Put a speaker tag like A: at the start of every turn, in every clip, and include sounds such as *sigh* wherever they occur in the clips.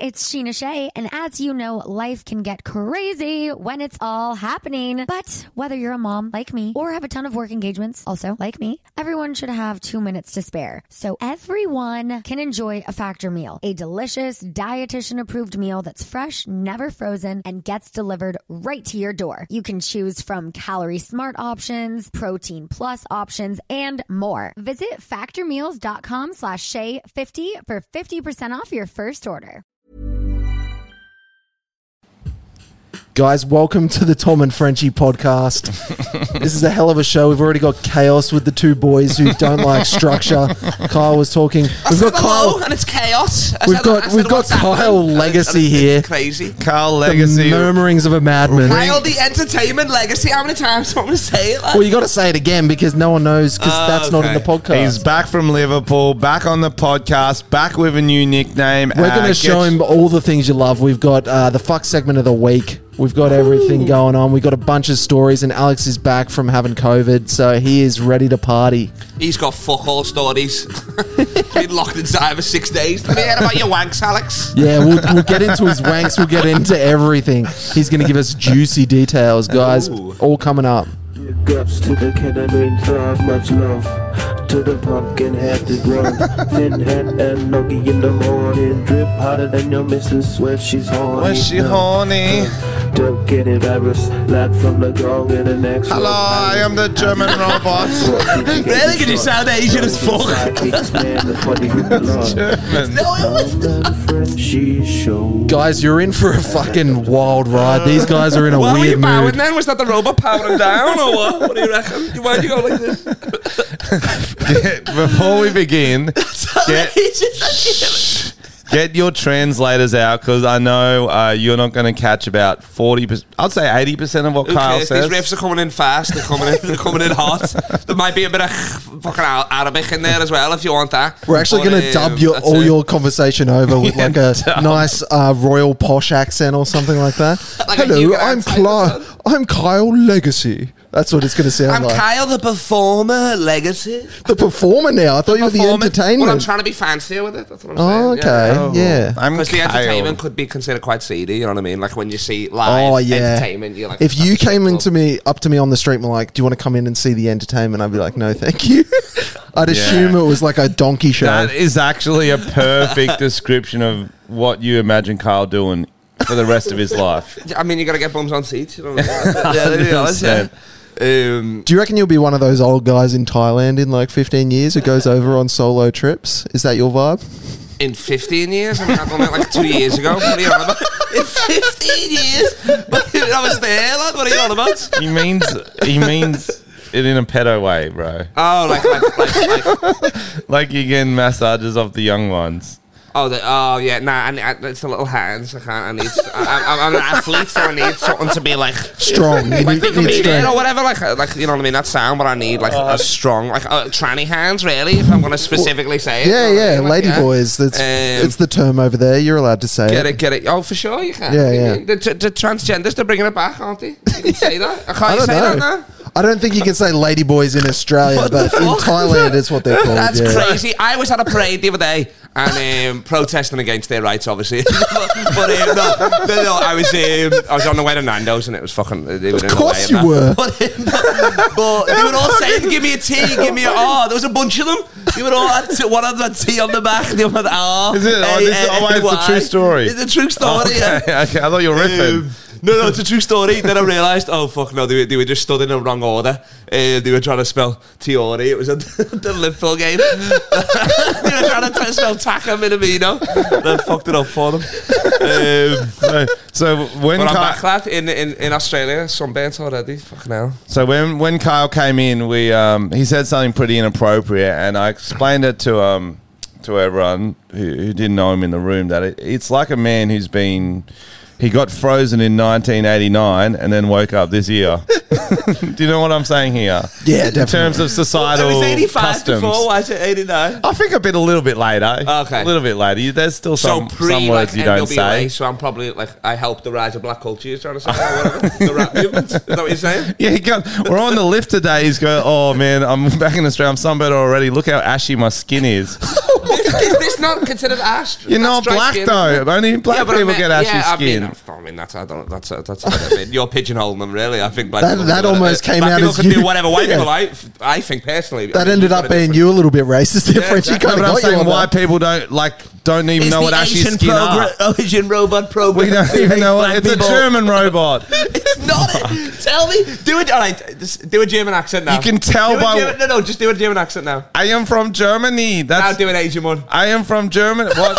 A: it's Sheena Shea, and as you know, life can get crazy when it's all happening. But whether you're a mom like me or have a ton of work engagements, also like me, everyone should have two minutes to spare. So everyone can enjoy a factor meal, a delicious, dietitian approved meal that's fresh, never frozen, and gets delivered right to your door. You can choose from calorie smart options, protein plus options, and more. Visit factormeals.com slash Shay 50 for 50% off your first order.
B: Guys, welcome to the Tom and Frenchie
C: *laughs*
B: podcast. this is a hell of a show. We've already got chaos with the two boys who
C: *laughs*
B: don't like structure. Kyle was talking. We've got
D: Hello,
B: Kyle,
D: and it's chaos. I
B: We've
D: said-
B: got-
D: I said
B: we've got
D: what's happening,
B: Kyle
D: and it's-
B: Legacy
C: *laughs*
D: and it's
B: here.
D: Crazy.
C: Carl
B: the
C: Legacy.
B: murmurings of a madman.
D: Kyle, the entertainment legacy. How many times do I want to say it? Like?
B: Well, you got to say it again because no one knows because that's not in the
D: okay.
B: podcast.
C: Ah, He's back from Liverpool, back on the podcast, back with a new nickname.
B: We're
C: Uh,
B: going to
C: get-
B: show him all the things you love. We've got uh, the fuck segment of the week. We've got everything going on. We've got a bunch of stories, and Alex is back from having COVID, so he is ready to party.
D: He's got fuck all stories. *laughs* He's been locked inside for six days. Let me hear about your wanks, Alex.
B: Yeah, we'll, we'll get into his wanks. We'll get into everything. He's going to give us juicy details, guys. All coming up.
E: Guts to the ketamine drive, much love to the pumpkin
C: *laughs*
E: headed one. Thin head and Nogi in the morning, drip hotter than your missus when she's horny.
C: Was she
E: No,
C: horny?
E: Don't get embarrassed, lad from the gong in the next
C: Hello, I am the
B: *laughs*
C: German robot.
D: Really? Because you sound Asian as fuck.
C: *laughs*
E: fuck.
C: German.
D: No, it was.
C: *laughs*
E: She showed
B: Guys, you're in for a fucking wild ride. These guys are in a
D: Why were you
B: weird
D: bowing
B: mood.
D: then? Was that the robot powering down or what? What do you reckon? Why'd you go like this?
C: Before
B: *laughs*
C: we begin, get,
D: He just-
C: get your translators out because I know uh, you're not going to catch about 40%, I'd say 80% of what
D: Who
C: Kyle
D: cares?
C: says.
D: These riffs are coming in fast. They're coming in. They're coming in hot. There might be a bit of fucking Al- Arabic in there as well if you want that.
B: We're actually
D: But,
B: going to
D: um,
B: dub your,
D: that's
B: all
D: it.
B: your conversation over with
C: Yeah,
B: like
D: *laughs*
B: a
C: dub.
B: nice uh, royal posh accent or something like that.
D: *laughs* Like a
B: Hello,
D: Hugo
B: I'm
D: accent or
B: Cla- I'm Kyle Legacy. That's what it's going to sound
D: I'm
B: like.
D: Kyle, the performer legacy.
B: the performer now. I thought you were the
D: Performer. Well, I'm
B: entertainment.
D: trying to be fancier with it. That's what I'm saying.
B: Oh, okay.
D: Yeah.
B: Yeah.
C: I'm
D: Because the
C: Kyle.
D: entertainment could be considered quite seedy, you know what I mean? Like when you see live
B: Oh yeah.
D: entertainment, you're like,
B: if you
D: "That's a
B: came
D: shit
B: into
D: club."
B: me up to me on the street and were like, "Do you want to come in and see the entertainment?" I'd be like, "No, thank you." *laughs* I'd assume it was like a donkey show.
C: That is actually a perfect description of what you imagine Kyle doing for the rest of his life.
D: I mean, you got to get bums on seats, you know what
B: *laughs*
D: I mean? yeah, to be honest, yeah. Um,
B: Do you reckon you'll be one of those old guys in Thailand in like 15 years who goes over on solo trips? Is that your vibe?
D: in 15 years, I mean, I've done it like two years ago. What are you on about? In 15 years? *laughs* I was there, like, what are you on about?
C: He means he means it in a pedo way, bro.
D: Oh, like, like, like, like
C: Like you're getting massages off the young ones.
D: Oh, the, oh yeah, nah, I, I, it's the little hands. I can't. I need. I, I'm, I'm an athlete, so I need something to be
B: *laughs*
D: like
B: Strong. You
D: like
B: need-
D: they
B: you
D: can
B: need
D: be there
B: strength.
D: or whatever. Like, uh, like you know what I mean. That sound, but I need like a strong, like uh, tranny hands, really. If I'm gonna specifically say it.
B: Yeah,
D: you know what I
B: yeah,
D: mean? Like,
B: lady boys. That's
D: Um,
B: it's the term over there. You're allowed to say
D: Get
B: it.
D: it, get it. Oh, for sure you can.
B: Yeah,
D: You
B: yeah.
D: mean, The, the, the transgenders, they're bringing it back, aren't they? You
B: *laughs*
D: can say that. I can't
B: I
D: you
B: don't
D: say
B: know.
D: that now.
B: I don't think you can say lady boys in Australia, but in Thailand, it's what they're called.
D: That's
B: yeah.
D: crazy. I was at a parade the other day and um, protesting against their rights, obviously. *laughs* but but, um, no, no, no, I was um, I was on the way to Nando's and it was fucking. They were in the
B: course
D: way of
B: you
D: that.
B: were.
D: But, um, but, but they were all saying, "Give me a tea, give
C: *laughs*
D: me a R." There was a bunch of them. They were all had t- one had a T on the back, the other had R.
C: Is it? Oh, this is- oh, it's a true story. Oh,
D: It's a true story. Oh, yeah.
C: *laughs* Okay, okay, I thought you were riffing.
D: Um, no, no, it's a true story. then I realised, oh fuck, no, they were, they were just stood in the wrong order. Uh, they were trying to spell Tiori. It was at *laughs* the Liverpool game. *laughs* they were trying to, spell Taka Minamino. And I fucked it up for them.
C: *laughs*
D: Um,
C: so, so when
D: but I'm
C: Kyle,
D: back, lad, in, in, in Australia, sunburnt already. Fucking hell.
C: so when when Kyle came in, we um, he said something pretty inappropriate, and I explained it to um to everyone who, who didn't know him in the room that it, it's like a man who's been he got frozen in 1989 and then woke up this year. *laughs* Do you know what I'm saying here?
B: Yeah,
C: In terms
B: definitely.
C: of societal
D: it was 85
C: customs.
D: before, why is it 89?
C: I think a bit a little bit later.
D: Okay.
C: A little bit later. You- There's still some,
D: so pre
C: some words
D: like,
C: you
D: NWA,
C: don't say.
D: so I'm probably like I helped the rise of black culture. You're trying to say or whatever, the rap movement. Is that what you're
C: *laughs*
D: saying?
C: Yeah, he got, we're on the lift today. He's going, oh man, I'm back in Australia. I'm sunburned already. Look how ashy my skin is.
D: Is, is this not considered ash?
C: You're not
D: That's dry
C: black
D: skin.
C: though. Only black
D: but I
C: people
D: mean-
C: get ashy
D: yeah,
C: skin.
D: I mean, I mean that's I don't, that's that's what I mean. You're pigeonholing them, really. I think black
B: That-
D: people
B: that
D: do
B: almost came
D: black
B: out
D: people
B: as
D: can
B: you-
D: do whatever white
B: Yeah.
D: people like. I think personally
B: That ended up being you a little bit racist there, Frenchie.
D: exactly.
B: Kind
C: but
B: of
C: I'm
B: got you
C: saying
B: on
C: why
B: that.
C: people don't like don't even know what ashy
D: Asian
C: skin are.
D: Asian robot program.
C: We
B: *laughs*
C: *laughs* don't even know what it's a German robot.
D: It's not. it. *laughs* Tell me, do it. All right, just do a German accent now.
C: You can tell
D: Do a
C: by-
D: German- no, no, just do a German accent now.
C: I am from Germany.
D: Now
C: That's
D: do an Asian one.
C: I am from Germany. What?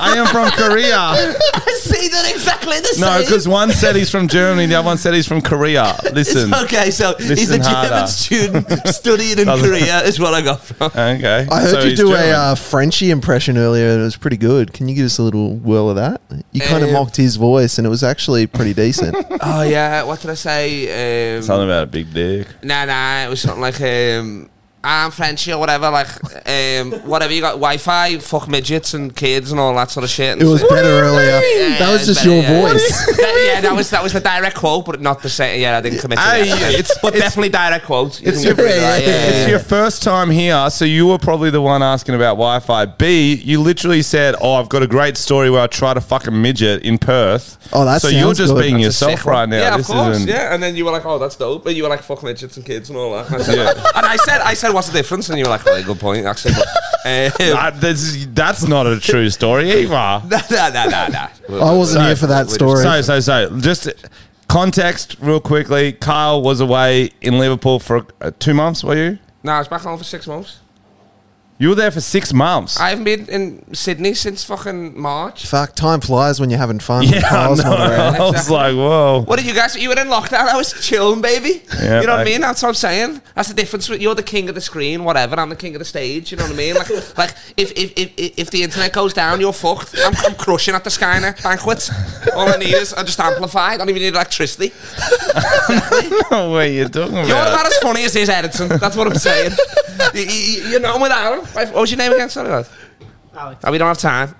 C: I am from
B: *laughs*
C: Korea.
D: I see that exactly the
C: No, because one said he's from Germany, the other one said he's from
B: *laughs*
C: Korea. Listen.
D: okay, so
C: he's a German harder.
D: student studying in *laughs* Korea. Is what I got *laughs* from.
C: Okay.
B: I heard
C: so
B: you
C: he's
B: do
C: German.
B: a uh, Frenchie impression earlier, and it was pretty good. Can you give us a little whirl of that? You kind of
D: Um,
B: mocked his voice, and it was actually pretty
D: *laughs*
B: decent.
D: Oh yeah, what did I say? Um,
C: something about a big dick.
D: nah, nah, it was something like um, I'm Frenchy or whatever, like um, whatever you got Wi-Fi, fuck midgets and kids and all that sort of shit. And
B: it was
D: so-
B: better earlier.
D: Yeah,
B: That
D: yeah,
B: was
D: it
B: just
D: better,
B: your
D: yeah.
B: voice.
D: That- yeah, that was that was the direct quote, but not the same. Yeah, I didn't commit to
C: Aye,
D: that.
C: it's-
D: but
C: it's-
D: definitely direct quote. You
C: It's
D: can
C: your,
D: get rid of that, yeah, yeah,
C: it's
D: yeah.
C: your first time here, so you were probably the one asking about Wi Fi. B, you literally said, Oh, I've got a great story where I tried to fuck a midget in Perth.
B: Oh, that
C: So you're
B: sounds
C: just
B: good.
C: being
B: That's a
C: yourself right now.
D: Yeah,
C: This
D: of course.
C: isn't-
D: Yeah, and then you were like, "Oh, that's dope," and you were like, "Fuck midgets and kids and all that." And I said,
C: *laughs* Yeah.
D: and I said, "I said, what's the difference?" And you were like, "Oh, good point, actually."
C: *laughs*
D: But, um, *laughs*
C: That- that's, that's not a true story either.
D: Nah, nah, nah, nah, nah.
B: *laughs* I wasn't here for that story.
C: So, so, so, just context real quickly. Kyle was away in Liverpool for uh, two months, were you?
D: No, I was back home for six months.
C: You were there for six months.
D: I haven't been in Sydney since fucking March.
B: Fuck, time flies when you're having fun.
C: *laughs* *laughs* yeah, I,
B: Kyle's
C: know.
B: not around.
C: I was like, whoa. *laughs*
D: What did you guys? You were in lockdown. I was chilling, baby.
C: Yeah,
D: you know what I
C: I-
D: mean? That's what I'm saying. That's the difference. with- You're the king of the screen, whatever. I'm the king of the stage. You know what I mean? Like, like if if, if if the internet goes down, you're fucked. I'm, I'm crushing at the Skynet banquets. All I need is I just amplify. I don't even need electricity.
C: No, what are you talking about?
D: You're not as funny as his Edison. That's what I'm saying. you, you, you know, with Aaron. What was your name again? Sorry, lad.
F: Alex.
D: Oh, we don't have time.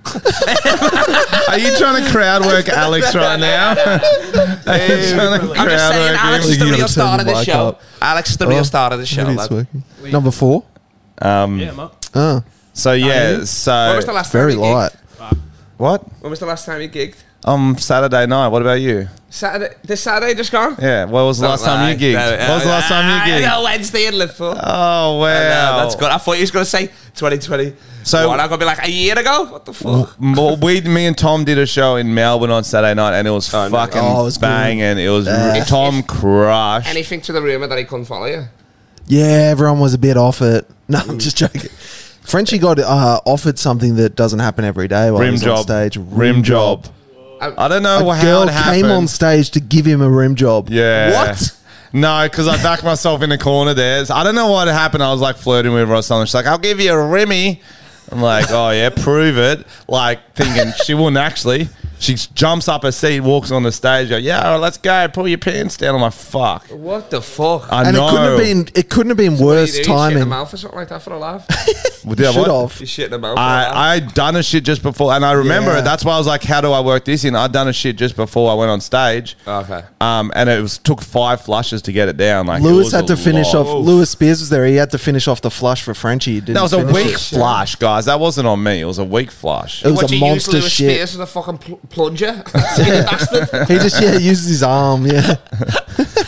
C: Are you trying to crowd work Alex right
D: *laughs*
C: now? Are you trying to
D: I'm just
C: crowd
D: saying,
C: work
D: Alex
C: him?
D: is the
B: You gotta
D: real
B: turn
D: star
B: the
D: of the
B: mic
D: show.
B: up.
D: Alex is the
B: Oh,
D: real star of the
B: it
D: show.
B: is
D: lad. When
B: working. Number four.
F: Yeah, I'm up.
B: Oh,
C: Um, So, yeah, so.
D: was the last
B: very
D: time you gigged?
B: light.
C: What?
D: When was the last time you gigged?
C: On Saturday night, what about you?
D: Saturday, this Saturday just gone.
C: Yeah, what was the last time you gigged? What was the last time you gigged?
D: No, Wednesday in Liverpool.
C: Oh, wow.
D: No, that's good. I thought you was going to say 2020.
C: So-
D: So what? I'm going to be like a year ago. What the fuck?
C: M- well, we, me and Tom did a show in Melbourne on Saturday night, and it was
D: Oh, no.
C: fucking
B: Oh, it was good.
C: banging. It was Tom crushed.
D: Anything to the rumor that he couldn't follow you?
B: Yeah, everyone was a bit off it. No, I'm just
C: *laughs*
B: joking. Frenchie got uh, offered something that doesn't happen every day while he
C: rim
B: was
C: job,
B: on stage.
C: rim, job. I don't know
B: A
C: wh- how
B: girl
C: it happened.
B: came on stage to give him a rim job.
C: yeah.
D: What?
C: No, because I backed myself in the corner there. So I don't know what happened. I was like flirting with her or something. She's like, "I'll give you a Remy." I'm like, "Oh yeah, prove it." Like thinking she wouldn't actually. She jumps up her seat, walks on the stage. Go, yeah, all right, let's go. Pull your pants down. I'm like, "Fuck."
D: What the fuck?
C: I
B: And
C: know.
B: it couldn't have been it couldn't have been
D: What do you
B: worse
D: do? You Shit in the
B: timing.
D: mouth or something like that for a
C: *laughs*
D: laugh.
C: Did I
B: Should
C: what?
B: have.
D: you shit in the mouth. for a laugh.
C: I I done a shit just before, and I remember
B: Yeah.
C: it. That's why I was like, "How do I work this in?" I done a shit just before I went on stage.
D: Okay.
C: Um, and it was took five flushes to get it down. Like it
B: Lewis
C: was
B: had
C: a
B: to finish
C: lot.
B: off. Lewis Spears was there. He had to finish off the flush for Frenchie. He didn't
C: That was a
B: finish
C: weak
B: it.
C: flush, guys. That wasn't on me. It was a
B: *laughs*
C: weak flush.
B: It was
D: What,
B: a
D: you
B: monster
D: use Lewis
B: shit.
D: Spears as a fucking pl- plunger? *laughs* You bastard.
B: He just yeah uses his arm. Yeah,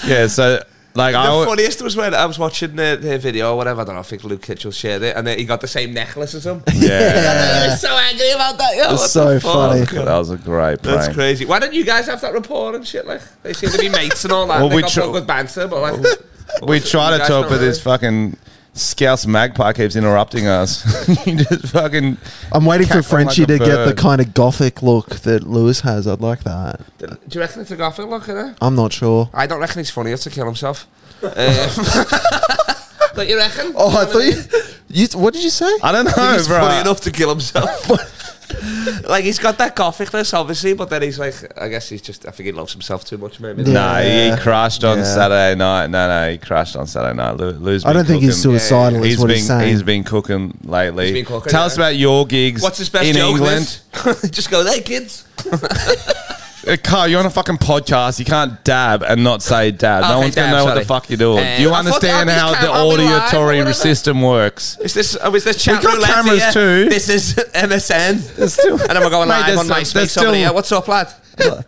C: yeah. So like I.
D: The
C: w-
D: funniest was when I was watching the, the video or whatever. I don't know. I think Luke Kitchell shared it, and then he got the same necklace
B: *laughs*
D: as him.
C: Yeah.
D: I was so angry about that. Yo, what the
B: it's so
D: fuck?
B: funny.
C: That was a great prank.
D: That's crazy. Why don't you guys have that rapport and shit? Like they seem to be mates and all that.
C: Well,
D: they
C: we
D: got
C: tr-
D: fuck with banter, but like
C: We try
D: You guys
C: to talk,
D: don't
C: but
D: really-
C: this fucking scouse magpie keeps interrupting us. *laughs* you just fucking.
B: I'm waiting for
C: Cackling
B: Frenchie
C: like a
B: to get the
C: bird.
B: kind of gothic look that Lewis has. I'd like that.
D: *laughs* do you reckon it's a gothic look at it?
B: I'm not sure.
D: I don't reckon he's funny enough to
B: *laughs*
D: kill himself. Um, *laughs* don't you reckon?
B: Oh, I thought you. you what did you say?
C: I don't know,
D: I think he's
C: bro.
D: funny enough to
B: *laughs*
D: kill himself. like he's got that gothicness, obviously, but then he's like, I guess he's just. I think he loves himself too much, maybe.
B: Yeah.
C: No,
B: Yeah.
C: he crashed on
B: Yeah.
C: Saturday night. No, no, he crashed on Saturday night. Lou, Lou's
B: I
C: been
B: don't think he's
C: cooking.
B: suicidal. Is
C: He's
B: what
C: been
B: he's saying.
C: he's been cooking lately.
D: He's been cooking,
C: Tell
D: yeah.
C: us about your gigs.
D: What's his best
C: *laughs* in
D: joke?
C: England?
D: Liz? just go there, kids.
C: Uh, Carl, you're on a fucking podcast. You can't dab and not say dab. no
D: Okay,
C: one's gonna
D: dab,
C: know what
D: sorry.
C: the fuck you're doing.
D: Uh,
C: Do you
D: I thought
C: understand
D: that'd be
C: how the
D: cam- I'll be live or
C: auditory
D: whatever. *laughs*
C: system works?
D: Is this? Oh, is this chat
C: got
D: roulette
C: cameras
D: here?
C: too.
D: This is *laughs* MSN.
C: There's still,
D: And then we're going
C: Mate,
D: live
C: there's
D: on
C: some-
D: MySpace.
C: there's
D: Somebody,
C: still-
D: yeah, what's up,
C: *laughs*
D: lad?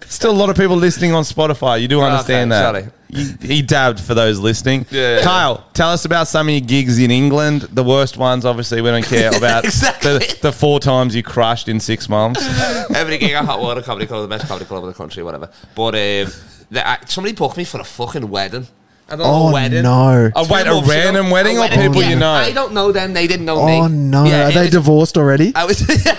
C: Still a lot of people listening on Spotify. You do understand
D: okay,
C: that.
D: sorry.
C: He, he dabbed for those listening.
D: Yeah.
C: Kyle, tell us about some of your gigs in England. The worst ones, obviously, we
D: *laughs*
C: don't care about.
D: Exactly.
C: The, the four times you crushed in six months.
D: Every gig at Hot Water Comedy Club, the best comedy club in the country, whatever. But um, the, I, somebody booked me for a fucking wedding. I don't know
B: Oh,
D: a wedding.
B: no.
C: A wed-
D: months
C: a
D: ago.
C: random wedding or people you know?
D: I don't know them. They didn't know me.
B: Oh no,
D: Yeah,
B: are
D: it
B: they
D: was- Uh,
B: divorced *laughs* already?
D: I was. Yeah,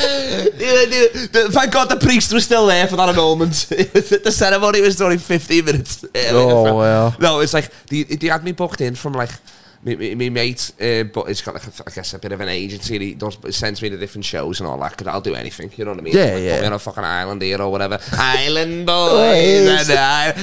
D: the- the- Thank God the priest was still there for that annulment. *laughs* It was- the ceremony was only 15 minutes. *laughs* early.
B: Oh, wow.
D: No, it's like, they, they had me booked in from like, me, me, me mate, uh, but it's got like, a, I guess, a bit of an agency and he does, sends me to different shows and all that because I'll do anything, you know what I mean?
B: Yeah,
D: Like,
B: yeah.
D: Put me on a fucking island here or whatever. *laughs* island boys. and Oh,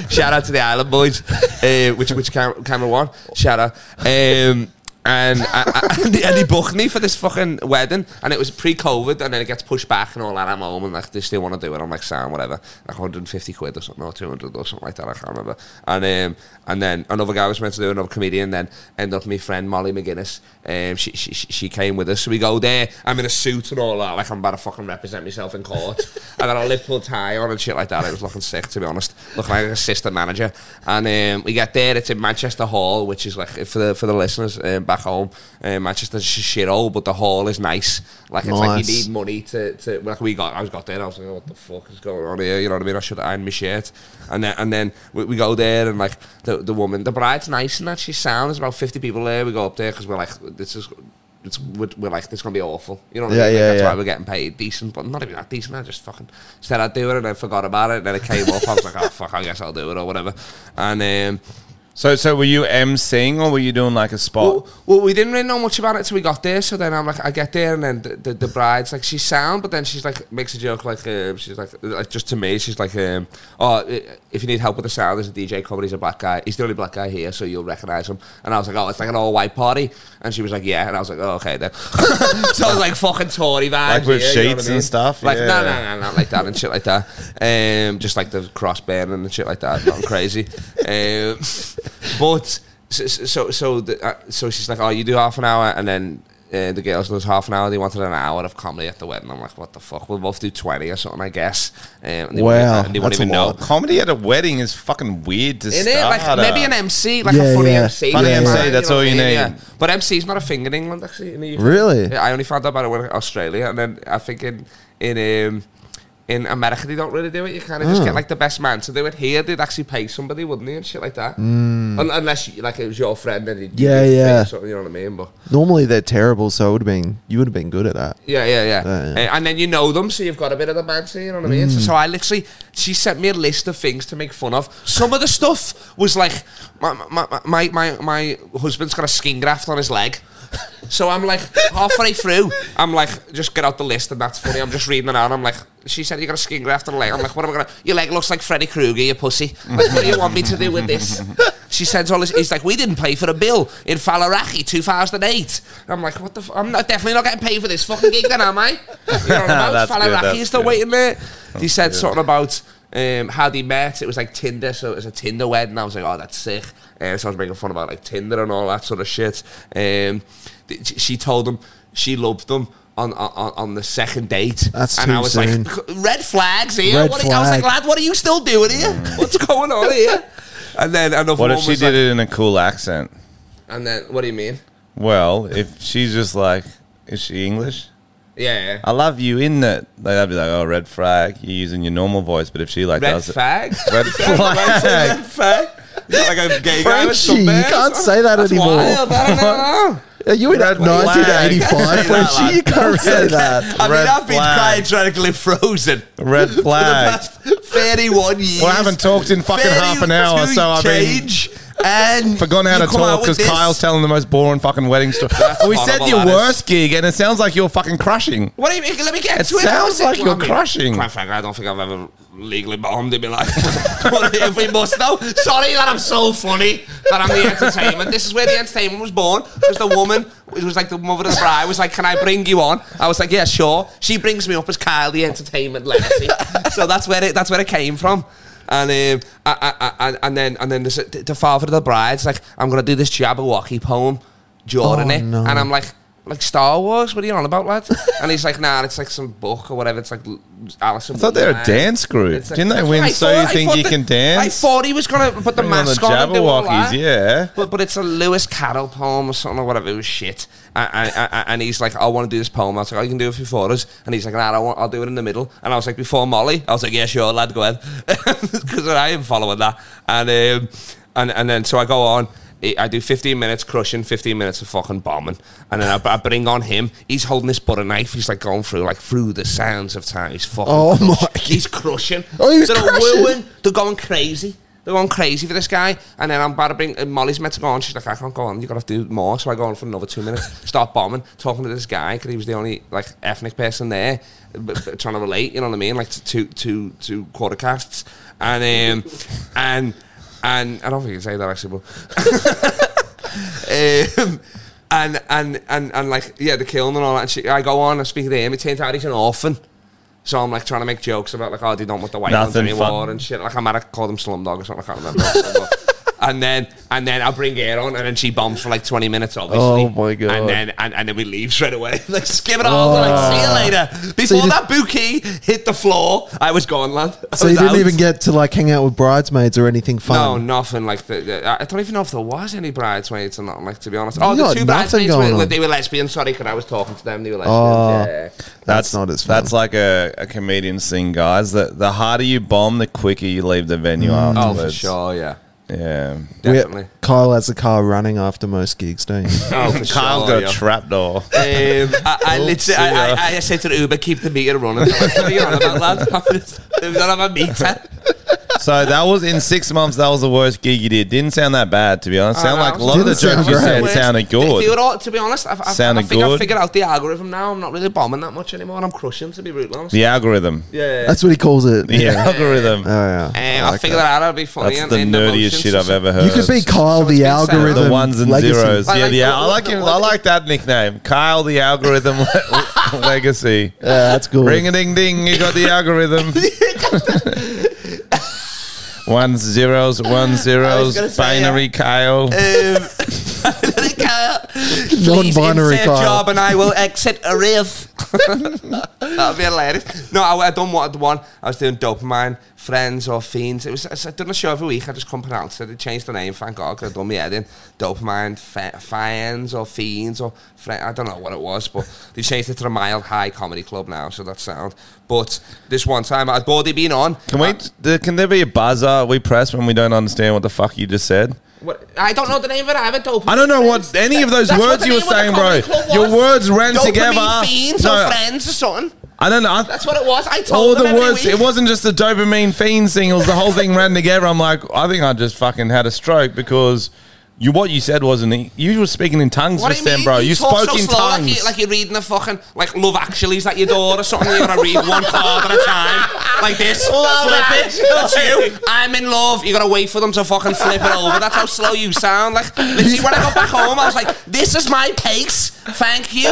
D: I- shout out to the island boys, uh, which, which camera, camera one? Shout out. Um, and, I, I, and, he, and he booked me for this fucking wedding, and it was pre-COVID, and then it gets pushed back and all that. I'm home and like they still want to do it. I'm like, Sam, whatever, like 150 quid or something, or 200 or something like that. I can't remember. And um, and then another guy was meant to do another comedian. Then end up my friend Molly McGuinness. Um, she, she she she came with us, so we go there. I'm in a suit and all that, like I'm about to fucking represent myself in court. I got a Liverpool tie on and shit like that. It was looking sick, to be honest. Looking like an assistant manager. And um, we get there. It's in Manchester Hall, which is like for the for the listeners um, back home. Uh, Manchester's a shit hole, but the hall is nice. Like it's like
B: Nice.
D: you need money to, to like we got. I was got there. I was like, what the fuck is going on here? You know what I mean? I should iron my shirt. And then and then we, we go there and like the the woman, the bride's nice and that she's sound. There's about fifty people there. We go up there because we're like this is. It's, we're, we're like, this is going to be awful. You know what
B: Yeah,
D: I mean? Like,
B: yeah,
D: that's
B: yeah.
D: why we're getting paid decent, but not even that decent. I just fucking said I'd do it and then forgot about it. And then it came up. I was like, oh, fuck, I guess I'll do it or whatever. And um,
C: So, so were you emceeing or were you doing like a spot?
D: well, well, we didn't really know much about it till we got there. So then I'm like, I get there, and then the, the, the bride's like, she's sound, but then she's like, makes a joke like, um, she's like, like, just to me, she's like, um, oh, i- if you need help with the sound, there's a DJ coming. He's a black guy. He's the only black guy here, so you'll recognize him. And I was like, oh, it's like an all white party. And she was like, yeah. And I was like, oh, okay then. *laughs* so I was like, fucking Tory vibes,
C: Like with
D: yeah, you know what
C: sheets
D: I
C: and
D: mean?
C: stuff?
D: Like no,
C: Yeah.
D: no, no, not like that and shit like that. Um, just like the cross burning and shit like that. Nothing crazy. Um, but so so so, the, uh, so she's like, oh, you do half an hour, and then. Uh, the girls does half an hour. They wanted an hour of comedy at the wedding. I'm like, what the fuck? We'll both do twenty or something, I guess. Um, and they won't-
B: Wow,
D: and they won't
B: that's a
D: even
B: lot.
D: know.
C: Comedy at a wedding is fucking weird to
D: In
C: start. uh,
D: it, like maybe an
C: at.
D: MC, like
B: Yeah,
D: a funny
B: yeah.
D: MC,
C: Funny
D: Yeah,
C: MC,
D: right,
C: that's
D: know
C: all
D: what
C: you
D: I mean?
C: need.
D: But MC is not a thing in England, actually. In the UK.
B: Really?
D: Yeah, I only found out about it when I went to Australia, and then I think in in um, in America they don't really do it. You kind of just
C: Hmm.
D: get like the best man to do it. Here they'd actually pay somebody, wouldn't they, and shit like that.
C: Hmm.
D: Un- unless you, like it was your friend, and he'd
B: Yeah,
D: he'd pay
B: yeah.
D: or something, you know what I mean. But
B: Normally they're terrible, so it would have been you would have been good at that.
D: yeah, yeah, yeah.
B: Yeah, Mm. yeah.
D: Uh, and then you know them, so you've got a bit of the banter, you know what I mean? So, so I literally, she sent me a list of things to make fun of. Some of the stuff was like, my, my, my, my, my husband's got a skin graft on his leg. *laughs* So I'm like, halfway through, I'm like, just get out the list, and that's funny. I'm just reading it out. I'm like, she said you got a skin graft on a leg. I'm like, what am I gonna? Your leg looks like Freddy Krueger, you pussy.
C: Mm-hmm.
D: Like, what do you want me to do with this? *laughs* She sends all this. He's like, we didn't pay for the bill in Falaraki 2008. And I'm like, what the? F- I'm not, definitely not getting paid for this fucking gig, then am I? You know what I'm about?
C: *laughs* That's good,
D: Falaraki
C: that's
D: is still
C: good.
D: waiting there.
B: Oh,
D: He said something about um, how they met. It was like Tinder, so it was a Tinder wedding. I was like, oh, that's sick. Uh, so I was making fun about like Tinder and all that sort of shit. Um, th- sh- she told him she loved him. On, on, on the second date,
B: That's
D: and
B: too
D: I was
B: soon.
D: like, "Red flags here."
B: Red
D: what are you- I was
B: flag. Mm.
D: like, "Lad, what are you still doing here? What's going on here?" And then another
C: What
D: one
C: if she
D: was
C: did
D: like,
C: it in a cool accent?
D: And then, what do you mean?
C: Well, if she's just like, is she English?
D: Yeah, yeah.
C: I love you in that. Like, I'd be like, oh, red flag. You're using your normal voice, but if she like
D: red
C: does it,
D: fag.
C: *laughs* red flag.
D: Red *laughs* fag. Is that like a gay guy with
B: Frenchie, you
D: sunburns?
B: can't say that
D: That's
B: anymore.
D: wild, I
B: *laughs*
D: don't know.
B: Are you in
C: Red flag.
B: 1985, Frenchie? You can't say that.
D: I mean,
C: Red
D: I've been
C: flag.
D: crying trying to live frozen.
C: *laughs*
D: *laughs*
C: Red
D: For the
C: flag.
D: past 31 years.
C: Well, I haven't talked in fucking half an hour,
D: 32
C: so I've been
D: change. And
C: Forgotten how
D: you
C: to
D: come out
C: talk
D: with
C: because Kyle's
D: this?
C: telling the most boring fucking wedding story. we said
D: horrible,
C: your
D: that is.
C: worst gig, and it sounds like you're fucking crushing.
D: What do you mean? Let me get
C: It
D: to it.
C: sounds
D: What
C: like
D: is it?
C: you're
D: I mean,
C: crushing.
D: Quite frankly, I don't think I've ever legally bombed him in life. *laughs* but if we must know, sorry that I'm so funny that I'm the entertainment. This is where the entertainment was born. Because the woman, it was like the mother of the bride, was like, "Can I bring you on?" I was like, "Yeah, sure." She brings me up as Kyle, the entertainment
C: *laughs*
D: legacy. so that's where it that's where it came from. And um, I, I, I, and- and then and then the, the father of the bride's like, "I'm gonna do this Jabberwocky poem." Jordan
B: Oh,
D: it,
B: no.
D: and I'm like, like Star Wars? What are you on about, lad? *laughs* and he's like, nah, it's like some book or whatever. It's like l- Alice. in
C: I thought they were a
D: Wonderland.
C: dance group.
D: It's like-
C: Didn't they
D: That's
C: win?
D: what I
C: So you
D: thought. I
C: think
D: thought
C: you
D: that-
C: can
D: I
C: dance?
D: thought he was gonna put the
C: Bring on the
D: mask on, and do all
C: Jabberwockies,
D: that.
C: yeah.
D: But but it's a Lewis Carroll poem or something or whatever. It was shit. And, and, and- and he's like, I want to do this poem. I was like, I can do it before us. And he's like, Nah, I want, I'll do it in the middle. And I was like, before Molly. I was like, Yeah, sure, lad, go ahead, *laughs* because I am following that. And um, and and then so I go on. I I do 15 minutes crushing, 15 minutes of fucking bombing, and then I, I bring on him. He's holding this butter knife. He's like going through, like through the sounds of time. He's fucking.
B: Oh,
D: crushing.
B: my-
D: He's crushing.
B: Oh, he was
D: They're
B: crushing.
D: wooing. They're going crazy. They're going crazy for this guy. And then I'm about to bring. And Molly's meant to go on. She's like, I can't go on. You gotta do more. So I go on for another
B: *laughs*
D: two minutes. Start bombing, talking to this guy because he was the only like ethnic person there, b- b- trying to relate. You know what I mean? Like to two two two quarter casts. And um, and and I don't think you can say that actually, but um, and, and and and like yeah, the kiln and all that. shit. I go on and speak to him. It turns out he's an orphan. So I'm like trying to make jokes about like, oh, they don't want the white ones
C: Nothing
D: anymore
C: fun.
D: and shit. Like I might have called him Slumdog or something. I can't remember. *laughs* and then and then I bring her on and then she bombs for like 20 minutes, obviously.
C: Oh, my God.
D: And then and, and then we leave straight away. *laughs* like skip it all. We're Like see you later. Before
B: did-
D: that bouquet hit the floor, I was gone, lad. I
B: So you
D: was
B: didn't
D: out.
B: even get to like hang out with bridesmaids or anything
D: No,
B: fun.
D: nothing like the, the- I- I don't even know if there was any bridesmaids or not. Like to be honest, oh,
B: You
D: the
B: got
D: two
B: nothing
D: bridesmaids
B: going
D: were,
B: on.
D: they were lesbian. Sorry, because I was talking to them. They were lesbian.
B: Oh.
D: yeah.
B: that's not as fun.
C: That's like a, a comedian's thing, guys. The, the harder you bomb, the quicker you leave the venue
D: Oh,
B: Mm.
C: afterwards.
D: for sure, yeah,
C: Yeah.
B: We- *laughs*
D: definitely.
B: Kyle has a car running after most gigs, don't you?
D: Oh, for
C: Kyle's
D: sure,
C: got
D: yeah.
B: *laughs*
C: a trapdoor.
D: Um, I, I,
C: Oops,
D: literally, I,
C: yeah.
D: I, I said to the Uber, keep the meter running. I'm like, what are you on about, lad? *laughs* I'm just- We don't have a meter.
C: so that was in six months. That was the worst gig you did. Didn't sound that bad, to be honest. Sound
D: I
C: like a
D: know.
C: lot of the
B: Didn't sound
C: jokes you said
D: Worst.
C: sounded
D: They, they
C: good.
D: were all, to be honest, I've, I've, I
C: Sounded
D: think I've
C: good.
D: figured out the algorithm now. I'm not really bombing that much anymore. I'm crushing, to be brutally honest.
C: The algorithm.
D: Yeah, yeah, yeah.
B: That's what he calls it.
C: The algorithm.
B: Oh, yeah.
D: Um, I figured that out. It'd be funny.
C: That's
D: and-
C: the
D: and
C: nerdiest
D: emotions
C: shit
D: or
C: I've ever heard.
B: You could be Kyle
D: Someone's
B: the
D: been saying-
B: algorithm.
C: the ones and
B: legacy.
C: zeros.
D: I
C: yeah,
D: like
C: the,
D: the-
C: I like him. I
D: the-
C: like that nickname, Kyle the algorithm
B: *laughs*
C: le- legacy.
B: Yeah, that's cool.
C: Ring a ding ding, you got the
B: *laughs*
C: algorithm. ones zeros, one zeros,
D: gonna say,
C: binary
B: uh,
C: Kyle.
D: Um, Kyle, please
B: Non-binary
D: insert
B: Kyle.
D: job and I will exit a rave. *laughs* That'd be hilarious. No, I, I done what I'd one. I was doing dopamine, friends or fiends. It was I, I done a show every week. I just couldn't pronounce it. They changed the name. Thank God, 'cause I'd done my head in. Dopamine, fe- fiends or fiends or friend. I don't know what it was, but they changed it to the Mile High Comedy Club now. So that's sound. But this one time, I'd already been on.
C: Can we? There, can there be a buzzer we press when we don't understand what the fuck you just said?
D: What, I don't know the name of it. I haven't dopamine.
C: I don't know what any of those
D: That's what
C: words
D: the
C: you were
D: name of the
C: saying, bro.
D: comedy club was.
C: Your words ran
D: Dopamine
C: together.
D: Fiends
C: No,
D: or friends or something.
C: I don't know. I-
D: That's what it was. I told them
C: all the
D: every
C: words.
D: week.
C: It wasn't just the dopamine fiend singles. The whole thing ran together. I'm like, I think I just fucking had a stroke because you what you said wasn't. e- You were speaking in tongues
D: What
C: with
D: do you
C: them,
D: mean?
C: bro. You,
D: talk
C: spoke
D: so
C: in
D: slow,
C: tongues.
D: Like, you, like you're reading a fucking like Love Actually's at your door or something. You're gonna read one card at a time, like this. flip it. That's you. I'm in love. You gotta wait for them to fucking flip it over. That's how slow you sound. Like literally, when I got back home, I was like, "This is my pace. Thank you."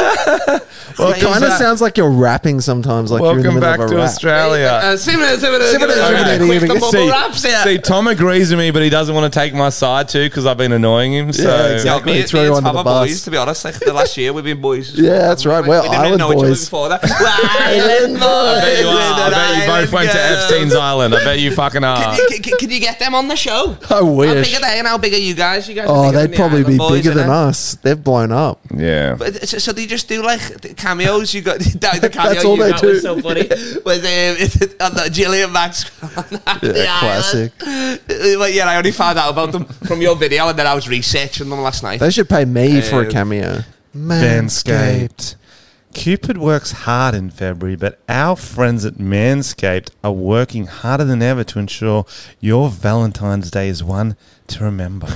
B: It kind of sounds like you're rapping sometimes, like you're in
C: Welcome
B: the middle
C: back
B: of a
C: to
B: rap.
C: Australia.
D: Uh, similar, similar, similar,
B: similar,
D: quick, the
B: similar.
D: bubble wraps
C: See,
D: here.
C: see, Tom agrees with me, but he doesn't want to take my side too because I've been annoying him. So
B: Yeah, exactly.
D: Yeah, me,
B: throw
D: me
B: you under
D: and Tom
B: the
D: are
B: bus.
D: boys, to be honest. Like, the last year we've been boys.
B: Yeah, that's right. We're
D: we didn't
B: island
D: know
B: boys.
D: each other before that. *laughs* We're island boys.
C: I
D: *laughs*
C: bet you are. I bet you
D: Island
C: both went to
D: girls.
C: Epstein's Island. I bet you fucking are.
D: *laughs* Can you, can, can you get them on the show?
B: *laughs* I
D: How
B: wish.
D: big are they and how big are you guys? You guys
B: Oh,
D: are bigger
B: they'd
D: than the
B: probably be
D: Island boys,
B: bigger than
D: innit?
B: us. They've blown up.
C: Yeah.
D: But so, so they just do like the cameos. You got *laughs* that, the cameo
B: That's all
D: you
B: they
D: got was
B: do. *laughs*
D: so funny. With um, *laughs* on the Gillian Max, on the
B: classic.
D: *laughs* island. But yeah, I only found out about them from your video, and then I was researching them last night.
B: They should pay me for a
D: Um,
B: cameo. uh, Manscaped.
C: Cupid works hard in February, but our friends at Manscaped are working harder than ever to ensure your Valentine's Day is one to
D: *laughs*
C: remember.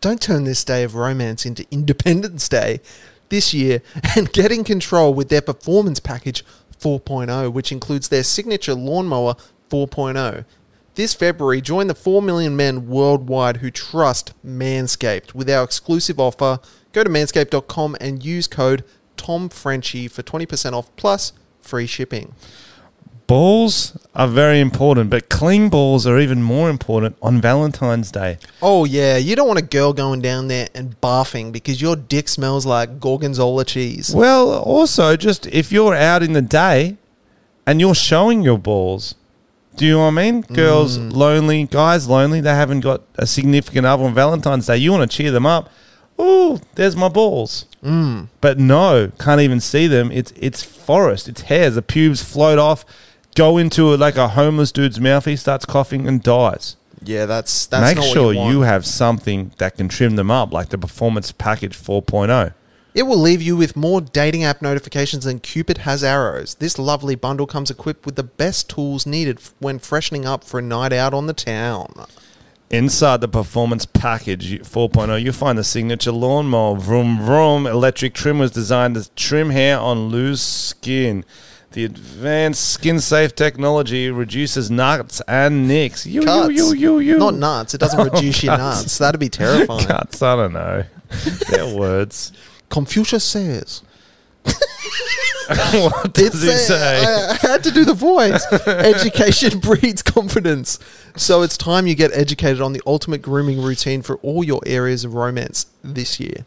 B: Don't turn this day of romance into Independence Day this year and get in control with their performance package 4.0, which includes their signature lawnmower 4.0. This February, join the 4 million men worldwide who trust Manscaped with our exclusive offer. Go to manscaped.com and use code TOMFRENCHIE for 20% off plus free shipping.
C: balls are very important, but cling balls are even more important on Valentine's Day.
B: Oh yeah, you don't want a girl going down there and barfing because your dick smells like gorgonzola cheese.
C: Well, also, just if you're out in the day and you're showing your balls, do you know what I mean? Girls
B: Mm.
C: lonely, guys lonely, they haven't got a significant other on Valentine's Day. You want to cheer them up. Ooh, there's my balls. Mm. But no, can't even see them. It's it's forest, it's hairs. The pubes float off, go into like a homeless dude's mouth. He starts coughing and dies.
B: Yeah, that's that's
C: Make
B: not
C: sure
B: what you, want.
C: you have something that can trim them up, like the Performance Package oh. 4.0.
B: It will leave you with more dating app notifications than Cupid has arrows. This lovely bundle comes equipped with the best tools needed f- when freshening up for a night out on the town.
C: Inside the performance package you- 4.0, you'll find the signature lawnmower, vroom vroom, electric trim was designed to trim hair on loose skin. The advanced skin safe technology reduces knots and nicks. You,
B: Cuts.
C: you, you, you, you.
B: Not nuts. It doesn't reduce your
C: cuts.
B: nuts. That'd be
C: *laughs*
B: terrifying.
C: Cuts, I
B: *laughs*
C: don't know. They're words. *laughs*
B: Confucius says.
C: what *laughs* does he
B: It's, uh,
C: say?
B: I, I had to do the
C: *laughs*
B: voice. Education *laughs* breeds confidence. So it's time you get educated on the ultimate grooming routine for all your areas of romance this year.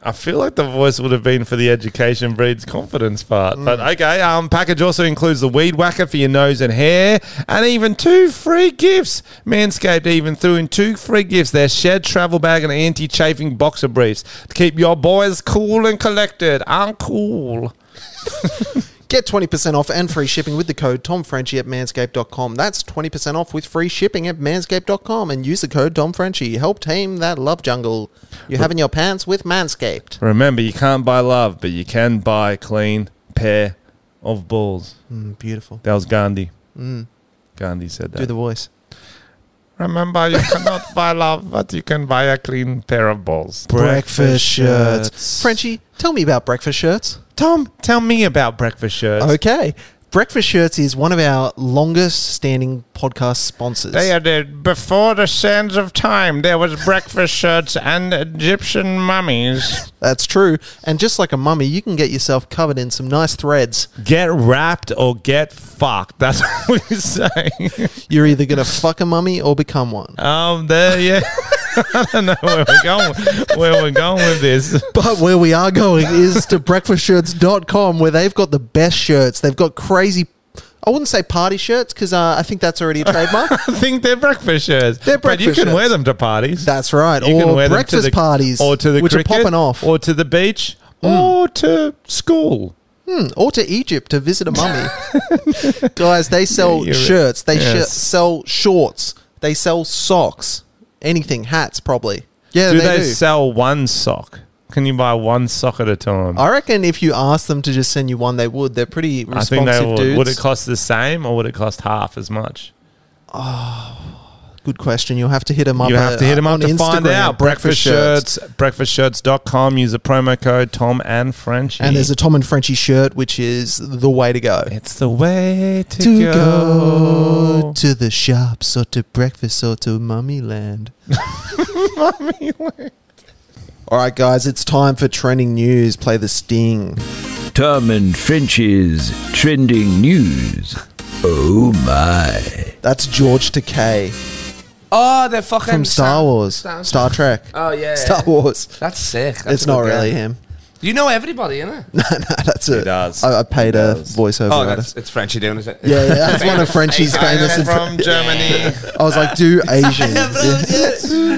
C: I feel like the voice would have been for the education breeds confidence part. But
B: Mm.
C: okay, um, package also includes the weed whacker for your nose and hair, and even two free gifts. Manscaped even threw in two free gifts: their shed travel bag and anti-chafing boxer briefs to keep your boys cool and collected. Uncool.
B: Get 20% off and free shipping with the code TomFrenchie at manscaped.com. That's 20% off with free shipping at manscaped.com and use the code TomFrenchie. Help tame that love jungle you have in your pants with Manscaped.
C: Remember, you can't buy love, but you can buy a clean pair of balls.
B: Mm, beautiful.
C: That was Gandhi. Gandhi said that.
B: Mm. Do the voice.
C: Remember, you *laughs* cannot buy love, but you can buy a clean pair of balls.
B: Frenchie, tell me about breakfast shirts.
C: Tom, tell me about breakfast shirts.
B: Okay. Breakfast Shirts is one of our longest standing podcast sponsors.
C: They are the, before the sands of time. There was breakfast shirts and Egyptian mummies.
B: That's true. And just like a mummy, you can get yourself covered in some nice threads.
C: Get wrapped or get fucked. That's *laughs* what we say.
B: You're either going to fuck a mummy or become
C: *laughs*
B: one.
C: Um, there, yeah. *laughs* I don't know where we're going. Where we're going with this?
B: But where we are going is to breakfastshirts.com where they've got the best shirts. They've got crazy, I wouldn't say party shirts because uh, I think that's already a
C: *laughs*
B: trademark.
C: I think they're breakfast shirts.
B: They're
C: but you
B: breakfast
C: can wear
B: shirts.
C: them to parties.
B: That's right.
C: You can
B: or
C: wear them to
B: breakfast
C: the-
B: parties.
C: or to the
B: Which
C: cricket,
B: are popping off. Mm. Or,
C: or to the beach, or to school.
B: to Egypt to visit a mummy.
C: *laughs*
B: Guys, they sell
C: Yeah, you're-
B: shirts. They shi-
C: Yes.
B: sell shorts. They sell socks. Anything. Hats, probably. Yeah,
C: do
B: they,
C: they,
B: do.
C: sell one sock? Can you buy one sock at a time?
B: I reckon if you ask them to just send you one, they would. They're pretty
C: I
B: responsive
C: think they would.
B: dudes.
C: Would it cost the same or would it cost half as much?
B: Good question. You'll have to hit them up.
C: you have
B: uh,
C: to hit them up
B: on
C: to find
B: Instagram,
C: out. Breakfast shirts, breakfastshirts.com. Use the promo code Tom and Frenchie.
B: And there's a Tom and Frenchie shirt, which is the way to go.
C: it's the way to,
B: To
C: go.
B: go to the shops or to breakfast or to mummy *laughs* land. All right, guys, it's time for trending news. Play the sting.
G: Tom and French's trending news. Oh my.
B: That's George Takei
D: Oh, they're fucking
B: from Star
D: Sam-
B: Wars,
D: Sam-
B: Star Trek,
D: Oh yeah,
B: Star Wars.
D: That's sick. That's
B: it's
D: a good
B: not
D: guy.
B: really him. *laughs*
D: You know everybody, innit?
B: That's it.
C: does.
B: I, I paid
C: He
B: a
C: does.
B: voiceover
D: Oh,
B: artist.
D: that's, it's Frenchy doing, is it?
B: Yeah, yeah, that's one of Frenchie's famous. and
C: I'm
B: *laughs*
C: from Germany.
B: I was like,
D: *laughs*
B: do Asian.
C: All
B: *laughs*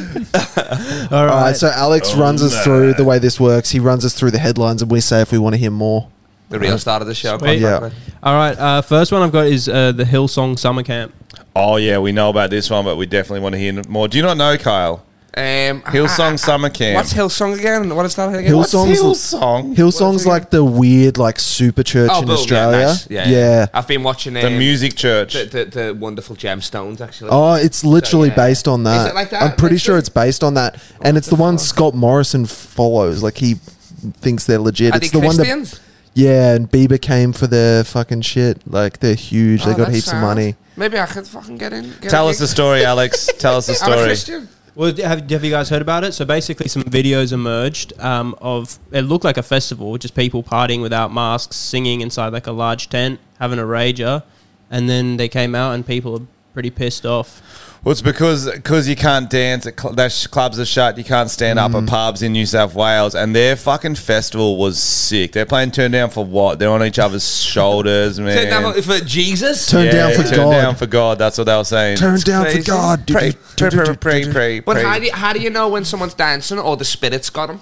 B: All right, so Alex
D: Oh,
B: runs us through the way this works. He runs us through the headlines, and we say if we want to hear more.
D: *laughs* The real start of the show.
F: Sweet.
B: Yeah.
F: All right. Uh, first one I've got is uh, the Hillsong Summer Camp.
C: Oh, yeah, we know about this one, but we definitely want to hear more. Do you not know, Kyle?
D: Um,
C: Hillsong Summer Camp.
D: What's Hillsong again? What is that again?
C: What's
B: Hillsong's,
C: Hillsong?
B: Hillsong's like the weird, like super church in
D: Oh, boom,
B: Australia.
D: Yeah, nice. yeah,
B: Yeah.
D: I've been watching um,
C: the music church.
D: the, the, the wonderful gemstones actually.
B: Oh, it's literally
D: yeah.
B: based on that.
D: Is it like Oh, that?
B: I'm pretty sure
D: Literally?
B: it's based on that, and it's the one Scott Morrison follows. Like he thinks they're legit.
D: Are
B: it's
D: they
B: the one
D: Christians?
B: that yeah, and Bieber came for their fucking shit. Like they're huge. they
D: Oh,
B: got
D: that's
B: heaps of
D: sad.
B: money.
D: Maybe I could fucking get in. Get
C: Tell
D: a
C: us the
D: gig. *laughs*
C: story, Alex. Tell us the
D: I'm a
C: story.
D: Christian.
F: Well, d- have, have you guys heard about it? So basically, some videos emerged um, of it looked like a festival, just people partying without masks, singing inside like a large tent, having a rager, and then they came out and people are pretty pissed off.
C: Well, it's because because you can't dance. At cl- that sh- clubs are shut. You can't stand up
D: Mm.
C: at pubs in New South Wales, and their fucking festival was sick. They're playing turn down for what? They're on each other's
D: *laughs*
C: shoulders, man.
D: Turn down for Jesus.
B: Turn down for
C: turn
B: God.
C: down for God. That's what they were saying.
B: Turn down for
D: crazy.
B: God. Do-
C: pray,
B: do- do-
C: pray,
B: do-
C: pray, pray,
B: do-
C: pray,
D: but
C: pray.
D: how do, you, how do you know when someone's dancing or the spirit's got them?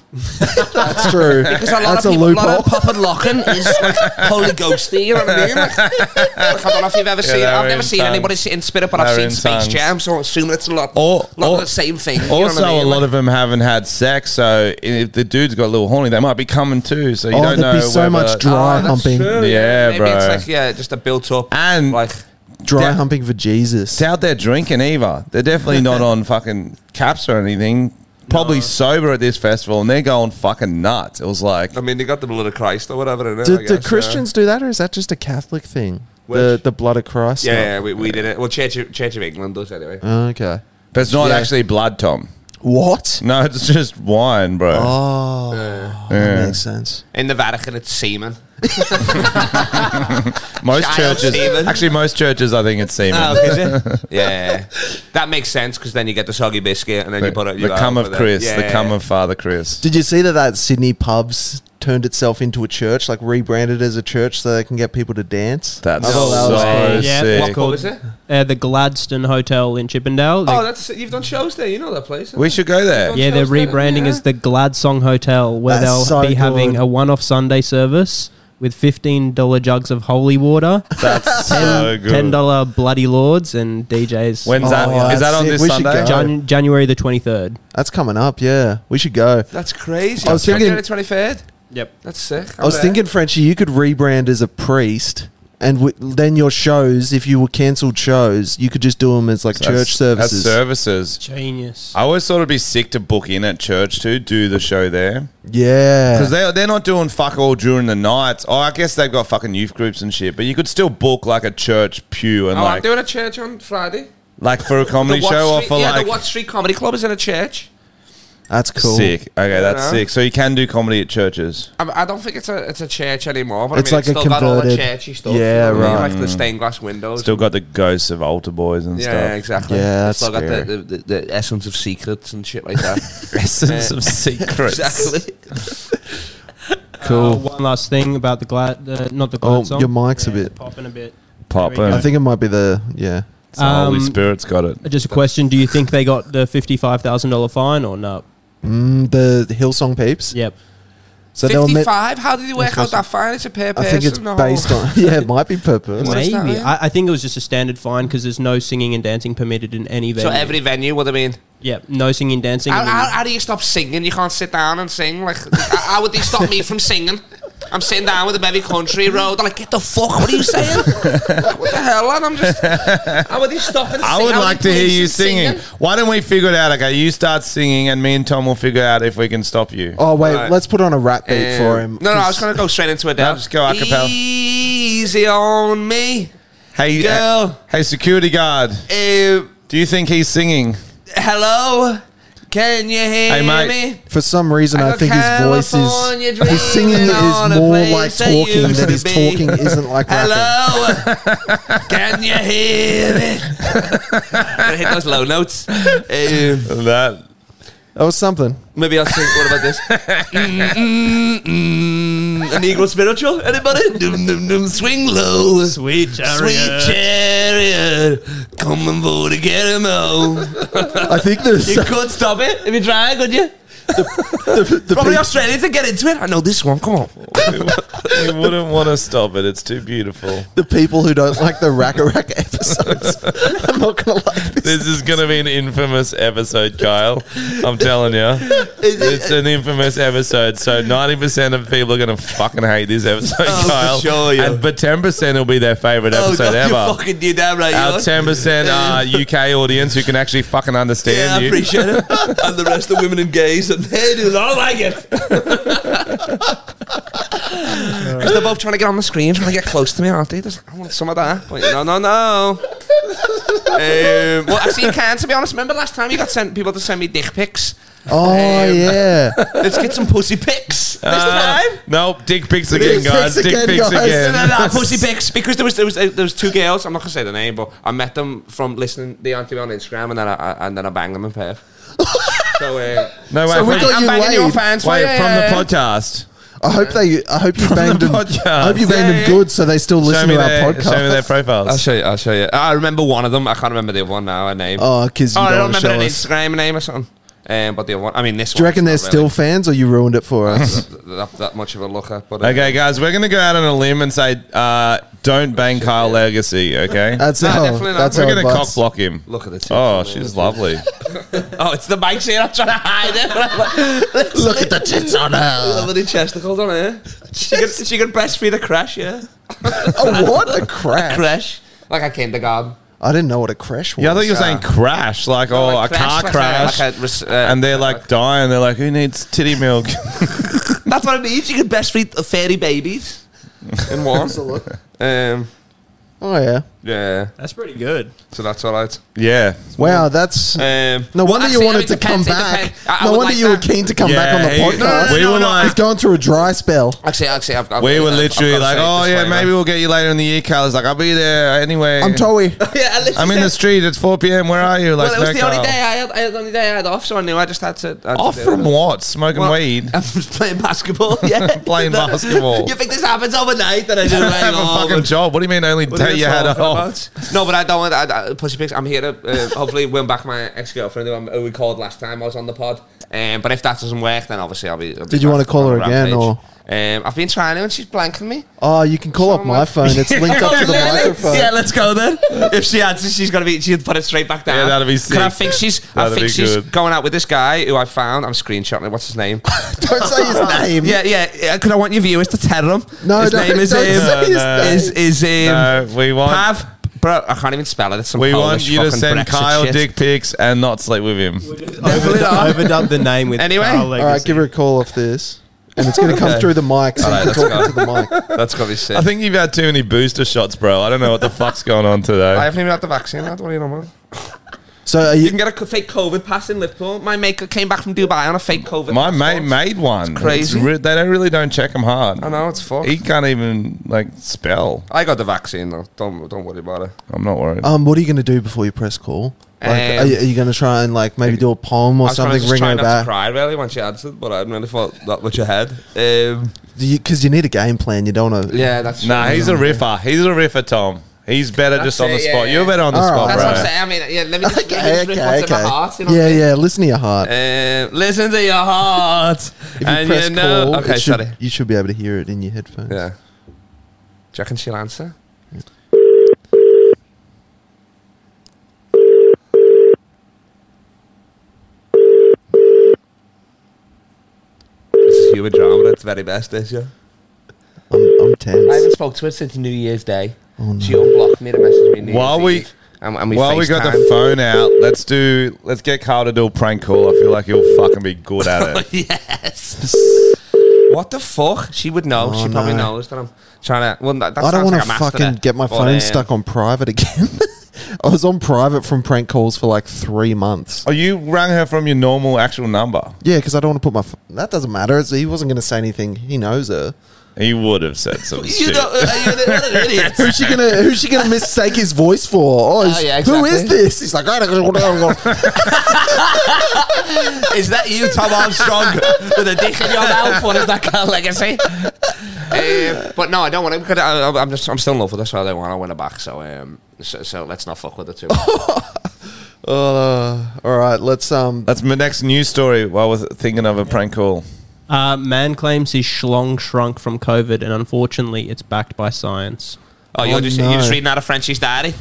B: That's true.
D: Because a lot
B: That's
D: of
B: a
D: people, a lot
B: loophole.
D: of pop and locking is
C: *laughs*
D: like holy ghosty. You know what I mean? Like, like, I don't know if you've ever seen.
C: they're
D: I've never
C: in
D: seen
C: tongues.
D: anybody sit in spirit, but
C: They're
D: I've seen
C: in
D: Space
C: tongues.
D: Jam, so I assume it's a lot,
C: Or-
D: lot
C: or-
D: of the same thing. you know what
C: Also,
D: I mean?
C: a lot
D: Like,
C: of them haven't had sex, so if the dude's got a little horny, they might be coming too. So you
B: Oh, there'd
C: don't know.
B: be so
C: whether-
B: much dry
D: Oh, that's
B: humping.
D: true,
C: Yeah,
D: Maybe it's
C: bro.
D: like yeah, just a built up
C: And-
D: like
B: *laughs* Dry
C: Down-
B: humping for Jesus.
C: It's out there drinking either. They're definitely not on fucking caps or anything. Probably sober at this festival, and they're going fucking nuts. It was like
D: I mean, they got the blood of Christ or whatever. In it,
B: Do,
D: I
B: do
D: guess,
B: Christians do that, or is that just a Catholic thing? The
D: Which?
B: the blood Oh. of Christ.
D: Yeah, yeah, yeah,
B: stuff?
D: we, we did it. Well, Church of, Church of England does anyway.
B: Oh, Okay.
C: But it's not
B: Yeah.
C: actually blood, Tom.
B: What?
C: No, it's just wine, bro.
B: Oh, that
C: Yeah.
B: makes sense.
D: In the Vatican, it's
C: *laughs*
D: semen.
C: most
D: child
C: churches,
D: semen.
C: actually, most churches, I think it's semen.
D: Ah, yeah, that makes sense because then you get the soggy biscuit and then you
C: the
D: put it.
C: the
D: you
C: cum
D: out
C: of
D: with it.
C: Chris, the
D: Yeah.
C: cum of Father Chris.
B: Did you see that that Sydney pubs turned itself into a church, like rebranded as a church, so they can get people to dance?
C: That's
B: I thought
C: so
B: cool.
F: Yeah.
C: sick.
D: What pub is it?
F: Uh, the Gladstone Hotel in Chippendale. They-
D: Oh, that's you've done shows there. You know that place.
C: We should go there.
F: yeah, they're
D: Gladstone's there,
F: rebranding
D: yeah.
F: as the Gladsong Hotel, where
B: That's
F: they'll
B: so
F: be having
B: good.
F: a one-off Sunday service with fifteen dollar jugs of holy water,
B: *laughs*
C: That's so good.
F: ten dollar bloody lords, and DJs.
C: When's
B: Oh,
C: that?
B: that's
C: Is that on
B: sick.
C: this
B: We should
C: Sunday?
B: go.
F: Jan- January the twenty third.
B: That's coming up. Yeah, we should go.
D: That's crazy.
B: I was thinking-
D: January twenty third.
F: Yep.
D: That's sick.
B: I was thinking, Frenchie, you could rebrand as a priest, and w- then your shows, if you were cancelled shows, you could just do them as like
C: That's-
B: church services.
C: That's services.
F: Genius.
C: I always thought it'd be sick to book in at church too, do the show there.
B: yeah,
C: Because they, they're not doing fuck all during the nights. Oh, I guess they've got fucking youth groups and shit, but you could still book like a church pew and
D: Oh, I'm
C: like
D: doing a church on Friday.
C: like for a comedy
D: The Watt
C: show or
D: Street-
C: for
D: yeah,
C: like
D: the Watt Street Comedy Club is in a church.
B: that's cool. *laughs*
C: sick. Okay, that's
D: Yeah.
C: sick. So you can do comedy at churches.
D: I, I don't think it's a it's a church anymore, but
B: It's
D: I mean,
B: like
D: it's
B: a
D: still got all the
B: converted-
D: churchy stuff.
B: Yeah,
D: you know what I mean?
B: right.
D: Like the stained glass windows.
C: Still got the ghosts of altar boys and
D: yeah,
C: stuff.
D: exactly.
B: Yeah,
D: It's
B: that's
D: still got the,
B: scary.
D: the, the, the essence of secrets and shit
B: *laughs*
D: like that.
C: Essence of secrets.
D: exactly.
F: Cool. Uh, one last thing about the glad, the, not the glad
B: Oh,
F: song.
B: your mic's a bit-
F: popping a bit.
C: Poppin'.
F: There we
B: I think it might be the yeah.
C: It's the Holy
F: Um,
C: Spirit's got it.
F: Just a question: Do you think they got the fifty-five thousand dollar fine or no?
B: Mm, the Hillsong peeps.
F: Yep.
B: So they'll.
D: Fifty
B: Met,
D: five. How did you work out that fine? It's a per
B: I
D: person.
B: think it's
D: no.
B: based on. *laughs* Yeah, it might be purpose.
D: What is
F: Maybe.
D: that, yeah?
F: I, I think it was just a standard fine because there's no singing and dancing permitted in any venue.
D: So every venue, what I mean.
F: Yep. No singing and dancing.
D: How,
F: and then-
D: how, how do you stop singing? You can't sit down and sing. Like, how, how would they stop me from singing? I'm sitting down with a baby country road. They're like, get the fuck. What are you saying? Like, what the hell? And I'm just. How would they stop and
C: I
D: sing?
C: would
D: How
C: like
D: they
C: to hear
D: police
C: you
D: and
C: singing. Why don't we figure it out? Okay, you start singing, and me and Tom will figure out if we can stop you.
B: Oh wait,
D: Right.
B: let's put on a rap beat
D: Um,
B: for him.
D: No, no, I was gonna go straight into it.
C: No,
D: Now
C: just go a cappella.
D: Easy on me,
C: Hey, uh,
D: Girl.
C: hey, security guard.
D: Uh,
C: Do you think he's singing?
D: hello, can you hear
C: Hey, mate.
D: me?
B: For some reason, I
D: got
B: think his voice
D: California
B: is his singing
D: dreaming
B: is
D: on a
B: more
D: place
B: like
D: that
B: talking
D: used
B: than
D: to
B: his
D: be.
B: talking isn't like rapping.
D: Hello,
C: *laughs*
D: can you hear me? Gonna hit those low notes. Um,
C: *laughs* That
B: That was something.
D: Maybe I'll sing. What
B: *laughs*
D: about this? Mm, mm, mm. An eagle spiritual? Anybody? Dum, dum, dum, swing low. Sweet chariot. Sweet chariot. Come and vote to get him home.
B: I think there's *laughs*
D: *laughs* You could stop it if you try, could you?
B: the
D: Probably
B: peop-
D: Australians that get into it. I know this one. Come on.
C: we wouldn't want to stop it. It's too beautiful.
B: the people who don't like the rack a rack episodes. *laughs* I'm not going to like this.
C: This is going to be an infamous episode, Kyle. I'm telling
D: *laughs*
C: you. It's an infamous episode. So 90% of people are going to fucking hate this episode,
D: Oh, for
C: Kyle.
D: sure, yeah.
C: and, but 10% will be their favorite
D: Oh,
C: episode
D: God,
C: ever.
D: you fucking did that right,
C: Our
D: you know?
C: 10% uh, UK audience who can actually fucking
D: Yeah,
C: understand
D: I
C: you.
D: appreciate it. and the rest of women and gays, and they do not like it. *laughs* Because they're both trying to get on the screen, trying to get close to me, aren't they? There's like, I want some of that. But no, no, no. um, well, actually, you can, to be honest. Remember last time you got sent people to send me dick pics?
B: Oh,
D: Um,
B: yeah.
D: Let's get some pussy pics next
C: Uh,
D: time.
C: nope, dick pics again,
B: Dick
C: guys.
B: pics
C: Dick
B: again,
C: pics
B: guys.
C: again.
D: No, no, no, pussy pics because there was there was uh, there was two girls. I'm not gonna say the name, but I met them from listening. They aren't me on Instagram, and then I, I and then I banged them in *laughs* Perth. so uh,
C: No way.
B: So we
C: from-
B: got
D: I'm
B: you
D: banging your
B: laid.
D: fans.
C: Wait,
D: yeah,
C: from
D: yeah.
C: the podcast.
B: I hope they. I hope you banged
C: the
B: them.
C: podcast.
B: I hope you banged
D: Yeah.
B: them good, so they still
C: show
B: listen
C: me
B: to our
C: their,
B: podcast.
C: Show me their
D: I'll
C: profiles.
D: show you. I'll show you. I remember one of them. I can't remember the other one now. Her name.
B: Oh, because you
D: Oh, I
B: don't
D: don't
B: want to
D: remember
B: show
D: an
B: us.
D: Instagram name or something. Um, but the other one. I mean, this.
B: Do you
D: one,
B: reckon they're
D: not
B: still
D: really
B: fans, or you ruined it for us?
D: *laughs*
B: *laughs*
D: that, that much of a looker? But uh,
C: Okay, guys, we're going to go out on a limb and say, uh, don't bang Kyle Legacy, okay?
B: That's
D: No,
B: our.
D: definitely not.
B: That's
C: we're
B: our
C: going to
B: advice.
C: cock block him.
D: Look at the tits.
C: Oh,
D: *laughs*
C: she's lovely.
D: Oh, it's the mics here. I'm trying to hide *laughs*
B: *laughs*
D: it.
B: Look at the tits on her.
D: *laughs* Lovely chesticles on her. She can, she can breastfeed a crash, yeah?
B: oh, what a crash!
D: Crash. Like a kindergarten.
B: I didn't know what a crash was.
C: Yeah, I thought you were saying crash, like, oh,
D: like
C: a
D: crash,
C: car
D: like a-
C: crash.
D: like a res- uh,
C: and they're like dying. They're like, who needs titty
D: *laughs*
C: milk?
D: That's what I mean. She can breastfeed the fairy *laughs* babies in one. um,
B: oh yeah.
D: yeah,
F: That's pretty good.
D: so that's all right.
C: yeah.
B: Wow, that's.
D: Um,
B: no
D: well,
B: wonder
D: actually,
B: you wanted
D: I mean,
B: to come
D: depends, it
B: back.
D: depends. I- I
B: no
D: would
B: wonder
D: like
B: you
D: that.
B: were keen to come back on the
C: Yeah, he-
B: podcast.
C: we were like,
B: He's going through a dry spell.
D: Actually, actually, I've, I've
C: we were
D: I've-
C: literally
D: I've got
C: like,
D: to
C: oh
D: say
C: yeah,
D: this
C: maybe
D: way,
C: we'll get you later in the year, Kyle. It's like, I'll be there anyway.
B: I'm Toey.
D: *laughs* man. *laughs* yeah, I literally
C: I'm in the
D: said-
C: street. It's 4 p.m. Where are you? Like,
D: Well, it was
C: no,
D: the only
C: Kyle.
D: day I had, I had the only day I had off, so I knew I just had to. I had
C: Off
D: to do
C: from
D: it.
C: what? Smoking
D: Well, *laughs*
C: weed.
D: I was playing basketball. *laughs* Yeah,
C: Playing basketball.
D: You think this happens overnight?
C: *laughs*
D: That I just
C: I
D: hang
C: have a
D: off
C: fucking
D: and
C: job. What do you mean? Only
D: What are
C: day you
D: your
C: had
D: thoughts
C: off.
D: about- No, but I don't want I, I, pussy pics. I'm here to uh, hopefully win back my ex girlfriend who, I'm- who we called last time I was on the pod. Um, but if that doesn't work, then obviously I'll be. I'll be
B: Did you
D: back
B: wanna call
D: on
B: her
D: a
B: again, or-
D: Um, I've been trying to, and she's blanking me.
B: Oh, you can call up my phone.
D: *laughs*
B: It's linked up to the
D: Really?
B: microphone.
D: Yeah, let's go then. If she answers, she's gonna be. She'll put it straight back down.
C: Yeah, that'd be
D: 'Cause I
C: sick.
D: think she's. I
C: That'd
D: think
C: be
D: she's
C: good.
D: going out with this guy who I found. I'm screenshotting it. What's his name?
B: Don't say
D: *laughs*
B: his name.
D: yeah, yeah. yeah, Because I want your viewers to tell him.
B: No,
D: his
B: don't-
D: name is
B: don't
C: say his
D: um,
C: name.
D: is is um,
C: No, we want
D: Pav. Bro, I can't even spell it. It's some
C: we
D: Polish
C: want you to
D: fucking
C: send
D: Brexit
C: Kyle
D: shit.
C: dick pics and not sleep with him.
F: Overdub, overdub the name with
D: Anyway.
F: Carl
B: All right,
F: Legacy.
B: give her a call off this, and it's going to come through the mic. So
D: All right,
B: you
D: let's
B: can
D: go.
B: talk into the mic.
D: That's gotta be sick.
C: I think you've had too many booster shots, bro. I don't know what the fuck's going on today.
D: *laughs* I haven't even had the vaccine. I don't even know. man.
B: So are
D: You can
B: you?
D: get a co- fake COVID pass in Liverpool. My mate came back from Dubai on a fake COVID.
C: My mate
D: passport.
C: made one. It's
D: crazy.
C: re- they don't really don't check him hard.
D: I know it's fucked.
C: He can't even like spell.
D: I got the vaccine though. Don't don't worry about it.
C: I'm not worried.
D: Oh,
B: Um, what are you going to do before you press call? Like,
D: Um,
B: are you, are you going to try and like maybe do a poem or
D: I was trying to
B: something?
D: just
B: Ring
D: try
B: her
D: not to
B: back
D: cry really when she answered, but I hadn't really thought that much ahead. Um,
B: because you, need a game plan. You don't know.
D: yeah, that's
C: nah,
D: true.
C: he's a riffer. He's a riffer, Tom. He's better
D: That's
C: just on the
D: it, yeah,
C: spot.
D: yeah.
C: You're better on the
B: All
C: spot,
B: right.
D: That's
C: bro.
D: what I'm saying. I mean, yeah, let me *laughs* just, let
B: *laughs*
D: me
B: Okay,
D: just riff what's
B: okay,
D: in my
B: okay.
D: heart. You know what I
B: yeah,
D: mean?
B: yeah. Listen to your heart.
D: Um, listen to your heart.
B: if you
D: and
B: press
D: you know,
B: call,
D: okay,
B: it should-
D: sorry.
B: you should be able to hear it in your headphones.
D: Yeah. Do you reckon she'll answer? This is human drama at its very best, this year.
B: I'm, I'm
D: I haven't
B: tense.
D: spoke to her since New Year's Day.
B: Oh, no.
D: She unblocked me to message me New
C: While
D: Year's
C: we-
D: Eve, and, and we
C: While we got the
D: FaceTimed.
C: phone out, let's do. Let's get Carl to do a prank call. I feel like he'll fucking be good at
D: *laughs*
C: it.
D: yes. What the fuck? She would know.
B: Oh,
D: she probably
B: no.
D: knows that I'm trying to. Well, that, that
B: I don't
D: want
B: want to fucking get
D: Oh,
B: my phone stuck on private again. *laughs* I was on private from prank calls for like three months.
C: Oh, you rang her from your normal actual number.
B: Yeah, because I don't want to put my. F- that doesn't matter. It's, he wasn't going to say anything. He knows her.
C: He would have said some
D: *laughs* You
C: shit.
D: know, what an idiot.
B: Who's she gonna? Who's she gonna mistake his voice for? Oh, it's-
D: yeah,
B: who is
D: exactly.
B: this? He's like, I don't know.
D: *laughs* Is that you, Tom Armstrong, *laughs* with a dick in your mouth? What is that kind of legacy? um, but no, I don't want it because I, I'm- I'm just I'm still in love with her, so I don't want to win her back. So um, so, so let's not fuck with her too. much. Oh,
B: Uh, all right, let's um.
C: That's my next news story while I was thinking of a prank
D: *laughs*
C: call.
F: Uh, man claims his schlong shrunk from COVID, and unfortunately, it's backed by science.
D: Oh, you're
B: Oh,
D: just you're just
B: no.
D: reading out of Frenchie's
C: *laughs*
D: diary.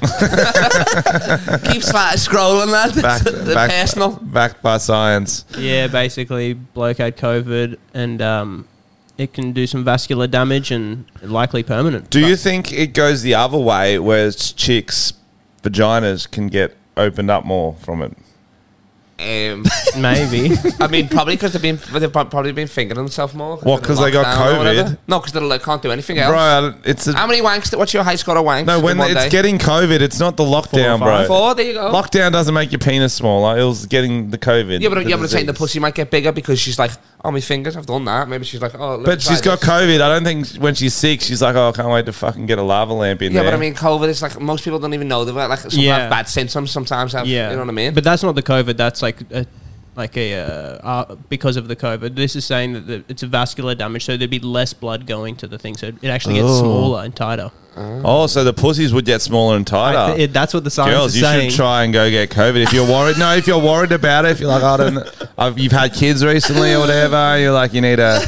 D: Keep sli- scrolling, lad.
C: Back,
D: the
C: back,
D: personal.
C: backed by science.
F: Yeah, basically, bloke had COVID, and um, it can do some vascular damage and likely permanent.
C: Do you think it goes the other way, where it's chicks' vaginas can get opened up more from it?
D: Um,
F: *laughs*
C: *laughs*
F: Maybe.
D: I mean, probably because they've been they've prob- probably been fingering themselves more.
C: What, 'cause they got
D: Lockdown or whatever.
C: COVID?
D: No, because they can't do anything else.
C: Bro, I- it's a,
D: How many wanks? What's your high score of wanks?
C: no.
D: in
C: When
D: one
C: it's
D: day?
C: getting COVID, it's not the lockdown, bro.
D: four. There you go.
C: Lockdown doesn't make your penis smaller. It was getting the COVID.
D: Oh. Yeah, but yeah, but I'm saying the
C: disease.
D: pussy might get bigger because she's like, oh, my fingers, I've done that. Maybe she's like, oh, let me
C: But
D: try
C: she's got
D: this.
C: COVID. I don't think when she's sick, she's like, oh, I can't wait to fucking get a lava lamp in
D: Yeah,
C: there.
D: but I mean, COVID. It's like most people don't even know they've got, like some
F: Yeah.
D: have bad symptoms. Sometimes have,
F: yeah,
D: you know what I mean. *laughs*
F: But that's not the COVID. That's like a, like a uh, uh, because of the COVID. This is saying that the, it's a vascular damage, so there'd be less blood going to the thing, so it actually gets
C: Oh.
F: smaller and tighter.
C: oh, so the pussies would get smaller and tighter.
F: Like, it- that's what the science
C: Girls,
F: is
C: Ah. you
F: saying.
C: should try and go get COVID if you're worried. no, if you're worried about it, if you're like, I don't, I've, you've had kids recently or whatever, you're like, you need a.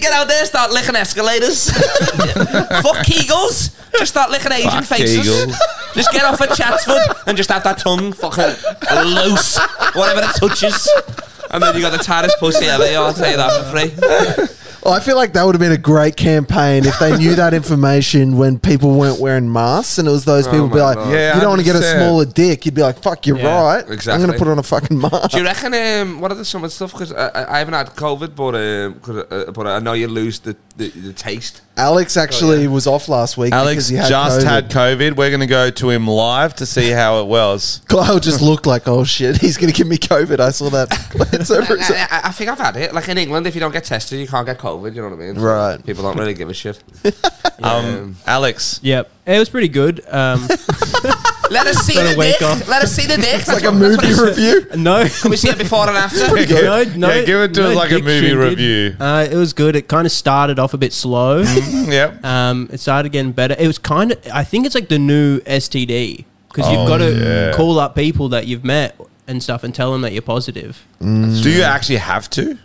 D: Get out there, start licking escalators. *laughs* Fuck Kegels. Just start licking Asian
C: Fuck
D: faces. *laughs*
C: Kegels.
D: Just get off at Chatsford and just have that tongue fucking loose, whatever it touches. And then you got the tightest pussy ever. I'll tell you that for free.
B: Oh, I feel like that would have been a great campaign if they knew that information when people weren't wearing masks and it was those people
D: Oh my
B: be like,
D: God.
C: Yeah,
B: you don't want to get a
C: 100%.
B: smaller dick. You'd be like, fuck, you're
F: Yeah,
B: right. I'm going
D: exactly.
B: to put on a fucking mask.
D: Do you reckon? Um, what are the summer stuff? Because I, I- I haven't had COVID, but um, 'cause, uh, but I know you lose the, the, the *laughs* taste.
B: Alex
D: Oh,
B: actually was off last week.
C: Alex
B: because he had
C: just
B: COVID.
C: had COVID. We're going to go to him live to see how it was.
B: Kyle just looked like, oh shit, he's going to give me COVID. I saw that. glance over his-
D: I, *laughs* I- I think I've had it. Like in England, if you don't get tested, you can't get COVID. You know what I mean?
B: Right.
D: People don't really give a shit.
C: Um, Alex,
F: Yep, it was pretty good.
C: *laughs*
F: Um,
D: *laughs* Let us see
F: Gotta
D: the
F: wake
D: dick.
F: up.
D: Let us see the
B: *laughs*
D: dick.
B: It's like a
D: *laughs*
B: movie review.
F: no,
D: Can we see it
F: *laughs*
D: before
B: *laughs*
D: and after?
F: no, no.
C: Yeah, give it to
F: no
C: us like a
F: dick
C: movie
F: shindig.
C: review. Mm.
F: Uh, it was good. It kind of started off a bit slow.
C: yep.
F: Um, it started getting better. It was kind of, I think it's like the new STD because
C: Oh,
F: you've got to
C: yeah.
F: call up people that you've met and stuff and tell them that you're positive.
C: Do you actually have to?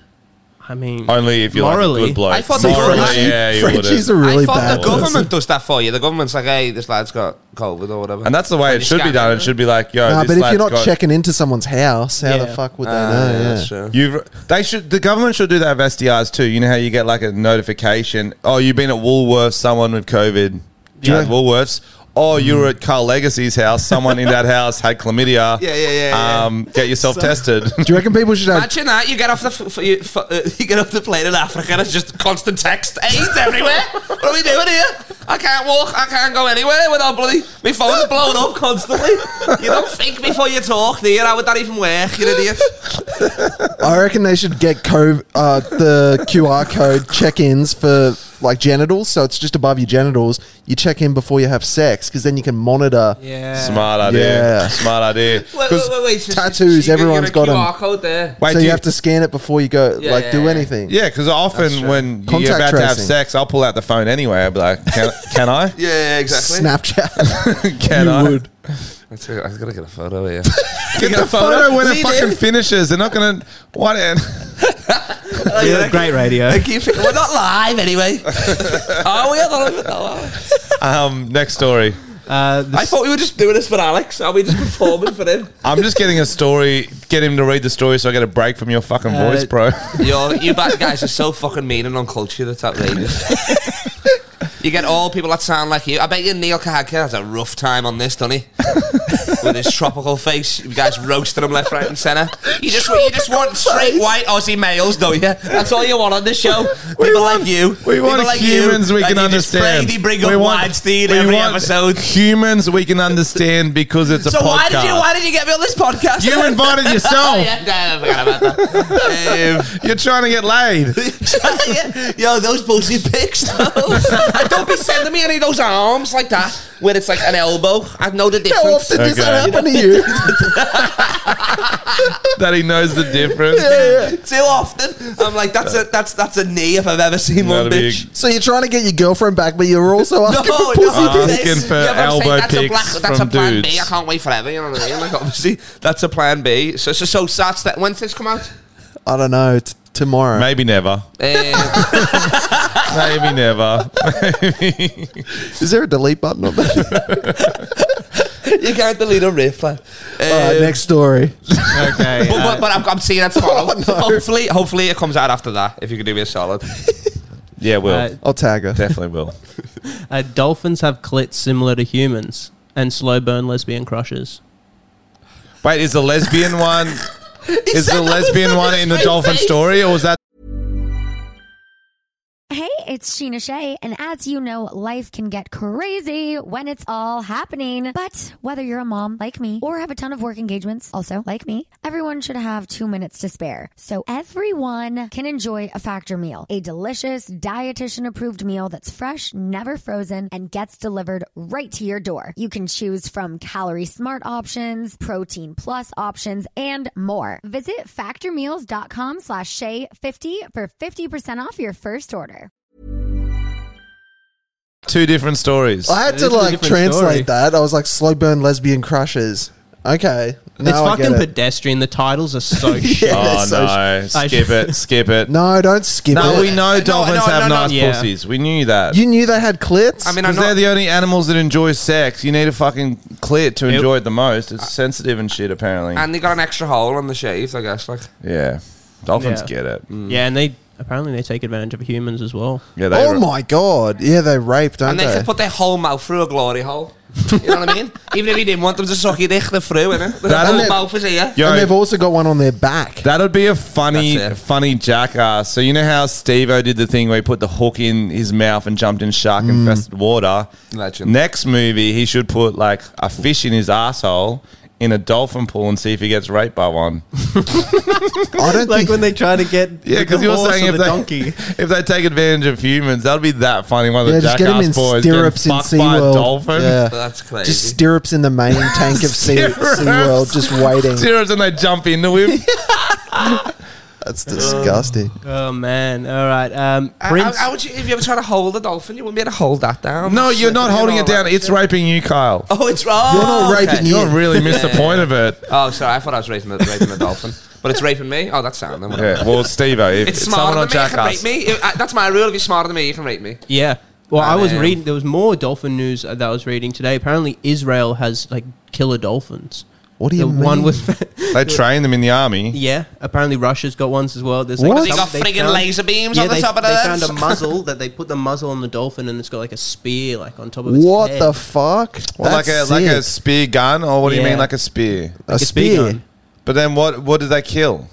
F: I mean,
C: Only if you're like a
F: Morally.
C: good bloke.
D: I thought they-
C: morally,
D: Frenchie-
C: yeah, you
B: Frenchie's a
C: would.
B: really
D: I thought
B: bad
D: the
B: person.
D: government does that for you. The government's like, hey, this lad's got COVID or whatever.
C: And that's the way
D: When
C: it
D: you
C: should be
D: scan
C: done. It should be like, yo,
B: Nah,
C: this
B: but if
C: lad's
B: you're not
C: got-
B: checking into someone's house, how the
F: Yeah.
B: fuck would they
D: Ah,
B: know? Yeah.
D: that's true.
C: You've they should the government should do that with SDRs too. You know how you get like a notification, oh you've been at Woolworths, someone with COVID
B: Yeah.
C: at Woolworths. Oh, you were at Carl Legacy's house. Someone
B: *laughs*
C: in that house had chlamydia.
D: Yeah, yeah, yeah, yeah.
C: Um, get yourself tested.
B: Do
C: *laughs*
B: you reckon people should have
D: Imagine that you get off the f- f- you, f- uh, *laughs* you get off the plane in Africa and it's just constant text AIDS everywhere. what are we doing here? I can't walk. I can't go anywhere without bloody my phone's blowing up constantly. You don't think before you talk, do you? How would that even work? You idiot.
B: I reckon they should get co- uh, the QR code check-ins for like genitals. So it's just above your genitals. You check in before you have sex because then you can monitor.
C: Smart idea.
B: Yeah.
C: Smart
B: *laughs*
C: idea.
D: Wait, wait, wait, wait. Just-
B: tattoos,
D: you- you're
B: everyone's
D: a
B: got 'em.
D: QR code there.
C: Wait,
B: so
C: do
B: you
C: you-
B: have to scan it before you go,
D: Yeah,
B: like
D: yeah,
B: do
D: yeah.
B: anything.
C: Yeah, because often when you're
B: Contact
C: about to have
B: tracing.
C: sex, I'll pull out the phone anyway. I'll be like, can,
B: *laughs*
C: can I?
D: Yeah, exactly. *laughs*
B: Snapchat.
C: *laughs* Can I?
B: would.
D: That's it. I've got to get a photo *laughs* here.
C: Get the photo when it
D: Lean
C: fucking
D: in.
C: finishes. They're not going to. What?
F: yeah, great
C: *laughs*
F: radio.
D: I keep thinking, we're not live *laughs* anyway. Are we? I don't know.
C: Um, next story.
F: Uh, the
D: I thought we were just doing this for Alex. Are we just performing for him?
C: I'm just getting a story. Get him to read the story so I get a break from your fucking
F: Uh,
D: *laughs*
C: voice, bro.
D: Yo, you bad guys are so fucking mean and uncultured. That's
C: *laughs*
D: outrageous. you get all people that sound like you. I bet you Neil Kahaka has a rough time on this,
C: *laughs*
D: doesn't he? With his tropical face, you guys roasted him left, right, and centre. You just you just want straight white Aussie males, don't you? That's all you want on this show. People like you.
C: We want
D: people like
C: humans
D: you,
C: we
D: that
C: can
D: you
C: understand.
D: Just pray they bring
C: we
D: up
C: want-
D: Weinstein
C: we
D: every
C: want
D: episode.
C: Humans we can understand because it's a
D: So
C: podcast.
D: why did you why did you get me on this podcast?
C: You
D: *laughs*
C: invited
D: Oh,
C: yourself.
D: yeah, yeah, I forgot about
C: *laughs*
D: that. Um,
C: You're trying to
D: *laughs*
C: get laid.
D: Yo, those bullshit pics, though. I *laughs* don't be sending me any of those arms like that, where it's like an elbow. I know the
B: How
D: difference.
B: often does
C: Okay.
B: that happen to you?
C: that he knows the difference.
D: Too often, I'm like, that's a that's that's a knee if I've ever seen
C: That'll
D: one,
C: be-
D: bitch.
B: so you're trying to get your girlfriend back, but you're
D: *laughs*
B: also asking for pussy.
C: Asking
D: it is.
C: for
D: but I'm saying
C: elbow
D: that's a
C: pics
D: that's
C: from
D: a plan B.
C: dudes.
D: I can't wait forever. You know what I mean? Like obviously, that's a plan B. So so so Sats, that *laughs* when's this come out? *laughs*
B: I don't know. It's tomorrow.
C: Maybe never.
D: Um,
C: Maybe
D: *laughs*
C: never.
B: Is there a delete button on that?
D: you can't delete a riff. Like.
B: All right,
D: Um,
B: next story.
F: Okay.
D: But,
F: uh,
D: but, but I'm, I'm seeing that *laughs* tomorrow. Hopefully, hopefully it comes out after that. If you could do me a solid,
C: Yeah, will
F: uh,
B: I'll tag her.
C: definitely will.
F: uh, dolphins have clits similar to humans and slow burn lesbian crushes.
C: Wait, is the
D: *laughs*
C: lesbian one? is the lesbian one in the dolphin story, or was that
A: Hey, it's Sheena Shea, and as you know, life can get crazy when it's all happening. But whether you're a mom like me or have a ton of work engagements, also like me, everyone should have two minutes to spare. So everyone can enjoy a factor meal, a delicious, dietitian approved meal that's fresh, never frozen, and gets delivered right to your door. You can choose from calorie smart options, protein plus options, and more. Visit factormeals.com slash Shea 50 for 50% off your first order.
C: two different stories?
B: I had to
F: It's a
B: like
F: different
B: translate
F: story.
B: that. I was like, slow burn lesbian crushes. Okay. Now
F: it's
B: I get
F: fucking
B: it.
F: pedestrian. The titles
C: *laughs*
F: are so shit.
B: Yeah,
C: oh
B: that's so
C: no!
F: I-
D: *laughs*
C: skip it. Skip it. No,
B: No, don't skip it.
C: we know
D: No,
C: dolphins
D: no, no,
C: have
D: no,
C: nice
F: yeah.
C: pussies. We knew that.
B: You knew they had clits?
D: I mean, I'm
C: because they're
D: not.
C: the only animals that enjoy sex. You need a fucking clit to
F: Yep.
C: enjoy it the most. It's sensitive and shit, apparently.
D: And they got an extra hole on the shave, I guess. Like
C: yeah, dolphins
F: Yeah.
C: get it.
F: Yeah, and they apparently they take advantage of humans as well.
C: Yeah, they.
B: oh my god. Yeah, they rape, don't
D: And they
B: they?
D: could put their whole mouth through a glory
C: *laughs*
D: hole. You know what I mean? Even if you didn't want them to suck your dick, they're through, innit? The
C: That-
D: whole
B: and it-
D: mouth is here.
C: Yo,
B: and they've also got one on their
C: *laughs*
B: back.
C: That would be a funny,
D: That's it.
C: funny jackass. So you know how Steve-O did the thing where he put the hook in his mouth and jumped in shark-infested water.
D: Mm. Legend.
C: Next movie, he should put like a fish in his asshole in a dolphin pool and see if he gets raped by one.
B: I don't think
F: they try to get
C: Yeah, because you were saying if they, *laughs* if they take advantage of humans, that'd be that funny. One of
B: yeah,
C: the
B: just
C: jackass
B: get him in
C: boys
B: stirrups in
C: getting fucked by a
B: SeaWorld.
C: dolphin.
B: Yeah.
D: That's crazy.
B: Just stirrups in the main
C: *laughs*
B: tank of sea,
C: Stirrups.
B: SeaWorld,
C: *laughs*
B: just waiting.
C: *laughs* Stirrups and they jump into
B: *laughs*
C: him.
B: That's disgusting.
F: Oh man! All right, um,
D: How-
F: Prince.
D: How, how would you, if you ever try to hold a dolphin, you wouldn't be able to hold that down.
C: no, you're not
D: Slipping
C: holding
D: and
C: it
D: all
C: down.
D: that
C: It's
D: shit.
C: raping you, Kyle.
D: *laughs* Oh, it's wrong.
B: You're not raping
C: You
B: you.
C: really missed the point of it.
D: Oh, sorry. I thought I was raping, the- raping the dolphin. But it's raping me? Oh, that's sound. Then whatever.
C: *laughs* Yeah, well, Steve-O, if
D: It's
C: it's
D: smarter
C: someone on
D: than me. You can rape
C: Jackass.
D: me. If- I- That's my rule. If you're smarter than me, you can rape me.
F: yeah. Well, I
D: Oh,
F: was
D: man.
F: reading. There was more dolphin news uh, that I was reading today. Apparently, Israel has like killer dolphins.
B: What do you
F: the
B: mean?
F: one with *laughs*
C: They train them in the army.
F: yeah. Apparently, Russia's got ones as well. There's
B: What?
F: Like
D: They got
F: some-
D: friggin'
F: found-
D: laser beams
F: yeah,
D: on the
F: they,
D: top of
F: they
D: that.
F: found a
D: *laughs*
F: muzzle that they put the muzzle on the dolphin, and it's got like a spear like on top of its
B: what
F: head.
B: the fuck?
C: Well, like a
B: That's
C: like a
B: sick.
C: spear gun, or what do you
F: Yeah.
C: mean, like a spear?
B: a
F: a spear
B: spear.
F: gun.
C: But then what? What did they kill?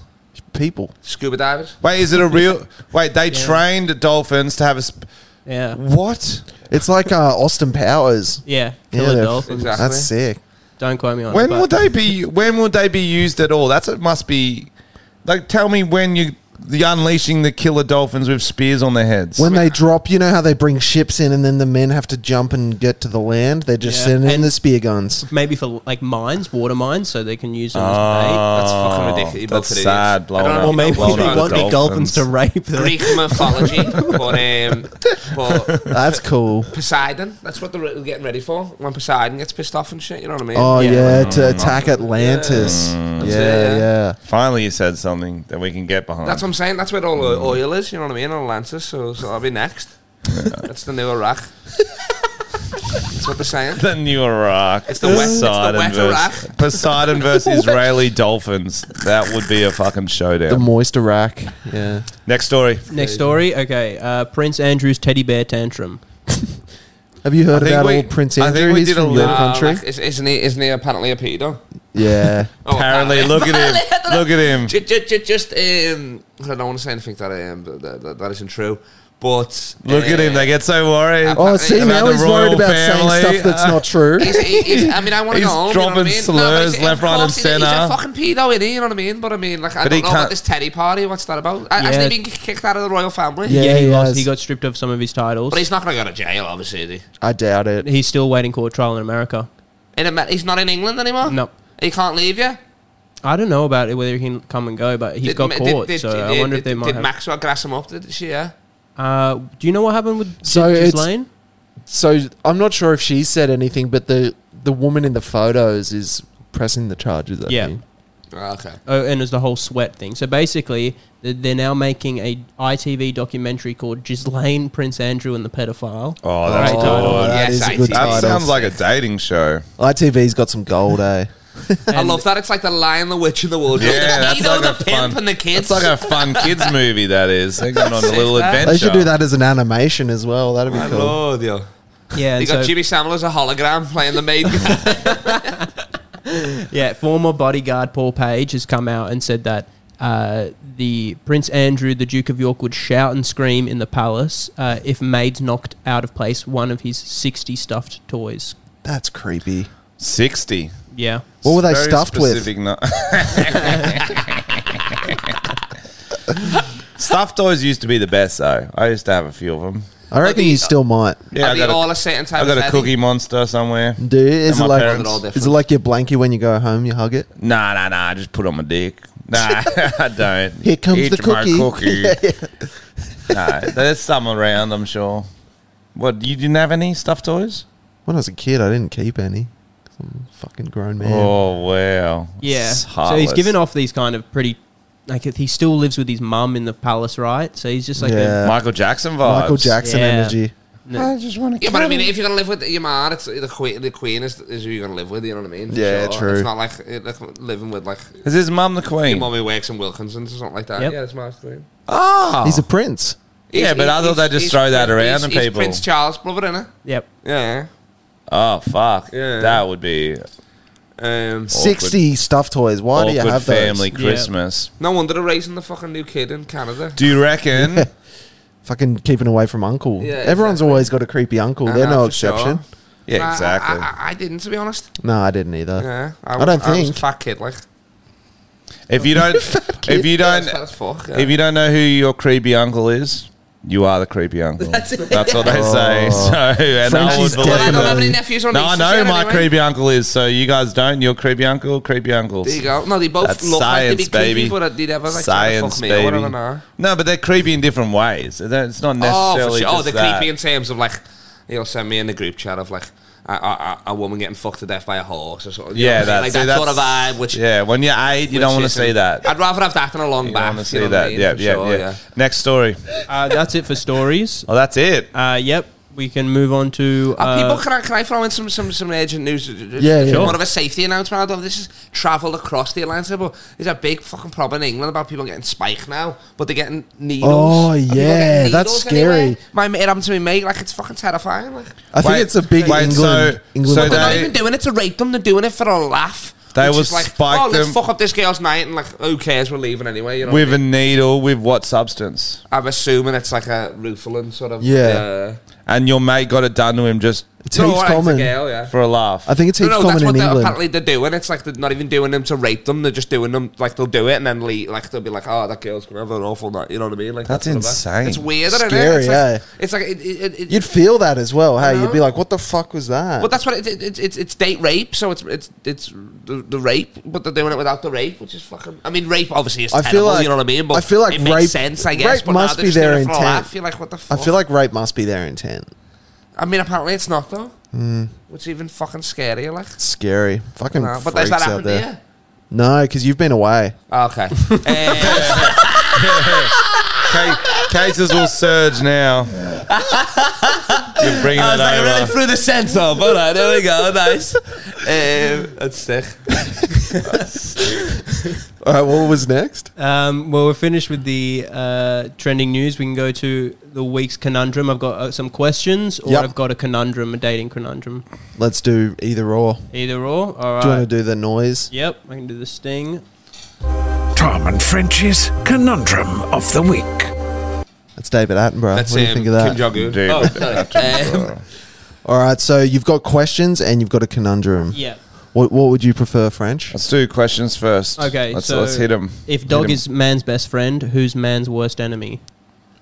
B: People.
D: Scuba
C: *laughs*
D: divers.
C: Wait, is it a real? Wait, they trained dolphins to have a. Sp-
F: yeah,
C: what?
B: It's like uh, Austin Powers.
F: yeah,
B: Yeah,
F: killer
B: they're-
F: dolphins.
D: Exactly.
B: That's sick.
F: Don't quote me on
C: When
F: it,
C: would
F: but-
C: they be? When would they be used at all? That's it. Must be. Like, tell me when you the unleashing the killer dolphins with spears on their heads.
B: When they drop, you know how they bring ships in and then the men have to jump and get to the land? They're just
F: Yeah.
B: sending in
F: And-
B: the spear guns.
F: maybe for like mines, water mines, so they can use them
B: Ah,
F: as
D: That's
C: Oh,
D: fucking ridiculous. You
C: That's
D: both are
C: sad.
D: idiots. I don't
C: Blowing
D: know if
C: up,
F: bait. Or
D: you
F: maybe
D: know what
C: blowing
F: they
C: up
D: I'm
F: want the dolphins to rape them.
D: Greek mythology, but um, but
B: That's cool.
D: Poseidon. That's what they're getting ready for when Poseidon gets pissed off and shit. You know what I mean?
B: *laughs* Oh,
F: Yeah.
B: yeah, to attack Atlantis. Yeah,
C: Mm,
D: That's
B: yeah.
D: it,
C: Finally, you said something that we can get behind. *laughs*
D: That's what I'm saying. That's where all the oil is. You know what I mean? On Atlantis. So, so I'll be next. That's the new Iraq. That's what they're saying.
C: the new Iraq.
D: It's the wet- it's the wet
C: versus,
D: Iraq.
C: *laughs*
D: *laughs*
C: Poseidon versus Israeli dolphins. That would be a fucking
B: The
C: showdown.
B: moist Iraq. Yeah.
C: Next story.
F: Next story. Okay, uh, Prince Andrew's teddy bear tantrum.
B: Have you heard
C: I think
B: about
C: we-
B: old Prince
C: I think
B: Andrew?
C: we
B: He's
C: did a
B: from your
C: little-
D: Uh,
B: country.
D: like, is- isn't he? Isn't he apparently a pedo?
B: *laughs* yeah.
D: Oh,
C: Apparently, look at him. Look at
D: *laughs*
C: him.
D: Just, just, just um, I don't want to say anything that um, that, that, that isn't true, but
C: Look at him.
D: uh,
C: They get so worried.
B: Oh, see,
C: About
B: now
C: the
B: he's worried
C: royal
B: about
C: family.
B: saying stuff
C: *laughs*
B: that's
C: Uh,
B: not true.
D: He's, he- he's, I mean, I want to
C: He's
D: go home. you know
C: dropping
D: what I mean? but
C: slurs
D: he's-
C: left, right,
D: of course he's
C: and
D: a- He's
C: centre.
D: a fucking pedo, is he? You know what I mean? But I mean, like, I
C: But he
D: don't know about
C: can't-
D: this teddy party. What's that about? I Hasn't
F: Yeah.
D: he been kicked out of the royal family?
B: Yeah,
F: Yeah, he,
B: he
F: lost.
B: has.
F: He got stripped of some of his titles.
D: But he's not going to go to jail, obviously, is he?
B: I doubt it.
F: He's still waiting court trial in America.
D: In Amer- he's not in England anymore?
F: No.
D: He can't leave you?
F: I don't know about it whether he can come and go, but he's
D: Did
F: got
D: Ma-
F: caught.
D: did-
F: so
D: did-
F: I wonder if
D: did-
F: they might
D: Did
F: have.
D: Maxwell grass him up? Did she, yeah?
F: uh, do you know what happened with
B: So
F: so
B: it's-
F: Lane?
B: So I'm not sure if she said anything, but the the woman in the photos is pressing the charges. I
F: Yeah.
B: think.
D: Okay.
F: Oh, and it was the whole sweat thing. So basically, th- they're now making a ITV documentary called Ghislaine, Prince Andrew, and the Pedophile.
C: Oh, that's
F: Great
C: good.
F: title.
C: Oh,
D: Yes,
H: that is a
D: I
H: good
D: see.
C: That
H: title.
C: sounds like a dating show.
H: ITV's got some gold, eh?
D: I love that. It's like the lion, the witch, and the wardrobe.
C: *laughs* Yeah,
D: the
C: that's
D: needle,
C: like a
D: the pimp,
C: fun-
D: and the kids.
C: It's like a fun
B: *laughs*
C: kids movie. That is. They're going on a little
D: Sick, that.
C: adventure.
B: They should do that as an animation as well. That'd be
D: My
B: cool.
D: lord, yo.
F: Yeah,
D: You
F: and
D: got
F: so-
D: Jimmy Samuel as a hologram playing the maid. *laughs*
F: Yeah, former bodyguard Paul Page has come out and said that uh, the Prince Andrew, the Duke of York, would shout and scream in the palace uh, if maids knocked out of place one of his sixty stuffed toys.
B: That's creepy.
C: Sixty.
F: Yeah,
B: What were they
C: Very
B: stuffed with? *laughs*
C: specific nu- *laughs* stuffed toys used to be the best, though. I used to have a few of them.
B: I reckon
D: the-
B: you still might.
C: Yeah, I
D: Are they
C: got,
D: all
C: a,
D: a certain type
C: I got
D: of
C: a cookie monster somewhere.
B: Dude, is
C: And
B: it
C: my
B: like
C: parents. They're all
B: is it like your blankie when you go home? You hug it.
C: Nah, nah, nah. I just put on my dick. Nah, *laughs* I don't.
B: Here comes
C: Eat
B: the cookie.
C: My
B: *laughs*
C: cookie. Nah, there's some around, I'm sure. What, you didn't have any stuffed toys?
B: When I was a kid, I didn't keep any. 'Cause I'm a fucking grown man.
C: Oh, wow.
F: yeah.
C: It's
F: So he's
C: heartless.
F: given off these kind of pretty, like he still lives with his mum in the palace, right? So he's just like a,
B: Yeah.
C: Michael Jackson vibes.
B: Michael Jackson
F: Yeah.
B: energy.
C: I just want to
D: Yeah, but I mean, if you're gonna live with your man, it's the queen. The queen is, is who you're gonna live with. You know what I mean? For
B: Yeah, true.
D: It's not like, it, like living with like
C: Is his mum the
D: your
C: queen?
D: mummy works in Wilkinson's or something like that.
F: Yep.
D: Yeah, it's my queen.
C: Oh.
B: He's a prince.
C: yeah, but I thought they just throw that around
D: he's,
C: and
D: he's
C: people.
D: Prince Charles' brother, innit?
F: yep.
D: Yeah.
C: oh, fuck.
D: Yeah.
C: That would be
D: Um,
B: Sixty stuffed toys. Why do you
C: awkward
B: have those?
C: family
F: Yeah.
C: Christmas.
D: no wonder they're raising the fucking new kid in Canada.
C: Do you reckon?
B: *laughs* Fucking keeping away from uncle.
D: Yeah,
B: Everyone's
D: exactly.
B: always got a creepy uncle. They're
D: Uh,
B: no
D: for sure.
B: exception.
D: Nah,
C: Yeah,
D: I-
C: exactly.
D: I, I, I didn't, to be honest.
B: No, I didn't either.
D: Yeah,
B: I
D: was-
B: don't
D: I was a
B: think.
D: fat kid like.
C: If
B: *laughs*
C: you don't, if you
D: Yeah, I
C: don't,
D: was fat as fuck. yeah.
C: if you don't know who your creepy uncle is, you are the creepy uncle. That's, what they
B: Oh.
C: say. *laughs* So, and I would
B: Frenchie's
C: believe
D: Well, I don't have
C: it.
D: any nephews or
C: No, I
D: nieces
C: know
D: yet,
C: who my
D: anyway.
C: creepy uncle is. So you guys don't. Your creepy uncle, creepy uncles.
D: There you go. No, they both
C: That's
D: look like they
C: science,
D: be creepy,
C: baby.
D: but they'd have like trying to
C: Science,
D: fuck me or whatever.
C: baby.
D: No.
C: No, but they're creepy in different ways. They're- It's not
D: Oh, for
C: necessarily.
D: sure. Oh,
C: just
D: they're
C: that.
D: creepy in terms of like he'll send me in the group chat of like a, a, a a woman getting fucked to death by a horse or something. you
C: Yeah,
D: know what I mean?
C: that's,
D: like that
C: that's
D: sort of vibe. Which
C: yeah, when you're eight,
D: which
C: you don't want to
D: isn't-
C: see that.
D: I'd rather have that than a long
C: You
D: bath.
C: don't want to see
D: you know what I
C: that.
D: mean?
C: yeah,
D: For
C: yeah,
D: sure,
C: yeah, Next story.
F: Uh, that's it for stories.
C: Oh, that's it.
F: Uh, yep. We can move on to
D: Uh,
F: uh,
D: people, can I, can I throw in some some some urgent news?
B: Yeah,
D: It's
B: yeah.
D: More of a safety announcement. I don't know if this is travelled across the Atlantic, but there's a big fucking problem in England about people getting spiked now, but they're getting needles.
B: Oh,
D: Are people getting
B: yeah, that's
D: needles anywhere?
B: scary.
D: My mate, it happened to me, mate. Like it's fucking terrifying. Like
B: I think
C: Wait,
B: it's a big
C: wait,
B: England.
C: so-
B: England
C: so
D: they're not
C: they-
D: even doing it to rape them. They're doing it for a laugh.
C: They
D: which
C: will
D: is like,
C: spike
D: oh, let's
C: them-
D: fuck up this girl's night, and like, who cares? We're leaving anyway. You know,
C: With
D: what
C: a needle, with what substance?
D: I mean? I'm assuming it's like a ruthlin sort of.
B: Yeah.
D: uh,
C: And your mate got it done to him just
B: it's
D: no,
B: heaps
D: alright, it's a
B: common.
D: girl, yeah.
C: for a laugh.
B: I think it's
D: No,
B: heaps
D: no, that's
B: common
D: what
B: in
D: they're,
B: England.
D: apparently they're doing. It's like they're not even doing them to rape them. They're just doing them like they'll do it and then leave. like they'll be like, oh, that girl's gonna have an awful night. You know what I mean? Like
C: That's
D: that sort of vibe.
C: insane.
D: It's weird, isn't
B: Scary,
D: it? It's
B: yeah.
D: like, it's like it, it, it,
B: You'd feel that as well. Hey,
D: know.
B: you'd be like, "What the fuck was that?"
D: But that's what it, it, it, it's it's date rape, so it's it's it's the, the rape, but they're doing it without the rape, which is fucking. I mean, rape obviously is
B: I
D: terrible.
B: feel like-
D: you know what I mean? But
B: I feel like
D: it makes
B: rape-
D: sense, I guess.
B: rape
D: but now
B: must
D: they're
B: be
D: just doing
B: their
D: it for a
B: intent.
D: laugh. You're like, what the
B: I
D: fuck?
B: feel like rape must be their intent.
D: I mean, apparently it's not though.
B: Hmm.
D: Which is even fucking scarier, like.
B: Scary, fucking
D: No,
B: freaks
D: but does that
B: out
D: happen to
B: there.
D: you?
B: No, because you've been away. *laughs*
D: Okay. Eh,
C: Ca- cases will surge now. You're bringing it over.
D: through the sense of. All right, there we go.
B: *laughs*
D: Nice. Um, that's sick.
B: All right, what was next?
F: Um, well, we're finished with the uh, trending news. We can go to the week's conundrum. I've got uh, some questions, or
B: Yep.
F: I've got a conundrum, a dating conundrum.
B: Let's do either or.
F: Either or. All right.
B: Do you want to do the noise?
F: yep, I can do the sting.
G: Tom and French's Conundrum of the Week.
B: That's David Attenborough.
D: That's
B: what do you
D: um,
B: think of that?
D: Kim Jong Un.
C: Dude,
D: Oh,
C: *laughs*
D: sorry. Um,
B: All right, so you've got questions and you've got a conundrum.
F: Yeah.
B: What, what would you prefer, French?
C: Let's do questions first.
F: Okay,
C: let's,
F: so
C: let's hit them.
F: If dog is man's best friend, who's man's worst enemy?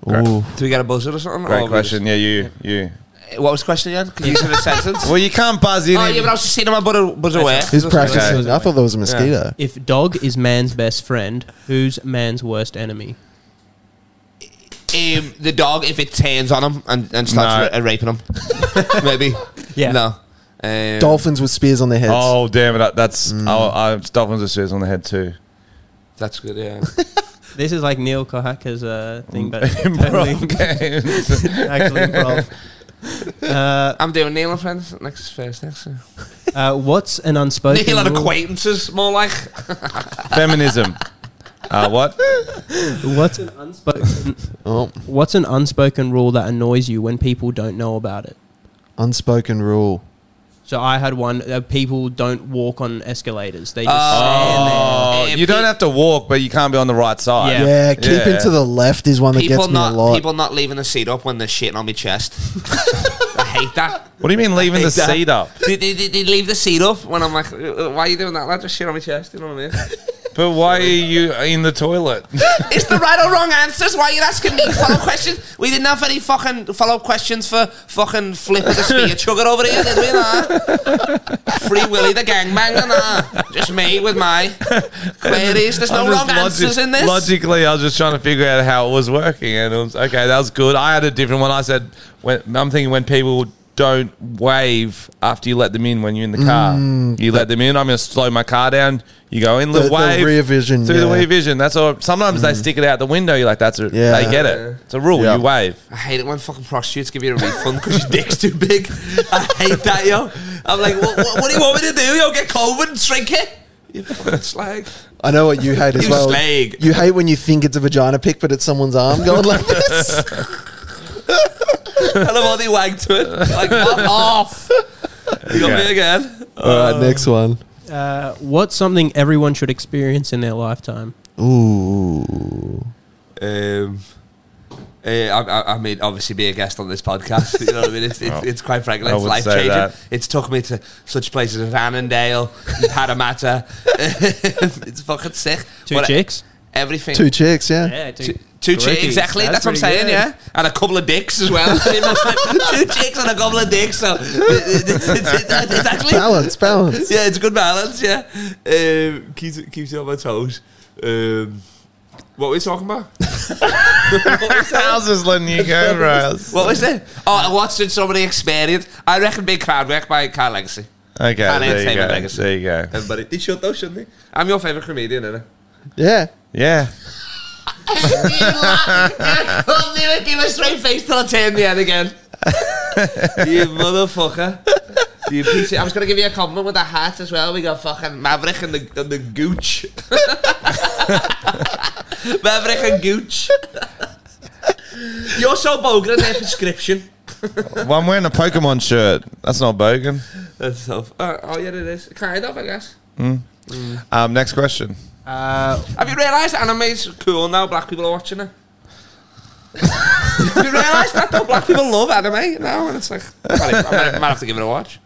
C: Great.
B: Ooh.
D: do we get a buzzer or something? Or
C: great
D: we
C: question. Yeah, you, you.
D: just- Eh, what was the question again? Can you
C: *laughs*
D: use it in a sentence?
C: Well, you can't buzz in.
D: Oh,
C: and-
D: yeah, but I was just seeing my buzzer, buzzer where.
B: Who's practicing?
C: Okay.
B: I thought that was a mosquito.
F: If dog is man's best friend, who's man's worst enemy?
D: Um, the dog, if it turns on him and, and starts
C: No.
D: ra-
C: *laughs*
D: raping him, maybe.
F: Yeah.
D: No. Um,
B: Dolphins with spears on their heads.
C: Mm. oh, damn it! That, that's I, I, Dolphins are Suez on the head too.
D: That's good. Yeah.
F: This is like Neil Kohaka's uh, thing, but totally *laughs*
C: Improv games.
F: actually improv. Uh,
D: I'm doing Neil and friends next Thursday. So.
F: uh, what's an unspoken
D: Neil and
F: rule?
D: acquaintances, more like.
C: *laughs* Feminism. Uh, what?
F: What's an *laughs* unspoken?
B: Oh,
F: what's an unspoken rule that annoys you when people don't know about it?
B: unspoken rule.
F: So I had one. Uh, people don't walk on escalators. They just
D: Uh,
C: Oh,
D: Yeah,
C: you
D: Um, pe-
C: don't have to walk, but you can't be on the right side.
F: Yeah.
H: Yeah, keeping
C: Yeah.
H: to the left is one that
D: People
H: gets me a
D: not
H: lot.
D: people not leaving the seat up when they're shitting on my
C: *laughs*
D: chest. I hate that.
C: What do you mean leaving the
D: Hate that.
C: seat up?
D: They, they, they, they leave the seat up when I'm like, "Uh, why are you doing that? Lad, just shit on my chest. You know what I mean?
C: *laughs* But why are you in the toilet?
D: It's the right or wrong answers. Why are you asking me follow up questions? We didn't have any fucking follow up questions for fucking flip of the spear chugger over here, did we? Nah? Free Willy the gangbanger, nah. Just me with my queries. There's no
C: I'm just
D: wrong answers in this.
C: Logically, I was just trying to figure out how it was working, and it was okay. That was good. I had a different one. I said, when, I'm thinking when people don't wave after you let them in when you're in the car. you let them in. I'm going to slow my car down. You go in,
B: The-
C: little
B: the
C: wave
B: rear vision,
C: through the
B: yeah.
C: rear vision. Mm. That's all. Sometimes they stick it out the window. You're like, that's a,
H: Yeah.
C: They get it. It's a rule.
B: Yeah.
C: You wave.
D: I hate it when fucking prostitutes give you a refund because your dick's too big. I hate that, yo. I'm like, what, what, what do you want me to do? Yo, get COVID and shrink it? You fucking slag.
B: I know what you hate as
D: You
B: well.
D: slag.
B: You hate when you think it's a vagina pic, but it's someone's arm going
D: *laughs*
B: like this.
D: Tell them all they wag to it. Like, fuck off. You got
C: Okay.
D: me again.
B: All right, next one.
F: say. Uh, what's something everyone should experience in their lifetime?
B: Ooh.
D: Um, uh, I, I- I mean, obviously, be a guest on this podcast. You know what I mean? It's, it's, it's quite frankly,
C: I
D: it's
C: would
D: life
C: say
D: changing.
C: that.
D: It's took me to such places as Annandale, and Parramatta. *laughs* it's fucking sick.
F: Two
D: What-
F: chicks.
D: Everything.
B: Two chicks, yeah.
D: Two, two chicks,
F: Crikey.
D: exactly. That's, what I'm
F: pretty
D: saying,
F: good.
D: yeah. And a couple of dicks as well. *laughs* two chicks and a couple of dicks. So it's, it's, it's, it's actually
B: Balance, balance.
D: yeah, it's a good balance. Yeah, um, keeps keeps you on my toes. Um, what were we talking about?
C: *laughs*
D: *laughs*
C: I was just letting you *laughs* go, Rose.
D: What was it? Oh, I watched it. Somebody experience. I reckon big crowd work by Carl Legacy.
C: Okay, there you
D: entertainment
C: go.
D: legacy.
C: There you go.
D: Everybody, they should though, shouldn't they? I'm your favorite comedian, innit?
B: Yeah.
C: Yeah.
D: you *laughs* laugh. I couldn't even give a straight face till I turned the head again. you motherfucker. You piece of, I was going to give you a compliment with a hat as well. We got fucking Maverick and the, and the Gooch. *laughs* Maverick and Gooch. You're so bogan in their prescription.
C: Well, I'm wearing a Pokemon shirt. That's not Bogan.
D: That's so. Uh, oh, yeah, it is. Kind of, I guess.
C: Um, next question.
F: Uh,
D: Have you realised anime's cool now? Black people are watching it. Have you realised that though? Black people love anime now, and it's like I might, I might- I might have to give it a watch.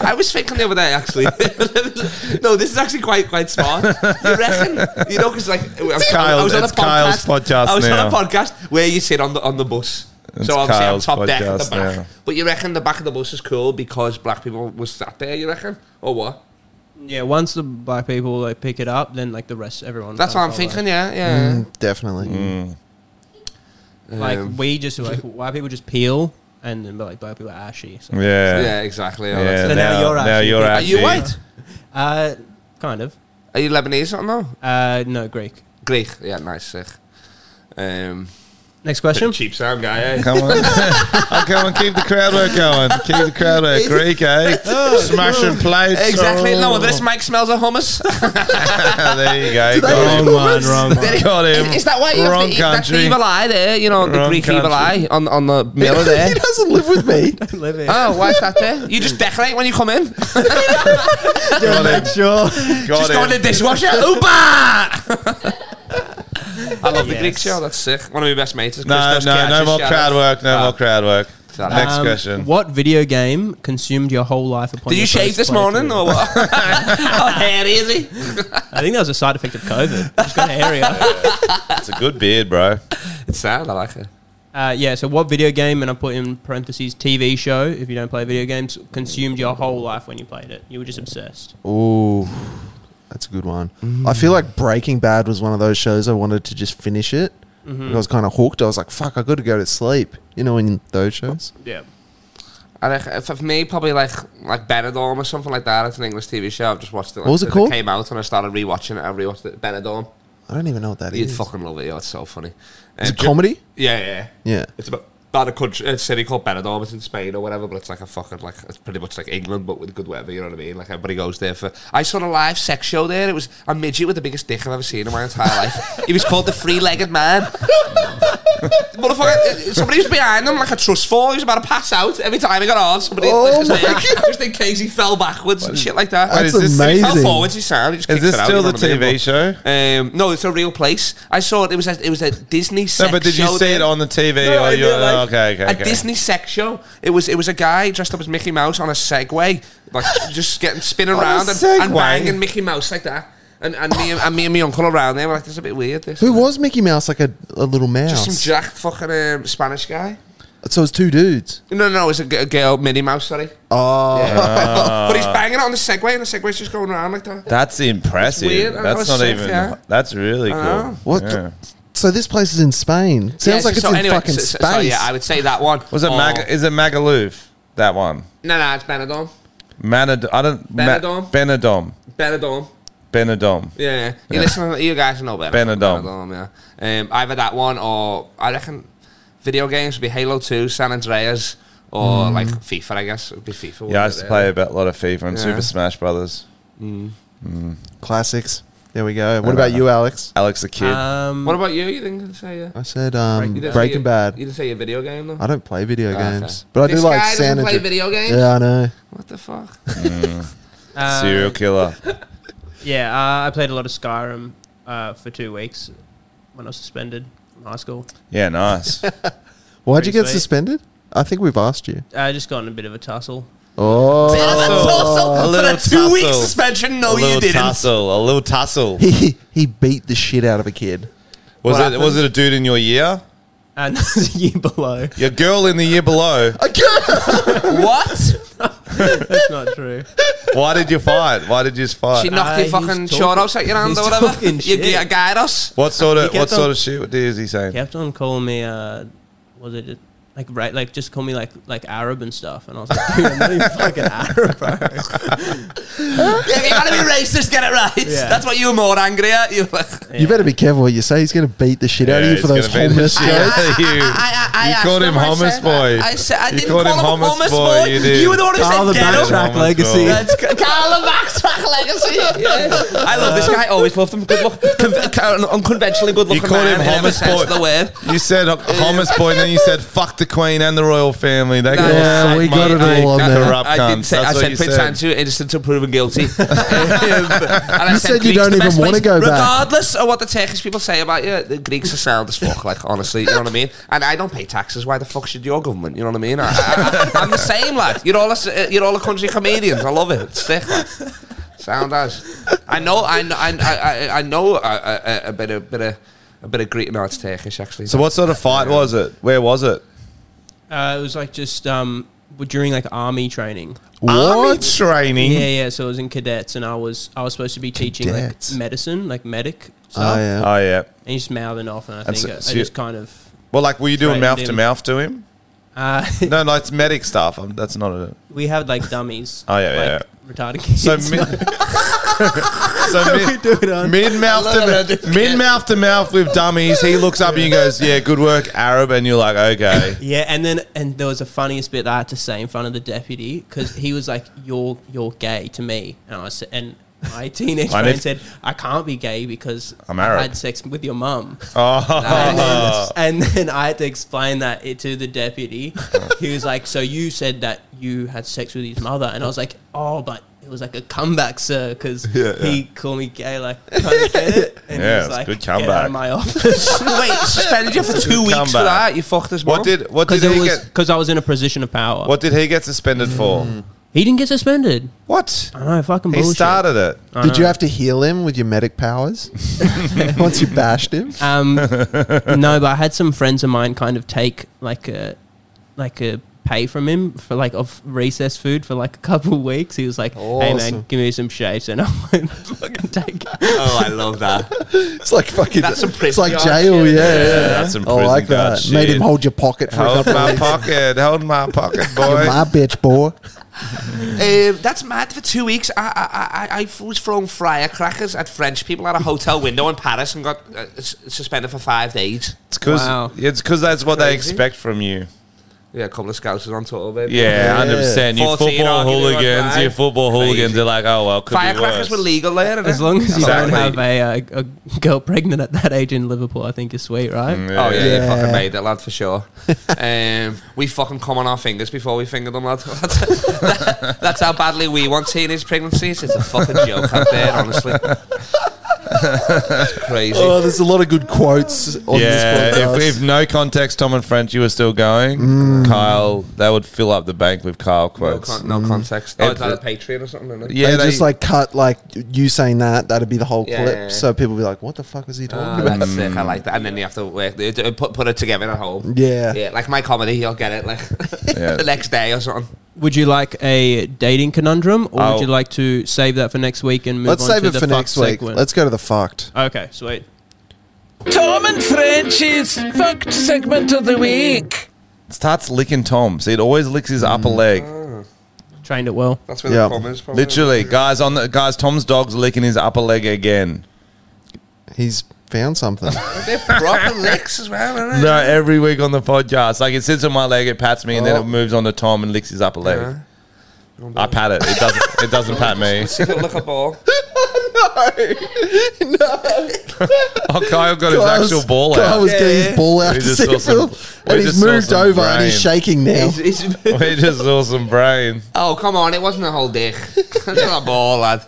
D: I was thinking the other day, actually. *laughs* no, this is actually quite quite smart. You reckon? You know, because like I was,
C: Kyle-
D: I was on a
C: it's Kyle's podcast
D: I was on
C: now.
D: a podcast where you sit on the on the bus.
C: It's
D: so obviously
C: Kyle's
D: I'm top deck at the
C: podcast
D: back.
C: now.
D: But you reckon the back of the bus is cool because black people was sat there? You reckon, or what?
F: yeah. Once the black people like pick it up, then like the rest, everyone.
D: That's what
F: kinda
D: I'm
F: follows.
D: thinking. Yeah, yeah.
C: Mm.
B: Definitely.
F: Like
D: Um,
F: we just like white people just peel, and then like black people are ashy. So.
C: Yeah.
D: Yeah, exactly. Oh,
C: Yeah,
D: that's
F: So
D: it.
F: now you're
C: now
F: actually-
C: you're
F: Are
D: Are you
C: actually-
D: white?
F: Uh, kind of.
D: Are you Lebanese or no?
F: Uh, no Greek.
D: Greek. Yeah, nice. Sick. Um,
F: Next question.
D: cheap sound guy. Eh?
C: Come on.
D: *laughs*
C: oh, come on, keep the crowd work going. Keep the crowd work. Greek, eh? Smashing plates.
D: Exactly.
C: Oh.
D: No wonder this mic smells of hummus.
C: *laughs* there you go.
F: Wrong
C: Got him.
F: one. Wrong one.
C: Got him.
D: Is that why you
C: Wrong
D: have to eat that
C: country.
D: evil eye there? You know, the
C: Wrong
D: Greek evil
C: country.
D: eye on, on the
B: *laughs*
D: mirror there.
C: *laughs*
B: he doesn't live with me.
D: *laughs*
F: Live it.
D: Oh, why is that there? You just decorate when you come in.
C: Oh,
D: Just
C: Got him.
H: Sure.
C: Got
D: go in the
C: him.
D: dishwasher.
C: *laughs*
D: Oopa! I love *laughs* the
F: Yes.
D: Greek show. That's sick. One of my best mates. is
C: No,
D: Christos
C: no, no
D: Kiatis,
C: more
D: shout
C: crowd
D: out.
C: work. No
D: Ah.
C: more crowd work.
D: Shout out.
C: Next
F: Um,
C: question.
F: What video game consumed your whole life upon
D: Did
F: your
D: you shave
F: first
D: this morning or
F: playthrough?
D: what? *laughs*
C: *laughs*
D: Oh, How hairy is he?
F: I think that was a side effect of COVID. It's
D: *laughs*
F: got hairier.
C: It's a good beard, bro.
D: It's sad. I like it.
F: Uh, yeah, so what video game, and I put in parentheses, TV show, if you don't play video games, consumed your whole life when you played it? You were just obsessed.
B: Ooh. Mm. That's a good one. I feel like Breaking Bad was one of those shows I wanted to just finish it.
D: Mm-hmm.
B: I was kind of hooked. I was like, fuck, I got to go to sleep. You know, in those shows.
F: Yeah.
D: I think for for me, probably like like Benidorm or something like that. It's an English TV show. I've just watched it. Like,
B: was it
D: since
B: called?
D: came out and I started rewatching it. I rewatched it. Benidorm.
B: I don't even know what that
D: You'd
B: is.
D: fucking love it. Yo. It's so funny.
B: Is
D: Um,
B: it
D: ju-
B: comedy?
D: Yeah, yeah.
B: Yeah.
D: It's about, about a country, a city called Benidorm. It's in Spain or whatever, but it's like a fucking like it's pretty much like England, but with good weather. You know what I mean? Like everybody goes there for. I saw a live sex show there. It was a midget with the biggest dick I've ever seen in my entire life. he was called the three-legged man. *laughs* Motherfucker! uh, Somebody was behind him like a trust fall. He was about to pass out every time he got on. Somebody
B: Oh
D: just,
B: my
D: there, just in case he fell backwards and shit like that.
B: That's
D: And he fell
B: amazing.
D: forwards, he sound. He just
C: Is
D: kicks
C: this
D: it out,
C: still
D: you know
C: the
D: what I mean?
C: TV
D: But-
C: show?
D: um, no, it's a real place. I saw it. It was a, it was a Disney sex
C: No, but did you
D: show
C: see
D: there.
C: it on the TV?
D: No,
C: or
D: in
C: you,
D: real life.
C: okay, okay,
D: a
C: okay.
D: Disney sex show. It was it was a guy dressed up as Mickey Mouse on a Segway, like just getting spinning
C: *laughs* On a
D: around and, and
C: Segway?
D: banging Mickey Mouse like that. And, and me and, and me and my uncle around there were like, "This is a bit weird." This
B: Who was Mickey Mouse? Like a, a little
D: just some
B: mouse.
D: jacked fucking um, Spanish guy?
B: so it's two dudes.
D: No, no, it's a, g- a girl, Minnie Mouse. Sorry,
B: Oh,
D: but
C: Uh.
D: he's banging it on the Segway, and the Segway's just going around like that.
C: That's impressive.
D: It's weird. I
C: That's
D: was
C: not
D: sick,
C: even.
D: yeah.
C: That's really cool.
D: know.
B: what?
C: Yeah.
B: So this place is in Spain. Sounds
D: Yeah,
B: like it's
D: so
B: in
D: anyway,
B: fucking
D: so- so-
B: space.
D: So, yeah, I would say that one.
C: Was it
D: Or-
C: Mag- Is it Magaluf? That one.
D: No, no, it's Benidorm.
C: Manad- I don't. Ma-
D: Benidorm?
C: Benidorm.
D: Benidorm.
C: Benidorm.
D: Yeah, yeah. You listen. You guys know better.
C: Benidorm.
D: Benidorm, yeah. Um, either that one or I reckon video games would be Halo Two, San Andreas, or like FIFA. Hmm. I guess it would be FIFA. wouldn't
C: Yeah, I
D: it,
C: used to
D: really?
C: play a bit, lot of FIFA and
D: Yeah.
C: Super Smash Brothers.
B: Classics. There we go. What about you, Alex?
C: Alex the Kid.
F: Um,
D: What about you? You didn't say uh,
B: I said
D: you
B: um,
D: didn't say
B: Breaking
D: you-
B: Bad.
D: You didn't say your video game though.
B: I don't play video
D: Oh, okay.
B: games, but I
D: This
B: do like
D: guy doesn't
B: San
D: play
B: Andreas.
D: video games?
B: Yeah, I know.
D: What the fuck? Ah.
F: uh,
C: Serial killer.
F: Yeah, uh, I played a lot of Skyrim uh, for two weeks when I was suspended from high school.
D: *laughs*
C: Yeah, nice.
B: Why'd you
F: Pretty
B: get
F: sweet.
B: suspended? I think we've asked you.
F: I Uh, just got in a bit of a tussle.
B: Oh,
C: a
D: for
C: little
D: a two-week
C: tussle.
D: suspension, no,
C: a little
D: you didn't.
C: tussle. A little tussle.
B: he he beat the shit out of a kid.
C: Was
D: What
C: it? Was it a dude in your year?
F: And *laughs* the year below.
C: Your girl in the
D: *laughs*
C: year below.
D: What?
F: That's not true.
C: Why did you fight? Why did you just
D: She
C: fight?
D: knocked
F: Uh,
D: your fucking
F: he's talking-
D: choros out your hand
F: he's
D: or whatever.
F: talking
D: You
F: shit.
D: you guide us.
C: What sort of
F: He
C: what
F: kept
C: sort
F: on-
C: of shit what is he saying?
F: kept on calling me, uh, was it, just- like, right, like, just call me, like, like Arab and stuff. And I was like, dude, I'm
C: *laughs*
F: not even fucking Arab, bro.
D: if you want to be racist, get it right.
F: Yeah.
D: That's what you were more angry at. You were like,
B: You better be careful what you say. He's going to beat the shit out of you
C: he's
B: for those
C: gonna be the *laughs*
B: homeless
C: shit
B: jokes.
C: out of you.
D: I, I, I
C: You
D: asked
C: called him
D: I
C: homeless
D: said-
C: boy.
D: I, I said I
C: You
D: didn't
C: called
D: call
C: him
D: him
C: homeless
D: homeless,
C: boy,
D: boy.
C: you
D: You,
C: did.
D: were the one who
F: Carl
D: said
F: the
D: get him.
F: Backtrack
C: Homeless
F: Legacy.
C: boy.
D: That's c- Carl the backtrack
C: *laughs*
D: legacy. Yes. I love this guy. Always loved him. Good look, con- con- unconventionally good looking.
C: You called
D: man
C: him
D: in every
C: homeless
D: sense
C: boy.
D: of The word.
C: You said homeless boy, and then you said fuck the queen and the royal family. They got
D: Yeah,
C: all suck
B: we got
C: my
B: it all
C: dick,
B: on
C: you
B: there.
C: corrupt
D: I did
C: cunts.
D: say,
C: That's
D: I
C: what
D: said
C: you
D: put
C: said.
D: Santu innocent until
B: *laughs*
D: proven guilty. and I
B: You said you
D: Greece
B: don't
D: the
B: even
D: best
B: wanna
D: place.
B: go back.
D: Regardless of what the Turkish people say about you, the Greeks are sound as fuck. Like honestly, you know what I mean. And I don't pay taxes. Why the fuck should your government? You know what I mean? I, I, I, am the same lad. You're all a, s- uh, you're all a country comedians. I love it. It's sick. Lad. Sound as I know. I know. I, I, I- I know a, a, a bit of bit of a bit of Greek. No, it's Turkish actually.
C: So what sort of fight was it? Where was it?
F: Uh, it was, like, just, um, during, like, army training.
C: Army training.
F: Yeah, yeah. So I was in cadets, and I was I was supposed to be teaching
B: Cadets.
F: like medicine, like medic
B: Oh
F: stuff,
B: yeah.
C: Oh yeah.
F: and he's mouthing off, and I
C: And
F: think
C: so-
F: I,
C: so
F: I
C: you-
F: just kind of
C: Well, like, were you doing
F: Trained
C: mouth to
F: him.
C: mouth to him?
F: uh, *laughs*
C: No, no, it's medic stuff. Um that's not a.
F: we had like dummies.
C: Oh, yeah, yeah,
F: like, Retarded kids. *laughs*
C: So mid. *laughs* so mid, mid mouth to mid mouth to mouth with dummies. He looks up at you and goes, "Yeah, good work, Arab." And you're like, "Okay."
F: yeah, and then and there was the funniest bit that I had to say in front of the deputy because he was like, "You're you're gay" to me, and I said, and
C: *laughs*
F: my teenage
C: And
F: friend
C: if-
F: said, "I can't be gay because
C: I'm
F: I
C: Arab."
F: had sex with your mum." And
C: *laughs* Oh,
F: then, and then I had to explain that it to
C: *laughs*
F: the deputy. He was like, "So you said that you had sex with his mother?" And I was like, "Oh, but it was like a comeback, sir,
C: *laughs*
F: because he called me gay." Like, *laughs* kind of get it? And
C: Yeah,
F: he was
C: it's
F: like,
C: good
F: "Get out
C: comeback." *laughs*
F: of my office." *laughs*
D: wait, suspended you for two weeks
C: Come
D: for
C: back.
D: that. You fucked us.
C: what did what did
F: Because
C: he
F: it was
C: get?
F: because I was in a position of power.
C: What did he get suspended for?
F: He didn't get suspended.
C: What?
F: I know, fucking
C: He
F: bullshit.
C: started it.
F: Oh,
B: Did you have to heal him with your medic
F: *laughs*
B: powers *laughs* once you bashed him? *laughs*
F: Um, no, but I had some friends of mine kind of take like a like a pay from him for like off recess food for like a couple of weeks. He was like, "Hey
B: Awesome.
F: man, give me some shapes," and I went *laughs* fucking take.
D: Oh, I love that.
B: It's like fucking.
D: That's some
B: it's like
D: prison
B: jail. Yeah,
D: shit.
B: yeah. yeah.
C: that's some
B: I like
C: prison guard
B: that. Made
C: shit.
B: him hold your pocket for a
C: Hold
B: couple of
C: my
B: weeks.
C: pocket. Hold my pocket,
B: *laughs* You're
C: boy.
B: my bitch, boy.
D: Um, that's mad for two weeks. I, I, I, I was throwing firecrackers at French people at a hotel window in Paris and got uh, s- suspended for five days.
C: It's because
F: Wow.
C: it's because that's what they
D: Crazy.
C: expect from you.
D: Yeah, a couple of scousers on tour, baby.
C: Yeah, hundred percent. You
D: 14
C: football
D: arguing about
C: hooligans.
D: that.
C: You football hooligans
D: Crazy.
C: are like, oh well, could
D: Firecrackers
C: be
D: were
C: worse.
D: legal there. innit?
F: As long as you
C: Exactly.
F: don't have a, uh, a girl pregnant at that age in Liverpool, I think is sweet, right?
B: Mm.
D: Oh yeah, you
B: Yeah.
D: fucking made it, lad, for
F: *laughs*
D: sure. um, we fucking come on our fingers before we finger them, lad. *laughs* That's- that's how badly we want teenage pregnancies. It's a fucking joke out there, honestly. It's crazy.
B: Oh, there's a lot of good quotes on this
C: Yeah,
B: podcast.
C: if, if no context, Tom and French, you were still going,
B: Mm.
C: Kyle, they would fill up the bank with Kyle
D: no,
C: quotes.
D: con- no context. Oh,
C: It-
D: it's like a Patreon or something. Isn't it?
C: mm. yeah,
B: they, just like cut like you saying that. That'd be the whole
D: Yeah,
B: clip.
D: yeah, yeah.
B: So people be like, "What the fuck was he talking
D: Ah,
B: about?" *laughs*
D: that's sick. I
C: Mm.
D: like that. And then you have to work, they do- put put it together at home.
B: Yeah.
D: yeah. Like my comedy, you'll get it like *laughs*
C: Yeah.
D: the next day or something.
F: Would you like a dating conundrum, or
C: Oh.
F: would you like to save that for next week and move
B: Let's
F: on
B: save
F: to
B: it
F: the
B: for
F: fuck
B: next week.
F: segment?
B: Let's go to the fucked.
F: okay, sweet.
G: Tom and French's fucked segment of the week.
C: starts licking Tom. See, it always licks his upper
B: Mm.
C: leg.
B: Oh,
F: Trained it well.
D: That's where
B: Yeah.
D: the problem is. Probably.
C: Literally, guys on the guys, Tom's dog's licking his upper leg again.
B: He's found something.
D: they're proper licks as well. Aren't they?
C: No, every week on the podcast, like it sits on my leg, it pats me, and then
B: Oh.
C: it moves on to Tom and licks his upper leg.
D: Yeah.
C: I pat it. It doesn't. It doesn't
B: *laughs*
C: pat me.
D: See if it'll lick a
C: *laughs*
D: ball.
C: Oh, Kyle got his
B: Kyle's-
C: actual ball
B: Kyle
C: *laughs* out.
B: was getting his ball out
C: We
B: to
C: just
B: see
C: saw
B: if it'll-
C: some- we
B: and he's
C: just saw
B: moved
C: some
B: over and he's
C: brain.
B: shaking now.
D: He's- he's-
C: We just saw some brain.
D: Oh, come on, it wasn't a whole dick. *laughs* It's not a ball, lad.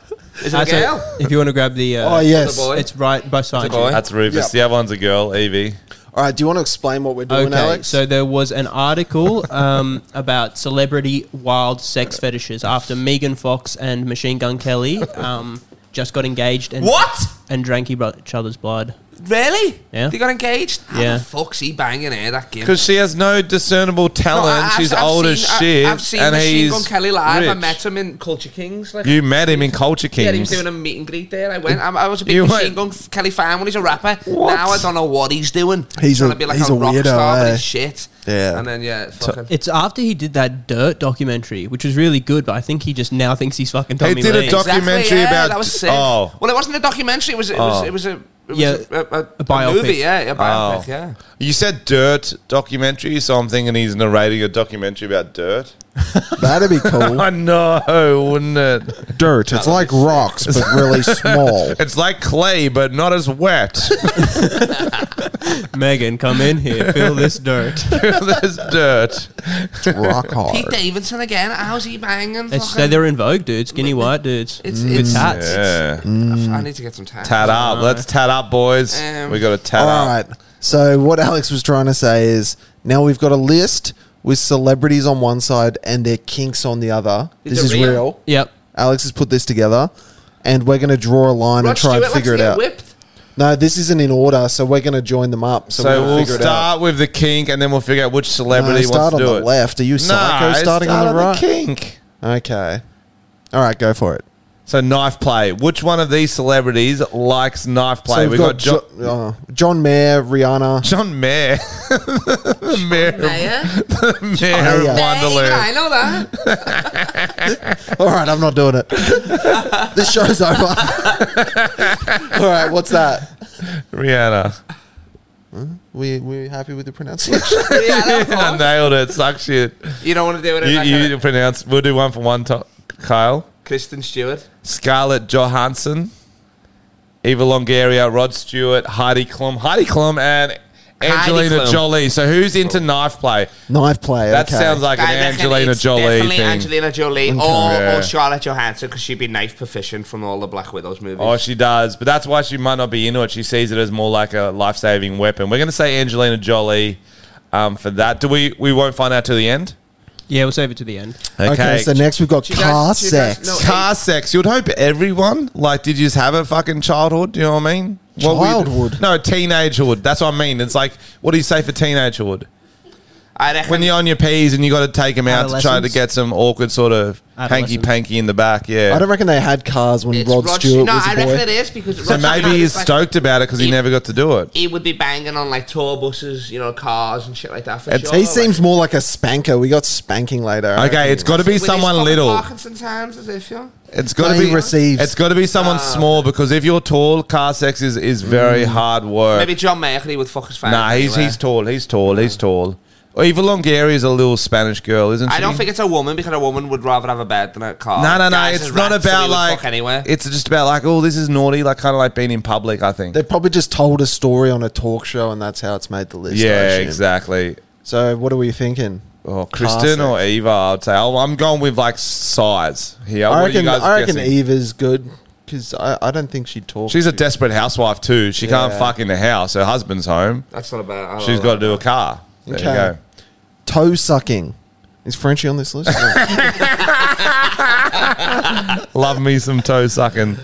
D: Is it a
F: Also,
D: girl?
F: *laughs* if you want to grab the, uh,
B: Oh yes.
D: boy.
B: All
F: it's right beside
D: boy.
F: you.
C: That's Rufus.
B: Yep.
C: The other one's a girl, Evie.
B: right. Do you want to explain what we're doing,
F: Okay,
B: Alex? *laughs*
F: so there was an article um, *laughs* about celebrity wild sex fetishes after Megan Fox and Machine Gun Kelly um, just got engaged and
D: What?
F: and drank each other's blood.
D: Really?
F: Yeah.
D: They got engaged? How
F: Yeah.
D: the fuck's he banging here, that gimp?
C: Because she has no discernible
D: No,
C: talent.
D: I- I've-
C: She's
D: I've
C: old
D: seen-
C: as
D: I-
C: shit.
D: I've seen
C: and
D: Machine
C: he's
D: Gun Kelly live. I
C: rich.
D: met him in Culture Kings. Like,
C: You met him in Culture
D: yeah,
C: Kings.
D: he was doing a meet and greet there. I went. I, I was a big
C: You
D: Machine
C: went-
D: Gun Kelly fan when he's a rapper. Now I don't know what he's doing.
B: He's
D: trying
B: a-
D: to be like
B: he's
D: a,
B: a
D: rock
B: weirdo,
D: star, but
B: eh?
D: he's shit.
B: Yeah.
D: And then yeah, fucking.
F: It's after he did that Dirt documentary, which was really good, but I think he just now thinks he's fucking Tommy
C: did a
F: Lee.
C: doc- documentary
D: yeah,
C: about-
D: that was sick.
C: oh.
D: Well, it wasn't a documentary. It was. It was.
C: Oh.
D: It was a. It was
F: Yeah,
D: a, a, a,
F: a biopic.
D: movie, yeah, a biopic,
C: Oh.
D: yeah.
C: You said dirt documentary, so I'm thinking he's narrating a documentary about dirt.
B: That'd be cool.
C: I know, wouldn't it?
B: Dirt. It's like rocks, but *laughs* really small.
C: It's like clay, but not as wet. *laughs*
F: Megan, come in here, feel this *laughs* dirt.
C: There's dirt.
B: It's rock
D: Pete
B: hard.
D: Davidson again. How's he banging?
F: It's,
D: fucking-
F: they're in vogue, dude. Skinny white dudes.
D: It's-
F: with
D: it's-
F: tats.
C: Yeah.
D: I need to get some time.
C: *laughs* Tat up. Let's tat up, boys.
D: Um,
C: we got to tat
B: All
C: up.
B: right. So what Alex was trying to say is now we've got a list with celebrities on one side and their kinks on the other.
D: These
B: this is
D: are real.
B: real.
F: Yep.
B: Alex has put this together, and we're going to draw a line
D: Rod
B: and try
D: Stewart
B: and
D: likes
B: figure
D: to
B: it
D: get
B: out.
D: Whipped.
B: No, this isn't in order, so we're going to join them up. So,
C: So
B: we'll,
C: we'll
B: figure it out.
C: start with the kink, and then we'll figure out which
B: No,
C: celebrity
B: start
C: wants
B: on
C: to do
B: the
C: it.
B: left. Are you psycho
C: Nah,
B: starting
C: start
B: on the right?
C: kink.
B: Okay. All right, go for it.
C: So knife play. Which one of these celebrities likes knife play?
B: so we've
C: we
B: got,
C: got, Jo-
B: Jo- uh, John Mayer,
C: *laughs*
B: Rihanna.
C: John Mayer, the mayor, of-
D: Mayer?
C: the mayor
B: Mayer.
C: of
D: I
C: Wonderland.
D: know that.
B: All right, I'm not doing
C: *laughs*
B: it. this show's over. *laughs* All right, what's that?
D: *laughs*
C: Rihanna.
B: We we happy with the pronunciation?
D: Yeah, I know, of
C: I
D: course.
C: nailed it. Suck shit.
D: You don't want to do it. In
C: You,
D: that kind
C: you
D: of-
C: pronounce. We'll do one for one. To- Kyle,
D: Kristen Stewart.
C: Scarlett Johansson, Eva Longoria, Rod Stewart, Heidi Klum, Heidi Klum, and Angelina
D: Klum.
C: Jolie. So who's into *laughs* knife play?
B: Knife play.
C: That
B: okay.
C: sounds like
D: I
C: an
D: reckon
C: Angelina
D: it's
C: Jolie
D: Definitely
C: thing.
D: Angelina Jolie or,
C: Yeah.
D: or Charlotte Johansson because she'd be knife proficient from all the Black Widows movies.
C: Oh, she does, but that's why she might not be into it. She sees it as more like a life-saving weapon. We're going to say Angelina Jolie um, for that. Do we? We won't find out till the end.
F: Yeah, we'll save it to the end.
B: okay. so next we've got
D: She does-
B: car
D: she does-
B: sex.
D: no,
C: car sex. You'd hope everyone like. Did you just have a fucking childhood? Do you know what I mean? What we-
B: Childhood?
C: no, teenagehood. That's what I mean. It's like, what do you say for teenagehood?
D: I reckon.
C: When you're on your P's and you got to take them out to try to
F: Adolescence?
C: get some awkward sort of hanky
F: Adolescence.
C: panky in the back. Yeah.
B: I don't reckon they had cars when
D: it's
B: Rod,
D: Rod-
B: Stewart
D: no,
B: was
D: I
B: a
D: reckon
B: boy.
D: it is because
C: so
D: Rod
C: maybe
D: Stewart
C: he's
D: was like-
C: stoked about it because he
D: Yeah.
C: never got to do it.
D: He would be banging on like tour buses, you know, cars and shit like that. For
C: It's-
D: sure.
B: He
D: like-
B: seems more like a spanker. We got spanking later. I
C: Okay,
B: reckon.
C: it's got to be
D: With his
C: someone
D: fucking
C: little.
D: Parkinson's hands, as if you.
C: It's got to
B: Play
C: be
B: receives.
C: It's got to be
B: Ah.
C: someone small because if you're tall, car sex is, is very
B: Mm.
C: hard work.
D: Maybe John Mayer he would fuck his family.
C: nah, he's
D: anyway.
C: he's tall. He's tall. He's tall. Or Eva Longoria is a little Spanish girl, isn't she?
D: I don't think it's a woman because a woman would rather have a bed than a car.
C: No, no, no.
D: Guys
C: It's
D: are
C: not
D: rats, so
C: about
D: we would
C: like.
D: fuck anywhere.
C: It's just about like, oh, this is naughty. Like kind of like being in public. I think.
B: They probably just told a story on a talk show, and that's how it's made the list. I
C: yeah,
B: assume.
C: exactly.
B: So, what are we thinking?
C: Oh, Kristen or Eva, I'd say. Oh, I'm going with like size here. What
B: I
C: are
B: reckon.
C: you guys
B: I reckon
C: guessing?
B: Eva's good because I, I don't think she talks.
C: She's a desperate housewife too. She can't
B: Yeah.
C: fuck in the house. Her husband's home.
D: That's not about. I don't
C: She's
D: know.
C: got to do a car. There you
B: Okay.
C: go.
B: toe sucking. Is Frenchie on this
C: *laughs*
B: list?
C: Love me some toe sucking.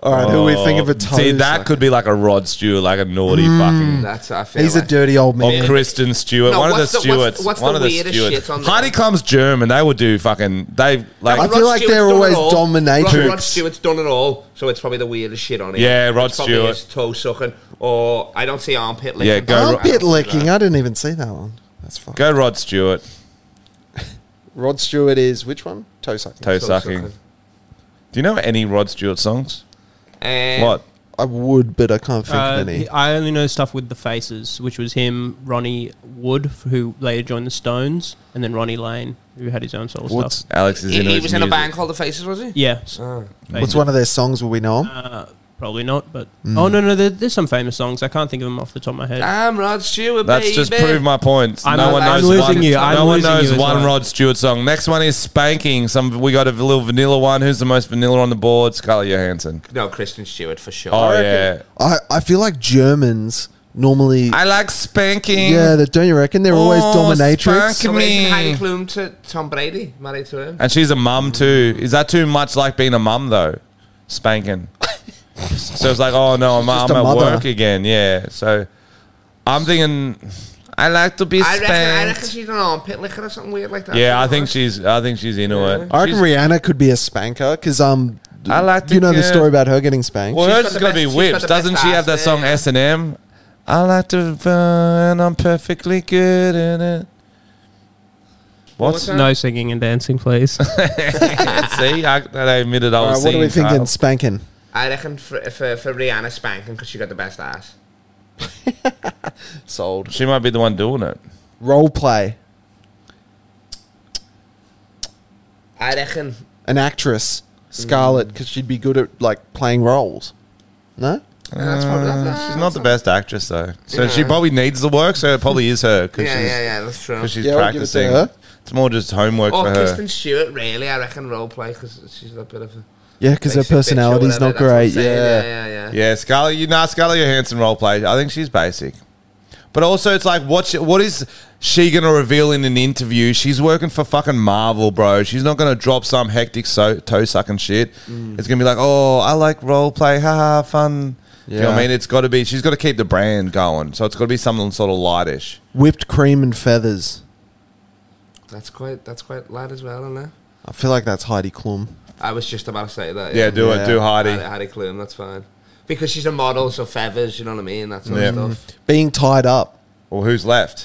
B: All right, who we think of a toe?
C: Oh, See, that could be like a Rod Stewart, like a naughty fucking.
D: That's what I feel.
B: He's a
D: like.
B: dirty old
C: Or
B: man.
C: Kristen Stewart,
D: No,
C: one of the
D: what's the- what's-
C: Stewarts.
D: what's
C: one
D: the
C: of the
D: weirdest shit
C: Stewarts.
D: on there?
C: Heidi comes German. They would do fucking. They like.
B: I
D: Rod
B: feel like
D: Stewart's
B: they're
D: done it
B: always
D: all.
B: dominatrix.
D: Rod, Rod Stewart's done it all, so it's probably the weirdest shit on here.
C: Yeah, Rod
D: It's probably
C: Stewart.
D: his toe sucking, or I don't see armpit licking.
C: Yeah, go-
B: Armpit licking. I didn't even see that one. That's fine.
C: Go Rod Stewart,
B: Rod Stewart is which one? Toe sucking.
C: toe
D: Toe
C: sucking.
D: sucking.
C: Do you know any Rod Stewart songs?
D: Um,
C: What?
B: I would, but I can't think
F: Uh,
B: of any.
F: I only know stuff with the faces, which was him, Ronnie Wood, who later joined the Stones, and then Ronnie Lane, who had his own solo
C: What's
F: stuff.
C: Alex is
D: He,
C: in?
D: he
C: his
D: was in a
C: music.
D: band called The Faces, was he?
F: Yeah, s-
D: Ah.
B: What's Hmm. one of their songs where we know him?
F: uh, probably not. But oh no, no, there, there's some famous songs. I can't think of them off the top of my head.
D: I'm Rod Stewart,
C: That's
D: baby.
C: just proved my point.
F: I'm-
C: no one
F: I'm
C: knows
F: losing
C: one,
F: you.
C: No
F: I'm
C: one
F: losing
C: knows
F: you as
C: one
F: well.
C: Rod Stewart song. Next one is spanking. Some we got a little vanilla one. Who's the most vanilla on the board? Scarlett Johansson.
D: No, Kristen Stewart for sure.
C: Oh yeah,
B: I, I feel like Germans normally.
C: I like spanking.
B: yeah, they, don't you reckon? They're always
C: Oh,
B: dominatrix.
C: spank
D: So
C: me.
D: isn't Heidi Klum to Tom Brady married to him?
C: and she's a mum too. Is that too much like being a mum though?
B: *laughs*
C: Spanking. so it's like, oh no, I'm,
B: just
C: I'm
B: a
C: at
B: mother.
C: work again. Yeah. So I'm thinking, I like to be
D: I reckon, I reckon
C: spanked.
D: she's an armpit licker or something weird like that.
C: Yeah, I
D: Something
C: think
D: like
C: she's. I think she's into it.
B: I reckon Rihanna could be a spanker because um,
C: I like to
B: you know the
C: get-
B: story about her getting spanked.
C: Well,
D: She's
C: hers
D: got
C: is
D: the
C: gonna
D: best-
C: be
D: she's
C: whips.
D: got the
C: Doesn't
D: best
C: she have that
D: ass,
C: song
D: yeah.
C: S and M? I like to and I'm perfectly good at it. What?
D: that?
F: No singing and
B: *laughs*
F: dancing, please. *laughs*
C: See, I, I admitted I
B: All
C: was
B: right, what are we
C: singing,
B: thinking?
C: Carl.
B: Spanking.
D: I reckon for, for, for Rihanna spanking because she got the best ass.
B: Sold.
C: She might be the one doing it.
B: Role play.
D: I reckon.
B: An actress, Scarlett, because she'd be good at like playing roles. No.
D: that's probably, that's,
C: She's not the best actress though, so she probably needs the work. So it probably is her because
D: yeah,
C: she's,
D: yeah, yeah, that's true.
C: 'cause she's
B: Yeah, I'll give it to
C: practicing.
B: her.
C: It's more just homework
D: Or
C: for her.
D: Oh, Kristen Stewart, really, I reckon role play because she's a bit of a.
B: Yeah, because her
D: basic bitch or
B: personality's not
D: whatever, that's what I'm
B: great.
D: saying,
B: Yeah.
D: yeah, yeah, yeah.
C: Yeah, Scarlett. You know, Scarlett Johansson role play. I think she's basic, but also it's like what? She, what is she gonna reveal in an interview? She's working for fucking Marvel, bro. She's not gonna drop some hectic so- toe sucking shit.
B: Mm.
C: It's gonna be like, oh, I like role play, haha, fun. Do you know what I
B: Yeah.
C: mean? It's got to be. She's got to keep the brand going, so it's got to be something sort of lightish.
B: Whipped cream and feathers.
D: That's quite that's quite light as well, isn't it?
B: I feel like that's Heidi Klum.
D: I was just about to say that.
C: Yeah, do it,
B: Yeah.
C: do Hardy.
D: Heidi, Heidi Klum, that's fine. Because she's a model, so feathers, you know what I mean? That sort
C: Yeah.
D: of stuff.
B: Being tied up.
C: Well, who's left?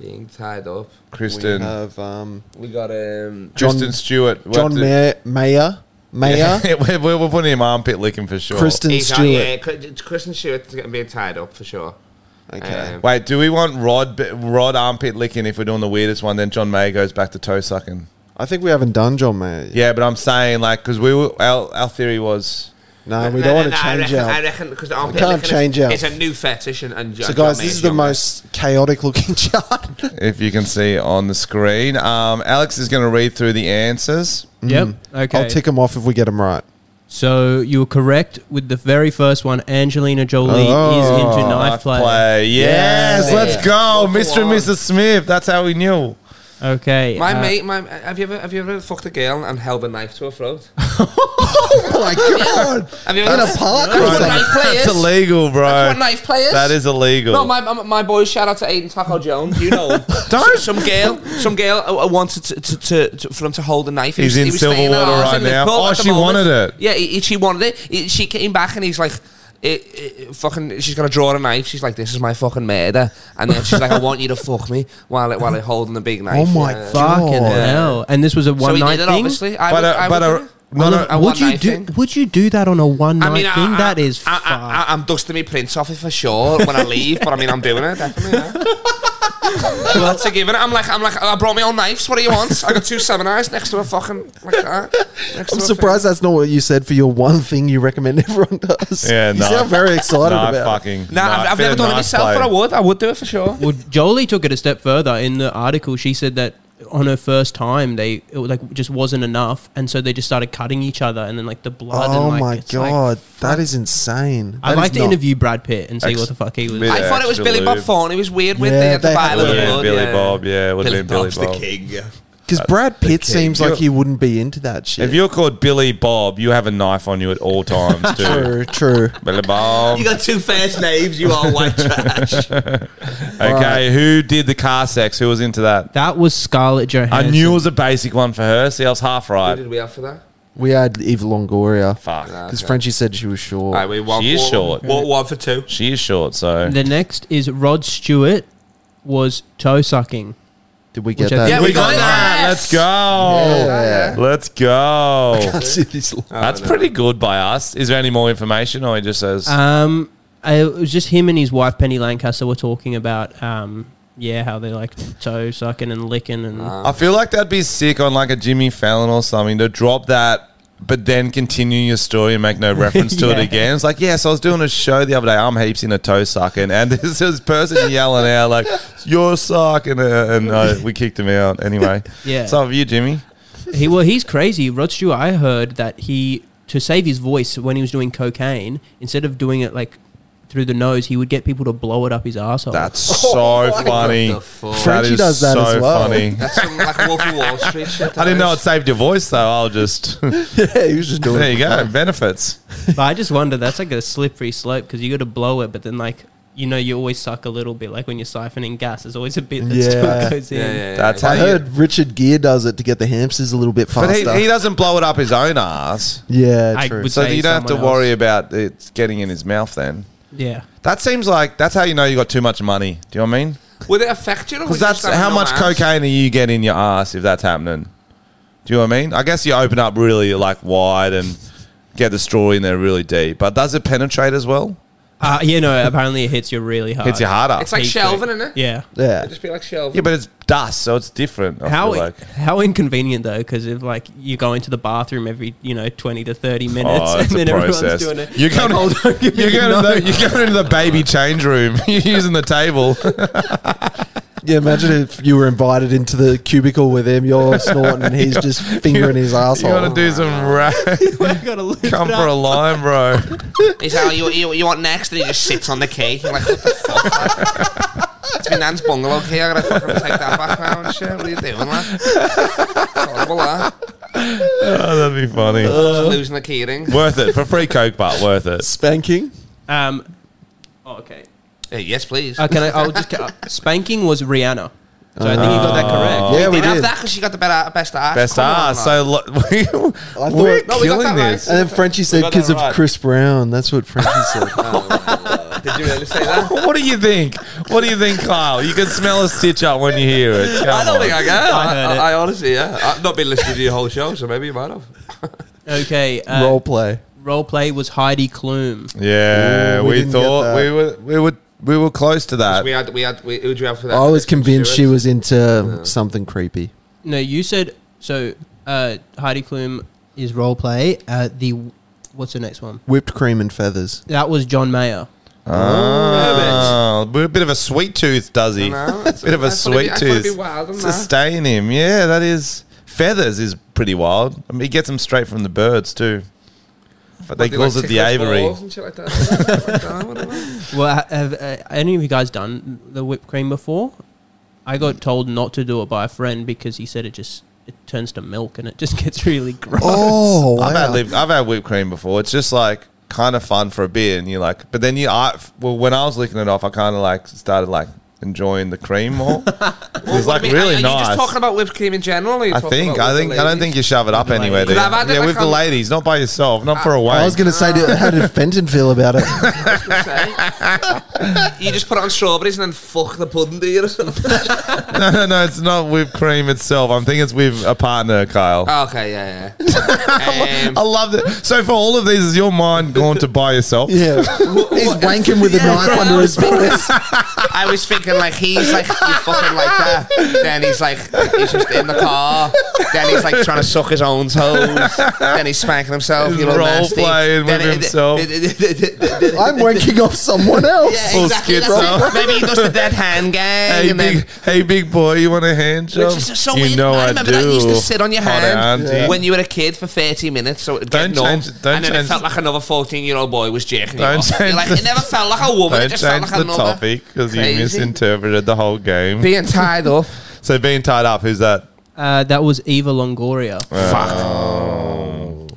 B: Mm-hmm.
D: Being tied up.
C: Kristen,
B: We have um,
D: We got um,
B: John-
C: Kristen Stewart, We'll
B: John
C: have to- *laughs*
B: Mayer, Mayer, Mayer,
C: we're, we're, we're putting him armpit licking for sure.
B: Kristen
D: He's on-
B: Stewart.
D: Yeah, Cri- Kristen Stewart's getting being tied up for sure.
B: Okay.
D: Um,
C: Wait, do we want Rod Rod armpit licking if we're doing the weirdest one? Then John May goes back to toe sucking.
B: I think we haven't done John Mayer. yet.
C: Yeah, but I'm saying like because we were, our our theory was
B: No, we
D: no,
B: don't
D: no,
B: want
C: *laughs*
B: to
D: no, I
B: change
D: reckon, I
B: out.
D: reckon because armpit
B: can't
D: licking
B: change
D: is,
B: out.
D: It's a new fetish, and, and
B: So, guys, this is the most chaotic looking *laughs* chart.
C: if you can see on the screen. Um, Alex is going to read through the answers.
F: yep. Okay.
B: Hmm. I'll tick them off if we get them
C: *laughs*
B: right.
F: So you were correct with the very first one. Angelina Jolie
B: Oh,
F: is into knife play.
C: Yes,
D: Yeah.
C: let's go,
D: Local
C: Mr. and
D: one.
C: Mrs. Smith. That's how we knew.
F: Okay.
D: My
F: uh,
B: Eh.
D: mate, my have you ever have you ever fucked a girl and held a knife to her throat?
B: Oh my *laughs* god!
D: Have you
C: *laughs*
B: In
D: *laughs* ever-
B: a park
D: That's
B: or
D: what
B: something?
D: knife play
C: That's
D: is.
C: illegal, bro.
D: That's what knife play is.
C: That is illegal.
D: No, my, my, my boys, shout out to Aiden Taco Jones. You know
B: *laughs*
D: him.
C: Don't.
D: Some girl, some girl uh, uh, wanted to, to, to, to, for him to hold a knife. He
C: He's
D: was-
C: in
D: he was staying at
C: Silverwater
D: ours
C: right
D: in the
C: now.
D: pub
C: Oh,
D: at the
C: she
D: moment.
C: wanted it.
D: Yeah, he, she wanted it. He- she came back and he's like, eh, eh, eh, fucking, she's gonna draw a knife. She's like, "This is my fucking murder," and then she's like, "I want you to fuck me while it, while it holding the big knife."
B: Oh my
D: Yeah.
B: god!
F: Fucking hell. And this was a
D: So
F: one
D: he
F: night
D: did it,
F: thing.
D: obviously. I
C: but
D: would-
C: a,
D: I
C: but
D: would
C: a,
D: do it.
C: no, no,
D: I
F: would you
D: one-night
F: do?
D: thing.
F: Would you do that on a one night thing? that is
D: I,
F: fucked.
D: I, I, am dusting my prints off it for sure when I leave, but I mean, I'm doing it definitely. *laughs* Yeah. well, that's a given. I'm like, I'm like, I brought my own knives. What do you want? I got two seminars next to a fucking like that. Next to
B: I'm
D: a
B: surprised that's not what you said for your one thing you recommend *laughs* everyone does.
C: Yeah,
B: you
C: no.
B: sound very excited
C: nah,
B: about. it.
C: fucking.
D: Thing. Nah, I've, I've
C: bit
D: never
C: of
D: done it
C: knife
D: myself,
C: play.
D: but I would. I would do it for sure.
F: Well, Jolie took it a step further in the article. She said that on her first time, they it was like just wasn't enough, and so they just started cutting each other, and then like the blood.
B: Oh
F: and, like,
B: my
F: it's like-
B: god, that is insane.
F: I'd
B: That
F: like
B: is
F: to
B: not-
F: interview Brad Pitt and see
C: Ex-
F: what the fuck he was.
C: Bit-
D: I thought it was
C: extra
D: Billy Bob
C: lube.
D: Thorne. He was weird with
B: Yeah,
D: the, the
B: they had
D: vial of
B: Billy-
D: blood.
C: Billy
D: yeah.
C: Bob, yeah, it would have been Billy
D: Bob's
C: Bob.
D: the king. *laughs* Yeah.
B: Because Brad Pitt
C: key.
B: seems like he wouldn't be into that shit.
C: If you're called Billy Bob, you have a knife on you at all times, dude. *laughs*
B: true, true.
C: Billy Bob.
D: You got two first names. You are white
F: *laughs*
D: trash.
C: Okay, who did the car sex? Who was into that?
F: That was Scarlett
C: I
F: Johansson.
C: knew it was a basic one for her. See, I was half
D: Who
C: right.
D: did we have for that?
B: We had Eva Longoria
C: Fuck.
B: because Frenchie said she was short.
D: All right, we one,
C: She is
D: one-
C: short.
D: One, one for two.
C: She is short, so.
F: The next is Rod Stewart was toe sucking.
B: Did we get
F: Which I
B: that? *laughs*
F: think-
D: we
C: We got
D: got
C: that.
D: that.
C: Let's go.
B: yeah.
C: Let's go.
D: *laughs*
B: Let's see this.
C: That's pretty good by us. Is there any more information, or he just says
F: Um, I, it was just him and his wife Penny Lancaster were talking about um, yeah, how they like toe sucking and licking and
C: I feel like that'd be sick on like a Jimmy Fallon or something to drop that, but then continue your story and
B: *laughs*
C: make no reference to it
F: Yeah.
C: again. It's like, yes, I was doing a show the other day. I'm heaps in a toe sucking, and *laughs* there's this person yelling out like, "You're sucking," uh, and uh, we kicked him
B: *laughs*
C: out anyway.
F: Yeah.
C: So have you, Jimmy?
F: He well, he's crazy. Rod Stewart. I heard that he to save his voice when he was doing cocaine, instead of doing it like through the nose, he would get people to blow it up his asshole.
C: That's
B: Oh
C: so funny.
D: the fuck?
C: That
B: Frenchie
C: is
B: does *laughs* that
C: so
B: as well.
C: funny.
D: That's some, like Wolf of Wall Street shit.
C: I didn't know it saved your voice though.
B: *laughs*
C: I'll just
B: *laughs* Yeah, he was just doing.
C: *laughs* there
B: it
C: you
B: for
C: go
B: fun.
C: benefits.
F: but I just wonder. That's like a slippery slope because you got to blow it, but then like you know you always suck a little bit. Like when you're siphoning gas, there's always a bit that
B: Yeah.
F: still goes in.
D: Yeah, yeah, yeah.
C: That's how
B: I
C: you-
B: heard Richard Gere does it to get the hamsters a little bit
C: But
B: faster.
C: he, he doesn't blow it up his own ass.
B: yeah,
F: I
B: true.
F: would-
C: So
F: say
C: you don't have to
F: someone else.
C: worry about it getting in his mouth then.
F: Yeah.
C: That seems like that's how you know you got too much money. Do you know what I mean?
D: Would it affect you?
C: Because that's how much cocaine are you get in your ass if that's happening. Do you know what I mean? I guess you open up really like wide and get the straw in there really deep. But does it penetrate as well?
F: Uh, you know, apparently it hits you really hard.
C: Hits you harder.
D: It's like
F: Heat
D: shelving,
F: drink.
D: isn't it?
F: Yeah.
B: yeah,
D: Just be like shelving.
C: yeah, but it's dust, so it's different. I
F: How
C: feel like.
F: how inconvenient though, because if like you go into the bathroom every you know twenty to thirty minutes,
C: Oh,
F: *laughs* *laughs* and
C: it's a
F: then
C: process.
F: everyone's
C: *laughs*
F: doing it.
C: You're going, *laughs*
F: give me
C: you're,
F: the
C: going to
F: knife.
C: the, you're going to the baby change room. *laughs* You're using the table.
B: yeah. Imagine if you were invited into the cubicle with him, you're snorting, and he's just fingering his
C: *laughs* you want to
B: asshole.
C: do some ra-
F: gotta *laughs* lift
C: come
F: it
C: for a
F: up.
C: line, bro.
D: He's like, oh, you, you, you want next? And he just sits on the key. You're like, what the fuck? it's my nan's bungalow key. I gotta fucking take that back now and shit. What are you doing, lad? It's horrible, lad.
C: *laughs* Oh, that'd be funny.
D: Just losing the key ring.
C: worth it for free coke, but worth it.
B: Spanking.
F: Um, oh, okay.
D: Hey, yes, please.
F: Uh, can I? I'll just uh, spanking was Rihanna, so I think you got that
C: Ah.
F: correct.
B: Yeah, we
D: we didn't have
B: did.
D: that because she got the better, best ass.
C: Best
D: Come on,
C: ass.
D: lad.
C: So lo- *laughs* we, we're
B: thought- No, we
D: got that
C: killing
D: right.
C: this.
B: And then Frenchie said
C: got
B: because
C: that
B: of
C: right.
B: Chris Brown. That's what Frenchie said.
D: Did you really say that?
C: What do you think? What do you think, Kyle? You can smell a stitch up when you hear it. Come
D: I don't
C: on. *laughs*
D: think I can. I,
F: heard
D: I,
F: it.
D: I honestly, yeah. I've not been listening to your whole show, so maybe you might have.
F: Okay. Uh,
B: Role
F: role
B: play.
F: play was Heidi Klum.
C: Yeah,
B: Ooh, we
C: we,
B: didn't get
C: thought
B: that.
C: we were we were we were close to that.
D: We had, we had, we, who'd you have for that?
B: I was convinced
D: Stewart?
B: she was into something creepy.
F: No, you said so. Uh, Heidi Klum is role play. Uh, the what's the next one?
B: Whipped cream and feathers.
F: That was John Mayer.
D: Uh,
C: Oh, a bit of a sweet tooth, does he?
D: No, it's-
C: bit of a
D: I thought it'd be-
C: sweet
D: I thought it'd be
C: tooth.
D: wild, isn't it?
C: Sustain him. Yeah, that is. Feathers is pretty wild. I mean, he gets them straight from the birds, too. But they
D: They,
C: calls
D: like,
C: it the
D: tickle
C: aviary.
D: balls and shit like that. Like that, whatever.
F: Well, ha- have uh, any of you guys done the whipped cream before? I got told not to do it by a friend because he said it just it turns to milk and it just *laughs* gets really gross.
B: Oh,
C: I've had
B: wow.
C: lip, I've had whipped cream before. It's just like kind of fun for a bit, and you're like, but then you, I, well, when I was licking it off, I kind of like started like enjoying the cream
D: *laughs*
C: more. it was like
D: I mean,
C: really
D: are, Are you
C: nice.
D: just talking about whipped cream in general? or are you
C: I
D: talking
C: think
D: about
C: I
D: with
C: think
D: the
C: I don't
D: ladies?
C: think you shove it up anywhere. Do you?
D: 'Cause I've had it
C: Yeah, with the
D: become-
C: ladies, not by yourself, not for a
B: I
C: while.
B: was going to say, do- how did Fenton feel about it?
D: *laughs* you just put it on strawberries and then fuck the pudding, do you? *laughs* Or something?
C: No, no, *laughs* no, it's not whipped cream itself. I'm thinking it's with a partner, Kyle.
D: Ah, okay, yeah, yeah. Um,
C: I love that. So for all of these, is your mind gone to by yourself?
B: Yeah, he's wanking with a
D: Yeah,
B: knife
D: bro,
B: under
D: I
B: his breast.
D: I was thinking like he's like you fucking like that. Then he's like he's just in the car. Then he's like trying to suck his own toes. Then he's spanking himself.
C: He's
D: You know,
C: role
D: nasty.
C: playing
D: Then
C: with
D: it-
C: himself.
B: I'm wanking off someone else.
D: Yeah, exactly.
C: skits
D: that's it.
C: up.
D: Maybe he does the dead hand gang,
C: Hey
D: and then
C: big, hey big boy, you want a hand job?
D: Which is so
C: you
D: weird.
C: know
D: I
C: I,
D: remember
C: do.
D: that used to sit on your
C: Hot
D: hand
C: auntie.
D: when you were a kid for 30 minutes, so it'd
C: Don't
D: get numb.
C: change- don't
D: and then
C: change-
D: it felt like another 14 year old boy was jerking you
C: Don't
D: off. You're
C: change
D: like,
C: the-
D: it never felt like a woman, it
C: Don't
D: just felt
C: change
D: like
C: the
D: another.
C: topic because you
D: Crazy.
C: misinterpreted the whole game.
D: Being tied up.
C: so being tied up, who's that?
F: Uh, that was Eva Longoria.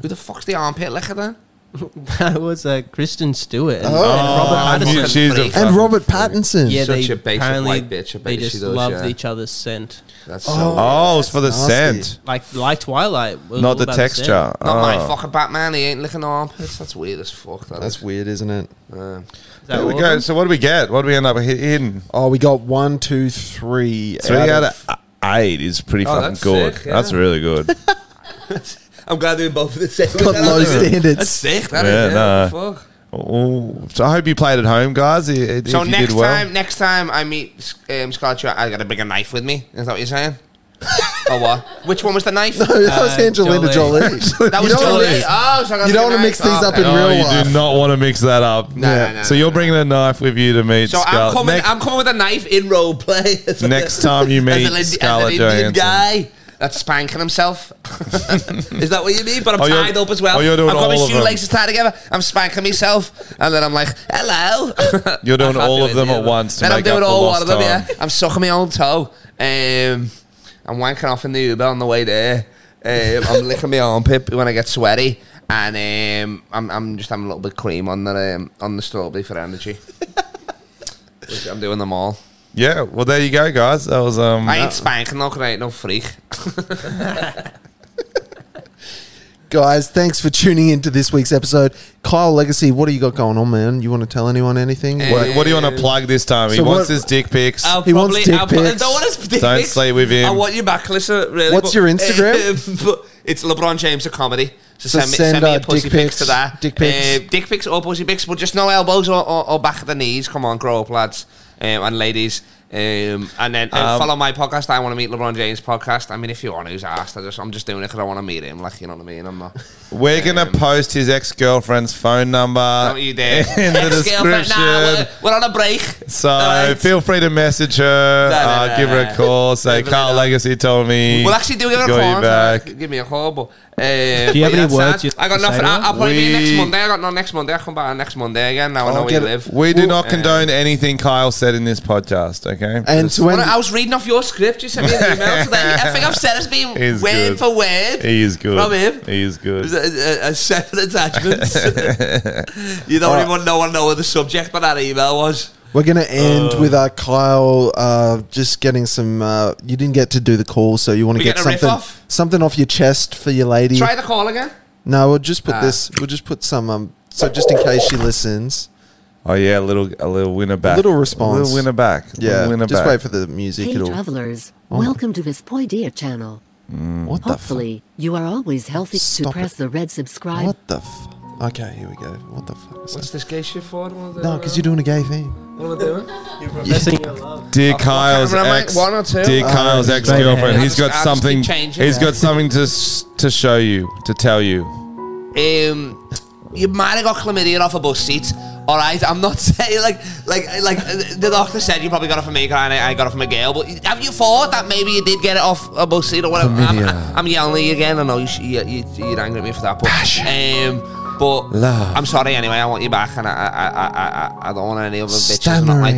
D: Who the fuck's the armpit licker then?
F: *laughs* that was uh, Kristen Stewart. And,
C: I
D: Pattinson.
C: knew Oh, she's a
D: And
C: fucking-
B: And Robert Pattinson.
F: yeah,
D: Oh. Such
F: they
D: a basic
F: apparently
D: white bitch, I
F: they
D: bet
F: just
D: she does,
F: loved
D: yeah.
F: each other's scent.
D: That's so.
C: Oh, it's for the
B: nasty.
C: scent,
F: Like like Twilight, was all
C: not the
F: about
C: texture.
F: scent.
D: Not my
C: Oh.
D: fucking Batman, he ain't licking armpits. That's weird as fuck. That
B: That's
D: That's
B: weird, isn't it?
F: Is that
C: There we
F: all of
C: go.
F: them?
C: So what do we get? What do we end up hi- hidden?
B: Oh, we got one, two, three.
C: Three
B: out
C: out
B: of-
C: of eight is pretty fucking
D: that's
C: good.
D: sick, yeah.
C: That's really good.
D: I'm glad doing both of the same.
B: got low standards.
D: *laughs* That's sick, that
C: Yeah,
D: is, yeah.
C: nah.
D: Fuck.
C: Ooh. So I hope you played at home, guys. i- i- If
D: So
C: you
D: next
C: did well.
D: time, next time I meet um, Scarlett, Johansson, I got to bring a knife with me. Is that what you're saying?
C: *laughs*
D: or what? Which one was the knife?
B: *laughs*
D: that
B: that was Angelina Jolie.
F: Jolie.
D: Uh, *laughs* was
B: you don't wanna
D: Jolie.
B: mix-
D: Oh, so
B: you
D: I gotta bring
B: don't
D: a
B: wanna
D: knife.
B: mix these up
D: Okay.
B: in
C: Oh,
B: real
C: you
B: life.
C: do not want to mix that up.
D: No, no, no,
C: so
D: no,
C: you're
D: no.
C: bringing a knife with you to meet.
D: So I'm
C: Scarlett.
D: coming.
C: Next-
D: I'm coming with a knife in role play. *laughs*
C: Next time you meet
D: as an, Indi-
C: Scarlett
D: as an Indian
C: Johansson.
D: guy that's spanking himself. *laughs* Is that what you mean? But I'm
C: Oh, you're-
D: tied up as well.
C: oh, you're doing
D: I've got
C: all
D: my
C: of them.
D: shoelaces tied together. I'm spanking myself, and then I'm like, "Hello."
C: *laughs* You're doing
D: I can't
C: all
D: do
C: of
D: it,
C: them
D: do
C: at
D: it.
C: once to
D: Then I'm
C: make up
D: doing
C: for
D: all
C: lost
D: one of them.
C: time.
D: Yeah, I'm sucking my own toe. Um, I'm wanking off in the Uber on the way there. Um, I'm licking my armpit when I get sweaty, and um, I'm, I'm just having a little bit of cream on the um, on the strawberry for
C: *laughs*
D: energy. Which I'm doing them all.
C: yeah. Well, there you go, guys. That was um.
D: I ain't spanking though, 'cause I ain't no freak.
B: Guys, thanks for tuning in to this week's episode. Kyle Legacy, what do you got going on, man? You want to tell anyone anything?
C: what, what do you want to plug this time? he
B: So
C: wants
B: what-
C: his dick pics.
D: I'll
B: He wants dick
D: I'll put-
B: pics.
D: Don't want his dick
C: Don't
D: pics.
C: sleep with him.
D: I want you back, listen. Really,
B: What's your Instagram?
D: Uh, *laughs* but it's LeBron James of comedy. So,
B: So
D: send me,
B: send,
D: send, me
B: uh,
D: your pussy
B: dick
D: pics,
B: pics,
D: to that.
B: dick pics.
D: Uh, dick pics or pussy pics, but just no elbows or, or, or back of the knees. Come on, grow up, lads um, and ladies. Um, and then uh,
C: Um,
D: follow my podcast. I want to meet LeBron James podcast. I mean, if you want, who's asked? I just, I'm just doing it because I want to meet him. Like, you know what I mean? I'm not.
C: We're gonna post his ex girlfriend's phone number
B: Uh,
D: Don't
B: *laughs*
D: you dare.
C: *laughs* in the
D: Ex-girlfriend,
C: description.
D: nah, we're, we're on a break.
C: so
D: All right.
C: feel free to message her,
D: No, no,
C: uh,
D: no,
C: give her
D: no.
C: a call. Say
D: Definitely
C: Carl
D: not.
C: Legacy told me.
D: Well, actually, do give it a
C: Got you
D: call.
C: back.
D: Give me a call, but. Uh,
F: Do you have
D: but
F: any
D: that's
F: words
D: that.
F: you'd
D: I
F: like
D: got
F: to
D: nothing.
F: say to
D: I'll, I'll probably be
C: that?
D: next
C: We-
D: Monday. I got no next Monday. I'll come back on next Monday again. Now I know where
B: get
D: you
B: it.
D: live.
C: We do
B: Well,
F: eh.
C: not condone anything Kyle said in this podcast. Okay,
B: And
C: Just-
B: to
D: Well,
B: end,
D: I was reading off your script. You sent me
C: *laughs*
D: an email today. I think I've said it's been
C: He's
D: word
C: good.
D: for word.
C: he is good.
D: From him.
C: he is
D: It
C: good.
D: was a, a, a separate
C: *laughs*
D: attachment. you don't
C: Uh,
D: even know, I know what the subject of that email was.
B: we're going to end with uh, Kyle uh, just getting some. Uh, you didn't get to do the call, so you want to
D: We
B: get
D: getting a riff
B: something
D: off?
B: something off your chest for your lady.
D: Try the call again.
B: no, we'll just put
D: Ah.
B: this. We'll just put some. Um, so just in case she listens,
C: Oh yeah, a little a little winner back.
B: little
C: A
B: response.
C: little winner back. A
B: yeah,
C: little winner
B: just
C: back.
B: wait for the music.
I: Hey
B: It'll.
I: travelers, welcome to this Poidia channel.
B: What oh. the? F-
I: Hopefully, you are always healthy
B: Stop
I: to press the red subscribe
B: what the? F- okay, here we go. What the fuck? Is
D: What's
B: that?
D: this gay shit for? What am I
B: No,
D: doing?
B: because you're doing a gay thing.
D: What am I doing?
C: Dear Kyle's
D: camera, mate?
C: ex,
D: One or two?
C: dear
D: Uh,
C: Kyle's ex girlfriend.
D: I'll
C: He's
D: just-
C: got
D: I'll just
C: something.
D: keep changing.
C: He's got something to s- to show you, to tell you.
D: um, you might have got chlamydia off a bus seat. All right, I'm not *laughs* saying like like like uh, the doctor said you probably got it from me, and I, I got it from a girl. But have you thought that maybe you did get it off a bus seat or whatever? I'm, I'm yelling at you again. I know you, sh- you, you you're angry at me for that, but um, But
C: Love.
D: I'm sorry anyway. I want you back, and I I, I, I, I don't want any other bitches and not like
C: Stammering.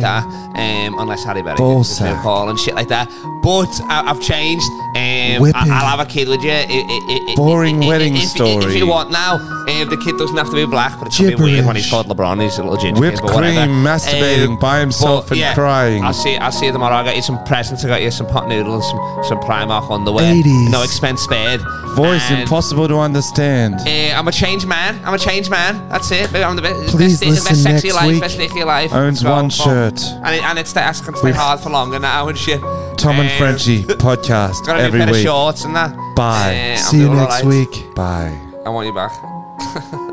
D: that. Um, unless Harry Berry gives me a
C: Ballsack.
D: call and shit like that. But I, I've changed. Um, I,
C: Whipping.
D: I'll have a kid with you. I- I- I- I-
C: Boring
D: I- I-
C: wedding
D: if, if- If
C: story.
D: you want now, um, the kid doesn't have to be black, but it's a bit weird when he's
C: Gibberish.
D: called LeBron. He's a little ginger.
C: Whipped
D: kid, but whatever. Um,
C: cream, masturbating by himself
D: but
C: and crying.
D: I'll see. I'll see you tomorrow. I got you some presents. I got you some pot noodles, some some Primark underwear.
C: 80s.
D: No expense spared.
C: Voice
D: And-
C: impossible to understand.
D: uh, I'm a changed man. I'm a changed man. That's it. I'm the best.
C: Please
D: best, the
C: listen
D: best sexy
C: next
D: life,
C: week.
D: best nicky life.
C: Owns
D: Go,
C: one
D: go.
C: shirt.
D: And, it, and it's I can stay
C: With
D: hard for longer now and shit.
C: Tom and
D: Um, *laughs*
C: Frenchie podcast
D: Got a new
C: every
D: pair of
C: week.
D: shorts and that.
C: Bye.
D: Uh, I'm
B: See you
D: doing all
B: next
D: right.
B: week.
C: Bye.
D: I want you back. *laughs*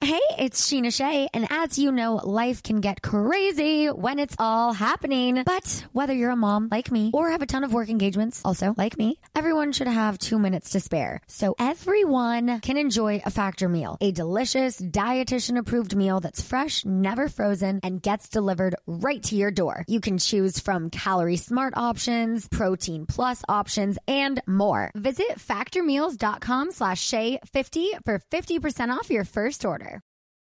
A: Hey, it's Sheena Shea, and as you know, life can get crazy when it's all happening. But whether you're a mom like me or have a ton of work engagements, also like me, everyone should have two minutes to spare. So everyone can enjoy a factor meal, a delicious, dietitian approved meal that's fresh, never frozen, and gets delivered right to your door. You can choose from calorie smart options, protein plus options, and more. Visit factormeals.com slash Shea 50 for 50% off your first order.